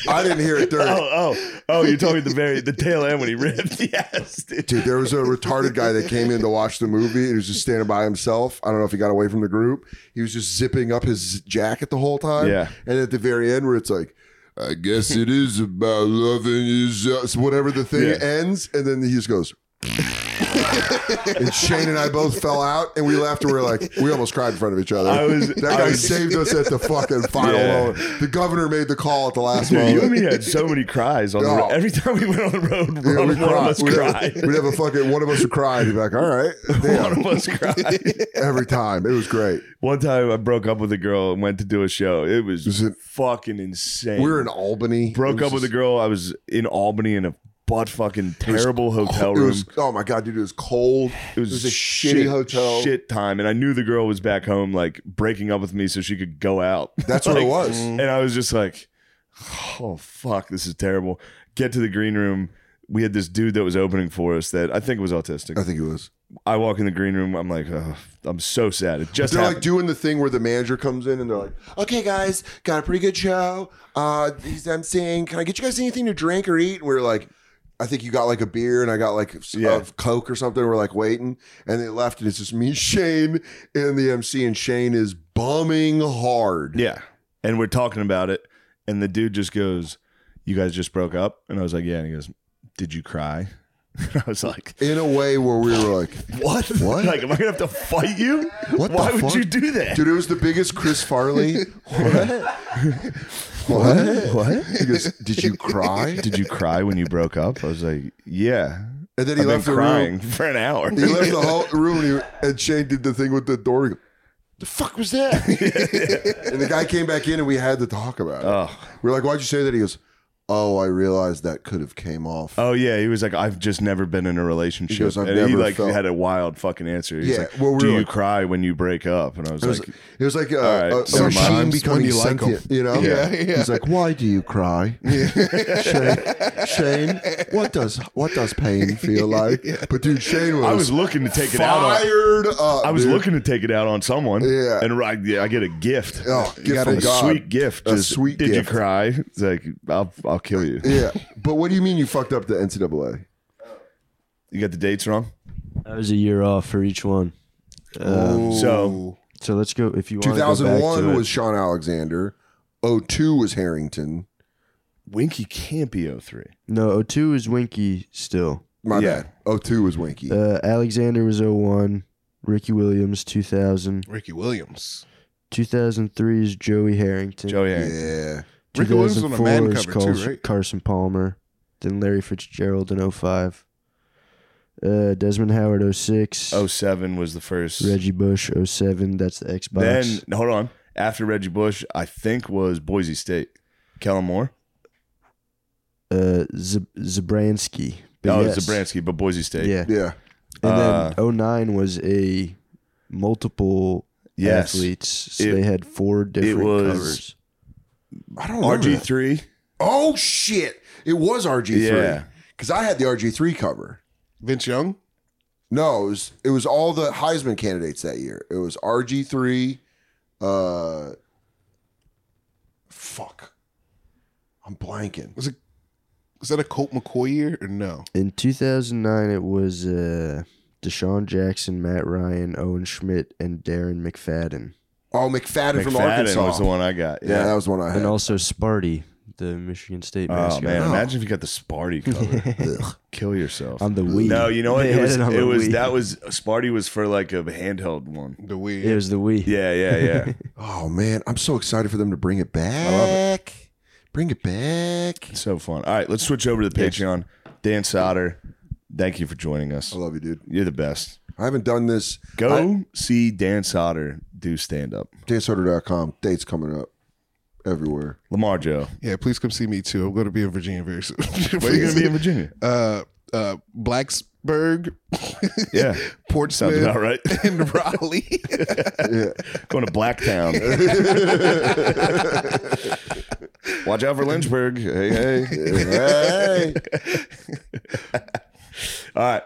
I didn't hear it during. Oh, oh, oh, you told me the very the tail end when he ripped. Yes, dude. Dude, there was a retarded guy that came in to watch the movie and he was just standing by himself. I don't know if he got away from the group. He was just zipping up his jacket the whole time. Yeah. And at the very end, where it's like, I guess it is about loving yourself, whatever the thing Yeah. ends. And then he just goes, and Shane and I both fell out, and we laughed. and We were like, we almost cried in front of each other. I was- that I guy was- saved us at the fucking final Yeah. moment. The governor made the call at the last Dude, you and moment. me had so many cries on the road. Oh. Every time we went on the road, Yeah, one we of us We'd have- cried. We'd have a fucking one of us would cry and be like, "All right, One damn." of us cried. Every time, it was great. One time I broke up with a girl and went to do a show. It was Was it- fucking insane. We were in Albany. broke up with a girl. I was in Albany in a butt fucking terrible hotel It room. was oh my god, dude! It was cold. It was, a shitty shit- hotel. Shit time. And I knew the girl was back home, like breaking up with me so she could go out. That's what it Like, mm. was. And I was just like, oh, fuck, this is terrible. Get to the green room. We had this dude that was opening for us that I think was autistic. I think it was. I walk in the green room. I'm like, oh, I'm so sad. It just They're like happened. doing the thing where the manager comes in and they're like, "Okay, guys, got a pretty good show. Uh, he's emceeing. Can I get you guys anything to drink or eat?" And we are like, "I think you got like a beer and I got like s- Yeah. a Coke or something." We're like waiting, and they left, and it's just me, Shane, and the MC, and Shane is bumming hard. yeah. And we're talking about it. And the dude just goes, you guys just broke up? And I was like, yeah. And he goes, did you cry? And I was like, In a way where we were like, What? What? Like, am I gonna have to fight you? What the Why would fuck? you do that? dude, it was the biggest Chris Farley. what? what? what? He goes, Did you cry? Did you cry when you broke up? I was like, yeah. And then he I've been left the room. crying for an hour. He left the whole room and, he, and Shane did the thing with the door. He go, The fuck was that? and the guy came back in and we had to talk about it. oh. We're like, why'd you say that? He goes, Oh, I realized that could have came off. oh, yeah. He was like, I've just never been in a relationship. He goes, "I've and he never like felt-" had a wild fucking answer. He's Yeah, like, well, we do were you like- cry when you break up? And I was, it was, like, it was like a, right, a- a never mind. machine When becoming you like 'em. sentient, you know? Yeah, yeah. He's like, why do you cry? Shane, Shane, what does what does pain feel like? But dude, Shane was, I was looking to take it out on. fired up. I was dude. looking to take it out on someone. Yeah. And I, yeah, I get a gift. Oh, gift got from a God. sweet gift. A Just, sweet Did gift. you cry? It's like, I'll, I'll kill you. Yeah, but what do you mean you fucked up the NCAA? You got the dates wrong? I was a year off for each one. Oh. Um, So so let's go. If you want, 2001 was Sean Alexander. 02 was Harrington. Winky oh can't be 03. no. 02 is Winky still. My Yeah. bad. 02 was Winky. Uh, Alexander was 01. Ricky Williams 2000. Ricky Williams. 2003 is Joey Harrington. Joey Harrington. yeah. Ricky Williams on the man 2004 is cover too, Carson- right? Carson Palmer. Then Larry Fitzgerald in 05. Uh, Desmond Howard 06. 07 was the first. Reggie Bush 07. That's the Xbox. then, hold on. After Reggie Bush, I think was Boise State. Kellen Moore? uh, Z- Zabransky. No, yes. Oh, Zabransky, but Boise State. Yeah. Yeah. And then 09 was a multiple Yes. athletes. So It- they had four different was- covers. I don't remember. that. RG3. Oh, shit. It was RG3. Yeah. Because I had the RG3 cover. Vince Young. No, it was, it was all the Heisman candidates that year. It was RG3. Uh, fuck. I'm blanking. Was it? Was that a Colt McCoy year or no? In 2009, it was uh, Deshaun Jackson, Matt Ryan, Owen Schmidt, and Darren McFadden. Oh, McFadden, from McFadden Arkansas. was the one I got. Yeah, that was the one I had. And also Sparty, the Michigan State Oh mascot. man! Imagine if you got the Sparty cover. Ugh. Kill yourself. On the Wii. No, you know what? They It had was. it on the It was Wii. that was Sparty was for like a handheld one. The weird. It was the Wii. Yeah, yeah, yeah. Oh man, I'm so excited for them to bring it back. Bring it back. It's so fun. All right, let's switch over to the Patreon. Dan Soder, thank you for joining us. I love you, dude. You're the best. I haven't done this. Go see Dan Soder do stand up. DanSoder.com. Dates coming up everywhere. Lamar Joe. Yeah, please come see me too. I'm going to be in Virginia very soon. Where are you going to be in Virginia? Uh, uh, Blacksburg, Yeah. Sounds about Portsmouth, right. and Raleigh. Going to Blacktown. Watch out for Lynchburg. Hey, hey. Hey. All right.